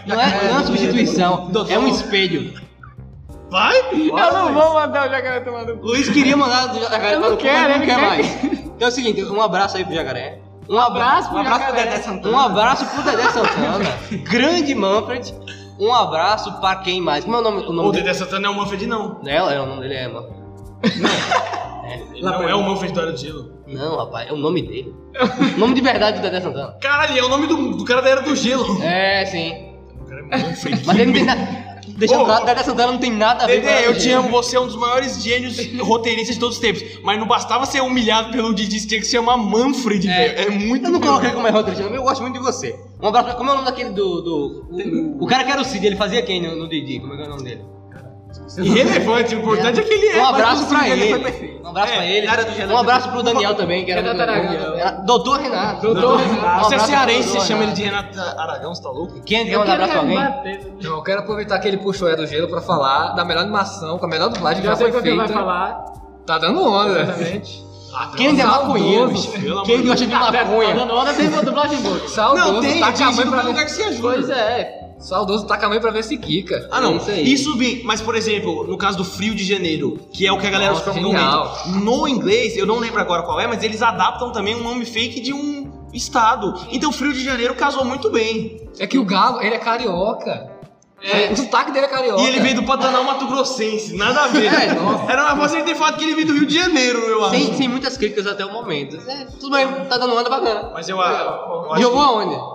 [SPEAKER 1] Não é, não é uma substituição, é um espelho.
[SPEAKER 4] Vai?
[SPEAKER 5] Eu não vou mandar o jacaré tomar no cu.
[SPEAKER 1] Luiz queria mandar do jacaré
[SPEAKER 5] Eu
[SPEAKER 1] pra
[SPEAKER 5] não
[SPEAKER 1] Kuma,
[SPEAKER 5] quero,
[SPEAKER 1] mas não
[SPEAKER 5] ele
[SPEAKER 1] quer
[SPEAKER 5] quer
[SPEAKER 1] mais. Então é o seguinte, um abraço aí pro jacaré. Um abraço
[SPEAKER 3] Um
[SPEAKER 1] pro
[SPEAKER 3] abraço pro
[SPEAKER 5] Jacaré.
[SPEAKER 3] Dedé Santana.
[SPEAKER 1] Um abraço pro Dedé Santana, grande Manfred. Um abraço pra quem mais? Como é o nome, o nome
[SPEAKER 4] O
[SPEAKER 1] dele?
[SPEAKER 4] Dedé Santana é o Manfred, não.
[SPEAKER 1] Não, é, o nome dele é Manfred.
[SPEAKER 4] Ele não é o Manfred do Era do Gelo.
[SPEAKER 1] Não, rapaz, é o nome dele. O nome de verdade do Dedé Santana.
[SPEAKER 4] Caralho, é o nome do, do cara da Era do Gelo.
[SPEAKER 1] É, sim.
[SPEAKER 4] O cara é Manfred.
[SPEAKER 1] Mas ele não tem nada. Deixa
[SPEAKER 4] Ô,
[SPEAKER 1] claro, o Dedé Santana não tem nada a ver
[SPEAKER 4] Dedé,
[SPEAKER 1] com
[SPEAKER 4] eu te amo, você é um dos maiores gênios roteiristas de todos os tempos. Mas não bastava ser humilhado pelo Didi, você tinha que se chamar Manfred, velho. É muito
[SPEAKER 1] Eu não
[SPEAKER 4] pior.
[SPEAKER 1] coloquei como errado, Cristiano, eu gosto muito de você. Um abraço pra... Como é o nome daquele do... do- o, o cara que era o Cid, ele fazia quem no, no Didi? Como é que é o nome dele?
[SPEAKER 4] Irrelevante, o importante é que ele é.
[SPEAKER 1] um
[SPEAKER 4] mas
[SPEAKER 1] abraço
[SPEAKER 4] o
[SPEAKER 1] pra
[SPEAKER 4] Cid,
[SPEAKER 1] ele.
[SPEAKER 4] foi perfeito.
[SPEAKER 1] um abraço
[SPEAKER 4] É,
[SPEAKER 1] pra ele.
[SPEAKER 3] cara do Gelo-
[SPEAKER 1] Um abraço pro Daniel também, que era...
[SPEAKER 5] Renato Aragão.
[SPEAKER 1] Era- Doutor Renato.
[SPEAKER 5] Doutor Renato.
[SPEAKER 1] Um abraço né?
[SPEAKER 4] Você é
[SPEAKER 1] pro
[SPEAKER 4] cearense,
[SPEAKER 1] doutor
[SPEAKER 4] você chama ele
[SPEAKER 1] Renato.
[SPEAKER 4] de Renato Aragão, você tá louco?
[SPEAKER 1] Quem quer mandar abraço pra alguém?
[SPEAKER 2] Não, eu quero aproveitar que ele puxou Era do Gelo pra falar da melhor animação, com a melhor dublagem que
[SPEAKER 5] Já
[SPEAKER 2] já
[SPEAKER 5] sei
[SPEAKER 2] foi
[SPEAKER 5] o que vai
[SPEAKER 2] feita.
[SPEAKER 5] falar,
[SPEAKER 2] Tá dando onda.
[SPEAKER 5] exatamente.
[SPEAKER 1] Quem é maconheiro?
[SPEAKER 2] Saudoso,
[SPEAKER 1] bicho?
[SPEAKER 4] pelo amor
[SPEAKER 1] Quem
[SPEAKER 4] de
[SPEAKER 1] gosta
[SPEAKER 5] Ah,
[SPEAKER 1] de maconha?
[SPEAKER 5] Dando onda tem uma dublagem boa.
[SPEAKER 2] Saudoso,
[SPEAKER 4] Não, tem,
[SPEAKER 2] tá
[SPEAKER 4] eu tinha
[SPEAKER 2] acabando
[SPEAKER 4] sido
[SPEAKER 2] pra
[SPEAKER 4] pelo
[SPEAKER 2] ver.
[SPEAKER 4] lugar que se
[SPEAKER 5] Pois
[SPEAKER 4] ajuda.
[SPEAKER 5] é.
[SPEAKER 2] Saudoso taca a mãe pra ver se quica.
[SPEAKER 4] Ah, não.
[SPEAKER 1] É isso aí.
[SPEAKER 4] Isso bem, mas por exemplo, no caso do Frio de Janeiro, que é o que a galera
[SPEAKER 2] Nossa,
[SPEAKER 4] fica
[SPEAKER 2] genial.
[SPEAKER 4] comentando. No inglês, eu não lembro agora qual é, mas eles adaptam também um nome fake de um estado. Então Frio de Janeiro casou muito bem.
[SPEAKER 2] É que o Galo, ele é carioca. O sotaque dele é carioca.
[SPEAKER 4] E ele veio do Pantanal Mato Grossense, nada a ver.
[SPEAKER 1] É, nossa.
[SPEAKER 4] Era uma voz ter falado que ele veio do Rio de Janeiro, eu acho.
[SPEAKER 1] Sem, sem muitas críticas até o momento. É, tudo bem, tá dando onda bacana.
[SPEAKER 4] Mas eu, eu acho
[SPEAKER 1] Jogou
[SPEAKER 4] que-
[SPEAKER 1] aonde?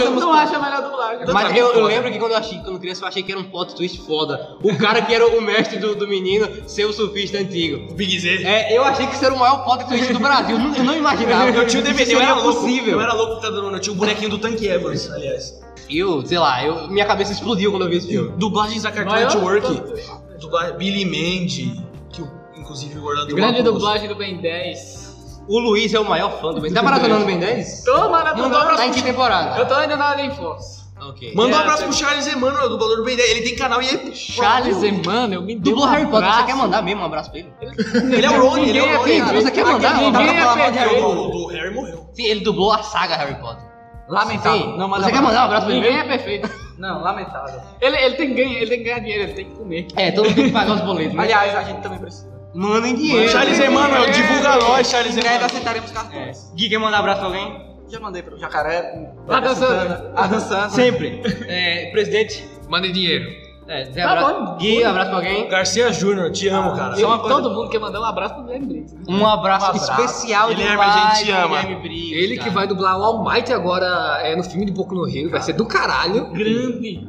[SPEAKER 5] Eu não acho a melhor dublagem.
[SPEAKER 1] Mas eu, eu lembro que quando eu achei, quando criança, eu achei que era um plot twist foda. O cara que era o mestre do, do menino ser o surfista antigo.
[SPEAKER 4] o Big Z.
[SPEAKER 1] É, eu achei que isso era o maior plot twist do Brasil. Eu não, eu não imaginava.
[SPEAKER 4] Eu tinha o DVD,
[SPEAKER 1] É, Isso
[SPEAKER 4] eu
[SPEAKER 1] seria
[SPEAKER 4] era louco.
[SPEAKER 1] possível.
[SPEAKER 4] Eu era louco que tá dando, eu tinha o bonequinho do Tank Evans, aliás.
[SPEAKER 1] Eu, sei lá, eu, minha cabeça explodiu quando eu vi esse filme.
[SPEAKER 4] Dublagens da Cartoon
[SPEAKER 5] Mas eu-
[SPEAKER 4] Network, dubla- Billy Mandy, que o- inclusive o Orlando
[SPEAKER 5] Grande
[SPEAKER 4] Bloom-
[SPEAKER 5] dublagem do Ben 10.
[SPEAKER 1] O Luiz é o maior fã do Ben. Tá maratonando o Ben 10?
[SPEAKER 5] Tô
[SPEAKER 1] Mandou um
[SPEAKER 5] maratonando.
[SPEAKER 1] abraço em que temporada?
[SPEAKER 5] Eu tô ainda na Alien Force.
[SPEAKER 1] Ok.
[SPEAKER 4] Manda um
[SPEAKER 5] É,
[SPEAKER 4] abraço
[SPEAKER 5] tem-
[SPEAKER 4] pro Charles Emmanuel, dublador do Ben 10. Ele tem canal e é- ele.
[SPEAKER 5] Charles Emmanuel me deu
[SPEAKER 1] Dublou
[SPEAKER 5] um
[SPEAKER 1] Harry Potter,
[SPEAKER 5] abraço.
[SPEAKER 1] você quer mandar mesmo um abraço pra ele?
[SPEAKER 4] Ele é o Rony, ele
[SPEAKER 5] Ninguém
[SPEAKER 4] é o
[SPEAKER 5] acredita.
[SPEAKER 1] Você
[SPEAKER 4] Rony.
[SPEAKER 1] quer mandar? Tá
[SPEAKER 5] Ninguém
[SPEAKER 1] Mandar pra falar mal de
[SPEAKER 5] ia
[SPEAKER 1] Harry
[SPEAKER 5] pegar
[SPEAKER 1] Potter.
[SPEAKER 4] O do Harry morreu.
[SPEAKER 1] Sim, ele dublou a saga Harry Potter.
[SPEAKER 3] Lamentável.
[SPEAKER 1] Sim,
[SPEAKER 3] Não, mas
[SPEAKER 1] você quer mandar um abraço pra ele
[SPEAKER 5] Ninguém
[SPEAKER 1] mesmo?
[SPEAKER 5] é perfeito.
[SPEAKER 3] Não, lamentável.
[SPEAKER 5] Ele, ele, tem que ganhar, ele tem que ganhar dinheiro, ele tem que comer.
[SPEAKER 1] É, todo mundo tem que pagar os boletos. né?
[SPEAKER 3] Aliás, a gente também precisa.
[SPEAKER 1] Mandem dinheiro. É.
[SPEAKER 4] Charles Emmanuel, divulga nós, Charles
[SPEAKER 3] Em breve
[SPEAKER 4] Emmanuel.
[SPEAKER 3] aceitaremos cartões.
[SPEAKER 1] Gui, quer mandar um abraço pra alguém?
[SPEAKER 3] Já mandei pro Jacaré.
[SPEAKER 1] Tá
[SPEAKER 5] Adam
[SPEAKER 3] Adam
[SPEAKER 5] Sandler.
[SPEAKER 3] Santana, Ah, Adam Sandler.
[SPEAKER 1] Sempre. É, presidente.
[SPEAKER 2] Manda dinheiro.
[SPEAKER 1] É, tem
[SPEAKER 5] Tá
[SPEAKER 1] abraço.
[SPEAKER 5] bom.
[SPEAKER 1] Gui, um abraço pra alguém. é
[SPEAKER 4] Garcia Júnior, te amo, cara.
[SPEAKER 3] Só uma coisa-
[SPEAKER 5] Todo mundo quer mandar um abraço pro Guilherme Briggs. né?
[SPEAKER 1] Um abraço, especial
[SPEAKER 4] Guilherme,
[SPEAKER 1] demais,
[SPEAKER 4] a gente te ama.
[SPEAKER 1] Guilherme Briggs,
[SPEAKER 2] Ele que
[SPEAKER 1] cara.
[SPEAKER 2] vai dublar o All Might agora é, no filme de Boku no Rio. Vai ser do caralho.
[SPEAKER 5] Grande.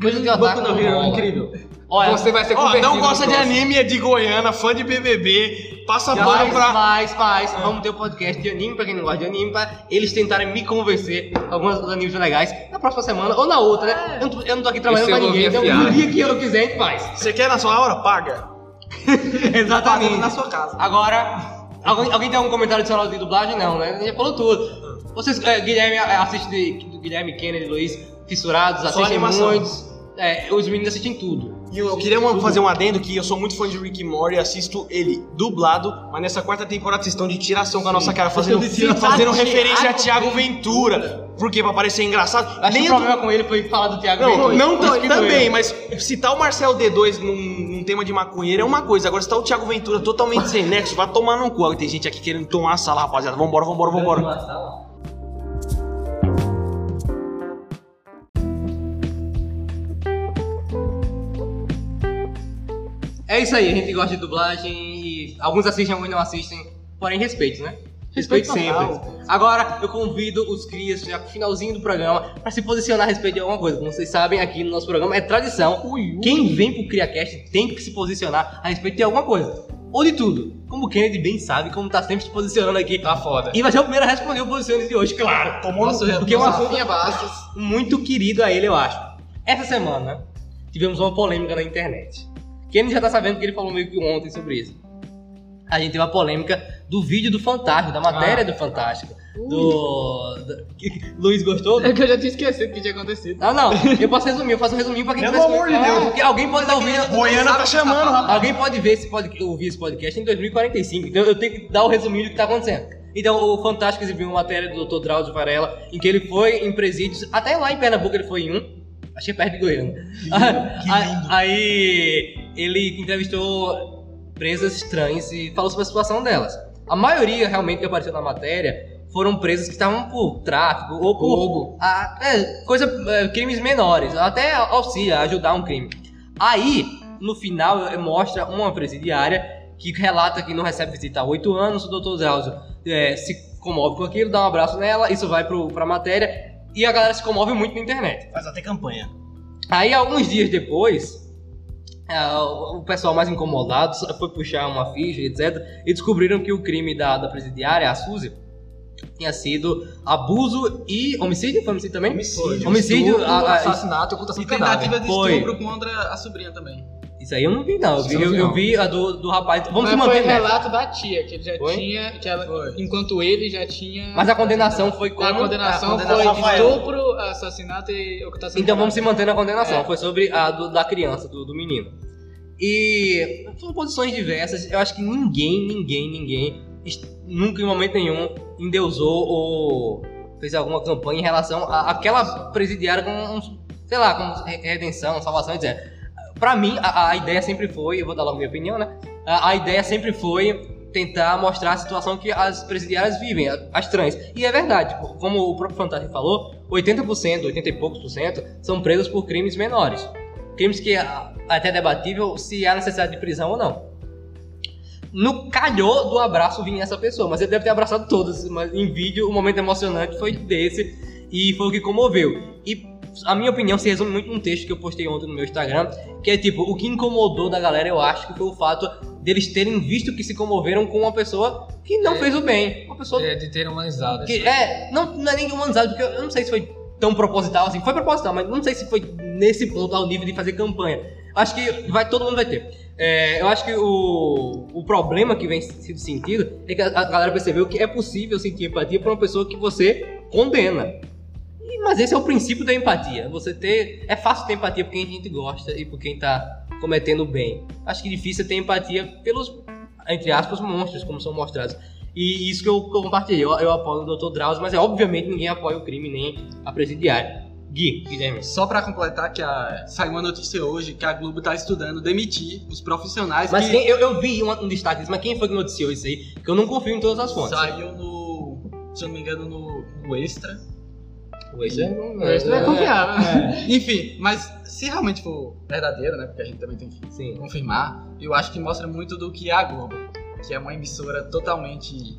[SPEAKER 1] Coisa de otaku
[SPEAKER 3] Boku no Hero,
[SPEAKER 1] rola.
[SPEAKER 3] incrível.
[SPEAKER 1] Olha,
[SPEAKER 2] Então Você vai ser
[SPEAKER 4] Ó,
[SPEAKER 2] convertido. então.
[SPEAKER 4] não gosta
[SPEAKER 2] no
[SPEAKER 4] de
[SPEAKER 2] próximo.
[SPEAKER 4] anime, é de Goiânia, fã de BBB, passa pano
[SPEAKER 1] faz,
[SPEAKER 4] pra.
[SPEAKER 1] faz, faz. Vamos ter um podcast de anime pra quem não gosta de anime, pra eles tentarem me convencer alguns dos animes legais na próxima semana ou na outra,
[SPEAKER 4] É.
[SPEAKER 1] né? Eu não tô, eu não tô aqui trabalhando
[SPEAKER 2] Esse eu
[SPEAKER 1] pra
[SPEAKER 2] vou
[SPEAKER 1] ninguém,
[SPEAKER 2] me
[SPEAKER 1] então
[SPEAKER 2] afiar.
[SPEAKER 1] no dia que eu quiser a gente faz.
[SPEAKER 4] Você quer na sua hora? Paga.
[SPEAKER 3] Fazendo na sua casa.
[SPEAKER 1] Agora, alguém, alguém tem algum comentário adicional de dublagem? Não, né? A gente já falou tudo. Vocês, eh, Guilherme, eh, assiste de- do Guilherme, Kennedy, Luiz, fissurados, assistem
[SPEAKER 4] animação.
[SPEAKER 1] muitos. É, os meninos assistem tudo.
[SPEAKER 4] E eu queria uma- fazer um adendo que eu sou muito fã de Rick and Morty, assisto ele dublado, mas nessa quarta temporada vocês estão de tiração com a nossa cara, fazendo,
[SPEAKER 1] Tá
[SPEAKER 4] fazendo referência a Thiago Ventura. Por quê? Pra parecer engraçado.
[SPEAKER 1] Acho que
[SPEAKER 4] Nem
[SPEAKER 1] o
[SPEAKER 4] do-
[SPEAKER 1] problema com ele foi falar do Thiago
[SPEAKER 4] Não,
[SPEAKER 1] Ventura.
[SPEAKER 4] não então-
[SPEAKER 1] Isso que
[SPEAKER 4] tam-
[SPEAKER 1] doeu.
[SPEAKER 4] também, mas citar o Marcelo D2 num, num tema de maconheiro é uma coisa. Agora citar o Thiago Ventura totalmente sem nexo, vai tomar no cu. Agora Tem gente aqui querendo tomar a sala, rapaziada. Vambora, vambora, vambora.
[SPEAKER 1] É isso aí, a gente gosta de dublagem e alguns assistem, alguns não assistem. Porém, respeito, né? Respeito, sempre. Agora, eu convido os crias já pro finalzinho do programa pra se posicionar a respeito de alguma coisa. Como vocês sabem, aqui no nosso programa é tradição. Quem vem pro CriaCast tem que se posicionar a respeito de alguma coisa. Ou de tudo. Como o Kennedy bem sabe, como tá sempre se posicionando aqui.
[SPEAKER 4] Tá foda.
[SPEAKER 1] E vai ser o primeiro a responder o posicionamento de hoje, claro.
[SPEAKER 4] Tomou no cu.
[SPEAKER 1] Porque é um assunto
[SPEAKER 5] Rafinha Bastos.
[SPEAKER 1] muito querido a ele, eu acho. Essa semana tivemos uma polêmica na internet. Quem já tá sabendo que ele falou meio que ontem sobre isso. A gente teve a polêmica do vídeo do Fantástico, da
[SPEAKER 4] Ah.
[SPEAKER 1] matéria do Fantástico. Do. do- Luiz gostou?
[SPEAKER 5] É que eu já tinha esquecido que tinha acontecido.
[SPEAKER 1] Ah, não. Eu posso resumir, eu faço um resuminho pra quem
[SPEAKER 4] Pelo
[SPEAKER 1] tivesse-
[SPEAKER 4] amor de Deus.
[SPEAKER 1] Porque alguém pode estar ouvindo.
[SPEAKER 4] Goiana tá chamando, rapaz.
[SPEAKER 1] Alguém pode ver esse podcast, ouvir esse podcast em 2045, então eu tenho que dar o resuminho do que tá acontecendo. Então, o Fantástico exibiu uma matéria do Dr. Drauzio Varela, em que ele foi em presídios, até lá em Pernambuco ele foi em um, acho que é perto de Goiânia. A- Aí ele entrevistou presas trans e falou sobre a situação delas. A maioria realmente que apareceu na matéria foram presas que estavam por tráfico ou por a- é, coisa, é, crimes menores, até auxilia, ajudar um crime. Aí, no final, eh, mostra uma presidiária que relata que não recebe visita há oito anos, o doutor Drauzio eh, se comove com aquilo, dá um abraço nela, isso vai pro, pra matéria, e a galera se comove muito na internet.
[SPEAKER 4] Faz até campanha.
[SPEAKER 1] Aí, alguns dias depois, ah, o o pessoal mais incomodado só foi puxar uma ficha, etc, e descobriram que o crime da, da presidiária, a Suzy, tinha sido abuso e homicídio? Foi homicídio também?
[SPEAKER 4] Homicídio.
[SPEAKER 1] Homicídio,
[SPEAKER 2] Estupro,
[SPEAKER 1] a- a-
[SPEAKER 2] assassinato e ocultação
[SPEAKER 3] E
[SPEAKER 2] de cadáver.
[SPEAKER 3] tentativa de
[SPEAKER 1] Foi.
[SPEAKER 3] estupro contra a sobrinha também.
[SPEAKER 1] Isso aí eu não vi, não. Eu vi,
[SPEAKER 2] Isso eu
[SPEAKER 1] eu,
[SPEAKER 2] não vi,
[SPEAKER 1] eu
[SPEAKER 2] não.
[SPEAKER 1] vi a do, do rapaz. Vamos se
[SPEAKER 5] Mas
[SPEAKER 1] manter né?
[SPEAKER 5] foi
[SPEAKER 1] nessa.
[SPEAKER 5] relato da tia, que ele já
[SPEAKER 1] Foi?
[SPEAKER 5] tinha. Que ela,
[SPEAKER 3] Foi.
[SPEAKER 5] Enquanto ele já tinha.
[SPEAKER 1] Mas a condenação foi como?
[SPEAKER 5] A condenação,
[SPEAKER 3] A condenação
[SPEAKER 5] foi
[SPEAKER 4] Rafael.
[SPEAKER 5] estupro, assassinato e ocultação.
[SPEAKER 1] Então
[SPEAKER 5] de
[SPEAKER 1] vamos se
[SPEAKER 5] cadáver.
[SPEAKER 1] manter na condenação.
[SPEAKER 5] É.
[SPEAKER 1] Foi sobre a do- da criança, do, do menino. E foram posições diversas. Eu acho que ninguém, ninguém, ninguém, est- nunca em momento nenhum, endeusou ou fez alguma campanha em relação a aquela presidiária com, um- sei lá, com re- redenção, salvação, etc. Pra mim, a, a ideia sempre foi, eu vou dar logo minha opinião, né? A, a ideia sempre foi tentar mostrar a situação que as presidiárias vivem, a- as trans. E é verdade, tipo, como o próprio Fantástico falou, 80%, 80 e poucos por cento são presas por crimes menores. Crimes que ah, até é debatível se há necessidade de prisão ou não. No calhou do abraço vinha essa pessoa, mas ele deve ter abraçado todas, mas em vídeo o momento emocionante foi desse e foi o que comoveu. E a minha opinião se resume muito num texto que eu postei ontem no meu Instagram, que é tipo, o que incomodou da galera, eu acho que foi o fato deles terem visto que se comoveram com uma pessoa que não fez o bem, uma pessoa
[SPEAKER 2] É, de ter humanizado.
[SPEAKER 1] que- é, não, não é nem humanizado, porque eu, eu não sei se foi tão proposital assim. Foi proposital, mas não sei se foi nesse ponto ao nível de fazer campanha. Acho que vai, todo mundo vai ter. É, eu acho que o, o problema que vem sendo sentido é que a, a galera percebeu que é possível sentir empatia por uma pessoa que você condena. E- mas esse é o princípio da empatia. Você ter. É fácil ter empatia por quem a gente gosta e por quem tá cometendo o bem. Acho que difícil é ter empatia pelos, entre aspas, monstros, como são mostrados. E isso que eu, que eu compartilhei. Eu, eu apoio o Dr. Drauzio, mas é obviamente ninguém apoia o crime nem a presidiária. Gui, Guilherme.
[SPEAKER 3] Só pra completar que a- saiu uma notícia hoje que a Globo tá estudando demitir os profissionais
[SPEAKER 1] Mas
[SPEAKER 3] que
[SPEAKER 1] quem, eu, eu vi um, um destaque disso, mas quem foi que noticiou isso aí? Que eu não confio em todas as fontes.
[SPEAKER 3] saiu no, se eu não me engano, no, no Extra.
[SPEAKER 1] Ué, isso é-
[SPEAKER 5] Isso não é confiável.
[SPEAKER 3] Enfim, mas se realmente for verdadeiro, né, porque a gente também tem que
[SPEAKER 1] Sim.
[SPEAKER 3] confirmar, eu acho que mostra muito do que é a Globo, que é uma emissora totalmente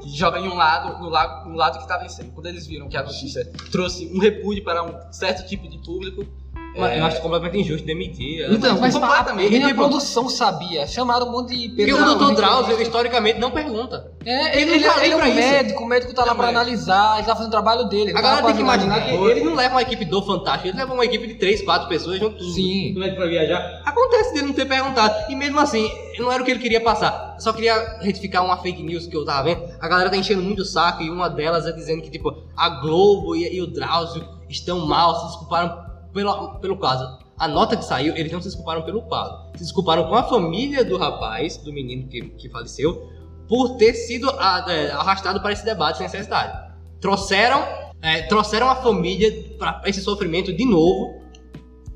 [SPEAKER 3] que joga em um lado, no lado, no lado que tá vencendo. Quando eles viram que a notícia trouxe um repúdio para um certo tipo de público,
[SPEAKER 1] Mas Eu acho completamente injusto demitir. ela.
[SPEAKER 3] então,
[SPEAKER 2] Mas
[SPEAKER 3] completamente.
[SPEAKER 2] nem a
[SPEAKER 3] Tipo,
[SPEAKER 2] é produção sabia. Chamaram um monte de
[SPEAKER 1] Porque
[SPEAKER 2] pessoas.
[SPEAKER 1] o Dr. Drauzio, historicamente, não pergunta.
[SPEAKER 2] É,
[SPEAKER 1] ele
[SPEAKER 2] ele,
[SPEAKER 1] não
[SPEAKER 2] ele,
[SPEAKER 1] tá nem
[SPEAKER 2] ele é um
[SPEAKER 1] pra isso.
[SPEAKER 2] médico, o médico tá lá
[SPEAKER 3] Não,
[SPEAKER 2] pra
[SPEAKER 3] é.
[SPEAKER 2] analisar, ele tá fazendo o trabalho dele. ele
[SPEAKER 1] A
[SPEAKER 2] tá lá
[SPEAKER 1] galera
[SPEAKER 2] pra
[SPEAKER 1] tem que imaginar que
[SPEAKER 2] analisar.
[SPEAKER 1] ele não leva uma equipe do Fantástico, ele leva uma equipe de 3, 4 pessoas junto.
[SPEAKER 2] Sim.
[SPEAKER 4] pra viajar.
[SPEAKER 1] Acontece dele não ter perguntado. E mesmo assim, não era o que ele queria passar. Só queria retificar uma fake news que eu tava vendo. A galera tá enchendo muito o saco e uma delas é dizendo que, tipo, a Globo e, e o Drauzio estão mal, se desculparam pelo, pelo caso. A nota que saiu, eles não se desculparam pelo caso. Se desculparam com a família do rapaz, do menino que, que faleceu, por ter sido a- é, arrastado para esse debate sem necessidade. Trouxeram, é, trouxeram a família para esse sofrimento de novo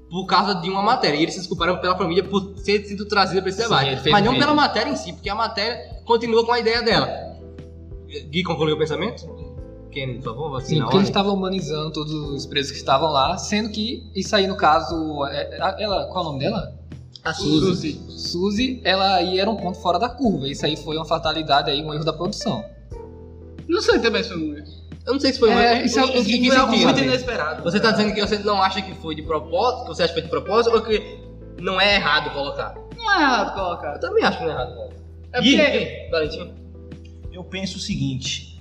[SPEAKER 1] por causa de uma matéria. E eles se desculparam pela família por ter sido trazida para esse
[SPEAKER 3] Sim, ele
[SPEAKER 1] debate.
[SPEAKER 3] fez
[SPEAKER 1] Mas não
[SPEAKER 3] bem.
[SPEAKER 1] pela matéria em si, porque a matéria continua com a ideia dela. Gui concluiu o pensamento? Kennedy, por favor,
[SPEAKER 2] Sim,
[SPEAKER 1] vacina a
[SPEAKER 2] porque eles
[SPEAKER 1] ordem.
[SPEAKER 2] estavam humanizando todos os presos que estavam lá, sendo que isso aí, no caso, é- é- ela, qual é o nome dela?
[SPEAKER 1] A Suzy.
[SPEAKER 2] Suzy, ela aí era um ponto fora da curva. Isso aí foi uma fatalidade aí, um erro da produção.
[SPEAKER 5] Não sei também se foi um erro.
[SPEAKER 1] Eu não sei se foi um
[SPEAKER 2] É,
[SPEAKER 1] muito-
[SPEAKER 2] isso é-
[SPEAKER 1] em que
[SPEAKER 2] isso foi
[SPEAKER 1] sentido?
[SPEAKER 2] algo
[SPEAKER 3] Muito inesperado.
[SPEAKER 1] Você tá dizendo que você não acha que foi de propósito, que você acha que foi de propósito, ou que não é errado colocar?
[SPEAKER 5] Não é errado colocar.
[SPEAKER 1] Eu também acho que não é errado colocar.
[SPEAKER 5] É
[SPEAKER 1] Ih,
[SPEAKER 5] porque.
[SPEAKER 1] ih, Valentim.
[SPEAKER 4] Eu penso o seguinte: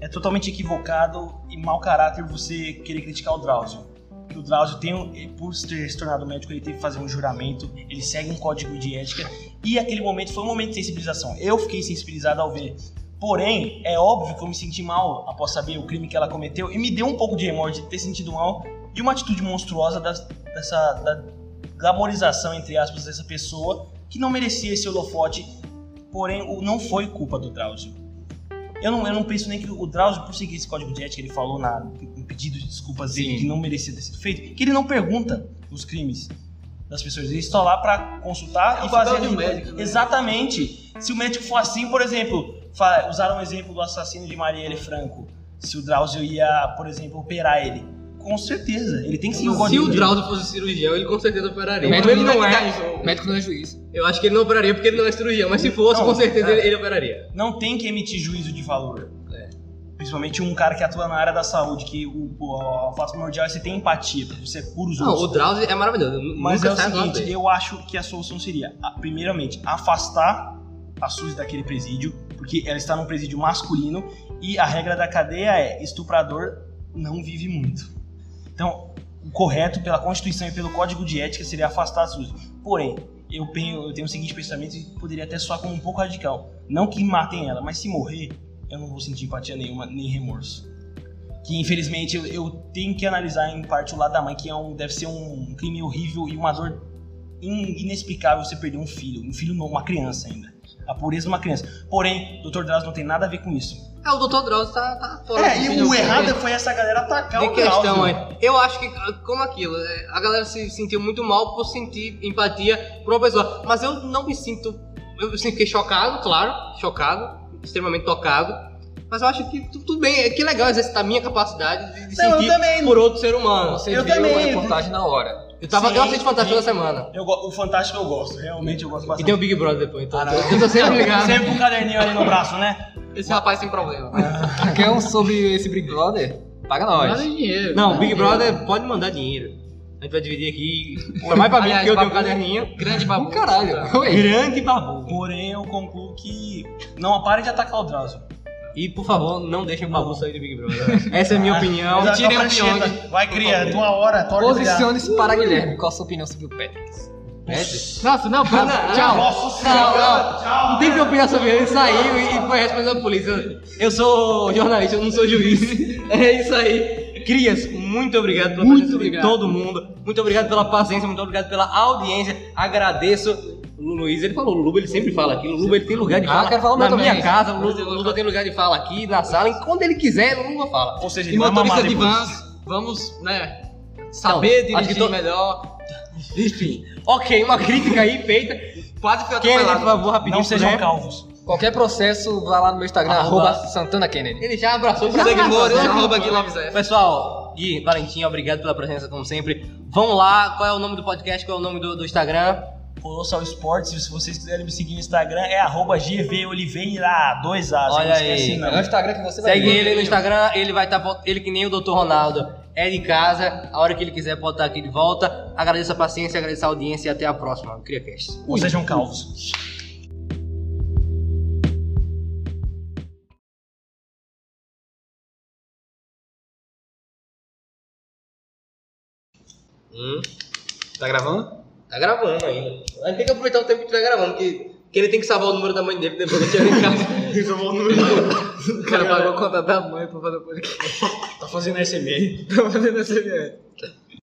[SPEAKER 4] é totalmente equivocado e mau caráter você querer criticar o Drauzio. Porque o Drauzio, tem, um- ele, por ter se tornado médico, ele teve que fazer um juramento, ele segue um código de ética, e aquele momento foi um momento de sensibilização. Eu fiquei sensibilizado ao ver. Porém, é óbvio que eu me senti mal após saber o crime que ela cometeu, e me deu um pouco de remorso de ter sentido mal e uma atitude monstruosa das- dessa da glamorização, entre aspas, dessa pessoa que não merecia esse holofote. Porém, o- não foi culpa do Drauzio. Eu não, eu não penso nem que o Drauzio, por seguir esse código de ética, ele falou na, no pedido de desculpas dele que não merecia ter sido feito, que ele não pergunta os crimes das pessoas. Ele está lá para consultar
[SPEAKER 3] É
[SPEAKER 4] e
[SPEAKER 3] o
[SPEAKER 4] fazer.
[SPEAKER 3] papel de um médico, né?
[SPEAKER 4] Exatamente. Se o médico for assim, por exemplo, fa- usaram o exemplo do assassino de Marielle Franco. Se o Drauzio ia, por exemplo, operar ele. Com certeza. Ele tem que um seguir o
[SPEAKER 1] Se
[SPEAKER 4] código
[SPEAKER 1] o
[SPEAKER 4] dele.
[SPEAKER 1] Drauzio fosse cirurgião, ele com certeza operaria.
[SPEAKER 2] Médico ele não
[SPEAKER 1] é.
[SPEAKER 2] Médico não é juiz.
[SPEAKER 1] Eu acho que ele não operaria porque ele não é cirurgião, mas se fosse,
[SPEAKER 4] Não,
[SPEAKER 1] com certeza
[SPEAKER 4] é.
[SPEAKER 1] ele, ele operaria.
[SPEAKER 4] não tem que emitir juízo de valor. Principalmente um cara que atua na área da saúde, que o, o- o fato primordial é você ter empatia, porque você cura os
[SPEAKER 1] Não, o
[SPEAKER 4] outros.
[SPEAKER 1] Drauzio é maravilhoso. nu-
[SPEAKER 4] Mas
[SPEAKER 1] nunca
[SPEAKER 4] é o
[SPEAKER 1] sai do lado
[SPEAKER 4] seguinte,
[SPEAKER 1] dele.
[SPEAKER 4] eu acho que a solução seria, a- primeiramente, afastar a Suzy daquele presídio, porque ela está num presídio masculino e a regra da cadeia é estuprador não vive muito. Então, o correto pela Constituição e pelo Código de Ética seria afastar a Suzy. Porém, eu tenho, eu tenho o seguinte pensamento e poderia até soar como um pouco radical. Não que matem ela, mas se morrer, eu não vou sentir empatia nenhuma, nem remorso. Que infelizmente eu, eu tenho que analisar em parte o lado da mãe, que é um, deve ser um crime horrível e uma dor in- inexplicável você perder um filho. Um filho não, uma criança ainda. A pureza de uma criança. Porém, o Dr. Drauzio não tem nada a ver com isso.
[SPEAKER 1] Ah, o Dr. Drauzio tá, tá fora.
[SPEAKER 4] É,
[SPEAKER 1] do
[SPEAKER 4] e
[SPEAKER 1] filho.
[SPEAKER 4] o errado foi essa galera atacar
[SPEAKER 1] de
[SPEAKER 4] o
[SPEAKER 1] questão
[SPEAKER 4] Drauzio.
[SPEAKER 1] aí. Eu acho que, como aquilo, é, a galera se sentiu muito mal por sentir empatia por uma pessoa. Mas eu não me sinto. Eu sempre fiquei chocado, claro, chocado, extremamente tocado. Mas eu acho que tu- tudo bem, é que legal exercitar a minha capacidade de, de
[SPEAKER 4] Não, eu
[SPEAKER 1] sentir
[SPEAKER 4] também.
[SPEAKER 1] por outro ser humano.
[SPEAKER 2] Você
[SPEAKER 4] Eu
[SPEAKER 2] viu
[SPEAKER 4] também.
[SPEAKER 2] a reportagem na hora.
[SPEAKER 1] Eu, tava,
[SPEAKER 4] Sim,
[SPEAKER 1] eu assisti Fantástico
[SPEAKER 4] sim.
[SPEAKER 1] toda semana.
[SPEAKER 4] Eu go- o Fantástico eu gosto, realmente eu gosto
[SPEAKER 1] E
[SPEAKER 4] bastante.
[SPEAKER 1] tem o Big Brother depois, então.
[SPEAKER 4] Ah, não.
[SPEAKER 1] eu tô sempre ligado.
[SPEAKER 4] Sempre com um caderninho ali no braço, né?
[SPEAKER 5] Esse rapaz tem problema.
[SPEAKER 2] Quer um sobre esse Big Brother? Paga
[SPEAKER 5] Nada
[SPEAKER 2] nós.
[SPEAKER 5] de é, dinheiro.
[SPEAKER 1] Não,
[SPEAKER 5] nada
[SPEAKER 1] Big
[SPEAKER 5] de dinheiro.
[SPEAKER 1] Brother pode mandar dinheiro. A gente vai dividir aqui. Pra mais pra mim,
[SPEAKER 5] Aliás,
[SPEAKER 1] porque eu tenho um
[SPEAKER 5] babu.
[SPEAKER 1] caderninho.
[SPEAKER 5] Grande babu.
[SPEAKER 2] Caralho. Oi.
[SPEAKER 4] Grande babu. Porém, eu concluo que não pare de atacar o Drauzio.
[SPEAKER 1] E por favor, não deixem o Babu sair do Big Brother. Essa é a minha opinião.
[SPEAKER 4] Mas a
[SPEAKER 1] Tirem o
[SPEAKER 4] tá prancheta.
[SPEAKER 1] Pyong.
[SPEAKER 4] Vai, cria, é tua hora, tua hora de brilhar.
[SPEAKER 2] Posicione-se para Guilherme. Qual a sua opinião sobre o Patrick?
[SPEAKER 5] Nossa, não, pá, tchau.
[SPEAKER 4] Nossa
[SPEAKER 1] Não,
[SPEAKER 4] senhora,
[SPEAKER 1] não.
[SPEAKER 4] tchau.
[SPEAKER 1] Não tem que opinar sobre ele. Ele saiu e foi responsável da polícia. Eu sou jornalista, eu não sou juiz. É isso aí. Crias, muito obrigado pela
[SPEAKER 5] Muito
[SPEAKER 1] presença de
[SPEAKER 5] obrigado.
[SPEAKER 1] todo mundo. Muito obrigado pela paciência, muito obrigado pela audiência. Agradeço. Lu- Luiz, ele falou, Luba, ele sempre fala aqui. Luba, ele tem lugar de
[SPEAKER 2] Ah,
[SPEAKER 1] fala
[SPEAKER 2] quero falar o
[SPEAKER 1] na
[SPEAKER 2] meu
[SPEAKER 1] minha
[SPEAKER 2] também.
[SPEAKER 1] casa. Luba, Luba tem lugar de fala aqui na sala. E quando ele quiser, Luba fala.
[SPEAKER 4] Ou seja,
[SPEAKER 3] E
[SPEAKER 4] ele vai mamar
[SPEAKER 3] motorista de
[SPEAKER 4] depois.
[SPEAKER 3] vans, vamos, né? Saber
[SPEAKER 1] Então, acho que tô-
[SPEAKER 3] dirigir melhor. Enfim,
[SPEAKER 1] Ok, uma crítica aí feita.
[SPEAKER 3] quase fui
[SPEAKER 1] Kennedy, por
[SPEAKER 3] atropelado.
[SPEAKER 1] favor, rapidinho.
[SPEAKER 4] Não
[SPEAKER 1] se
[SPEAKER 4] sejam
[SPEAKER 1] puder.
[SPEAKER 4] calvos.
[SPEAKER 2] Qualquer processo, vá lá no meu Instagram,
[SPEAKER 1] Arroba.
[SPEAKER 2] arroba Santana Kennedy.
[SPEAKER 1] Ele já abraçou
[SPEAKER 3] Segue Moro,
[SPEAKER 1] né?
[SPEAKER 3] arroba Guilherme Zé.
[SPEAKER 1] Pessoal, Gui, Valentim, obrigado pela presença, como sempre. Vão lá, qual é o nome do podcast, qual é o nome do, do Instagram?
[SPEAKER 4] Colossal Esportes, se vocês quiserem me seguir no Instagram, é arroba gvoliveira, dois As,
[SPEAKER 1] Olha
[SPEAKER 4] não esquece
[SPEAKER 1] aí.
[SPEAKER 4] não.
[SPEAKER 2] É o Instagram que você vai
[SPEAKER 1] Segue
[SPEAKER 2] ver.
[SPEAKER 1] ele no Instagram, ele vai estar, ele que nem o Dr. Ronaldo, é de casa, a hora que ele quiser pode estar aqui de volta. Agradeço a paciência, agradeço a audiência e até a próxima. CriaCast.
[SPEAKER 4] Ou sejam calvos.
[SPEAKER 1] Hum,
[SPEAKER 6] Tá gravando?
[SPEAKER 1] tá gravando ainda. A gente tem que aproveitar o tempo que tiver gravando, porque Que ele tem que salvar o número da mãe dele depois que chegar em casa.
[SPEAKER 4] Resolveu o número do-
[SPEAKER 5] O cara pagou a conta da mãe pra fazer o podcast.
[SPEAKER 7] Tá fazendo SMR.
[SPEAKER 5] Tá fazendo essa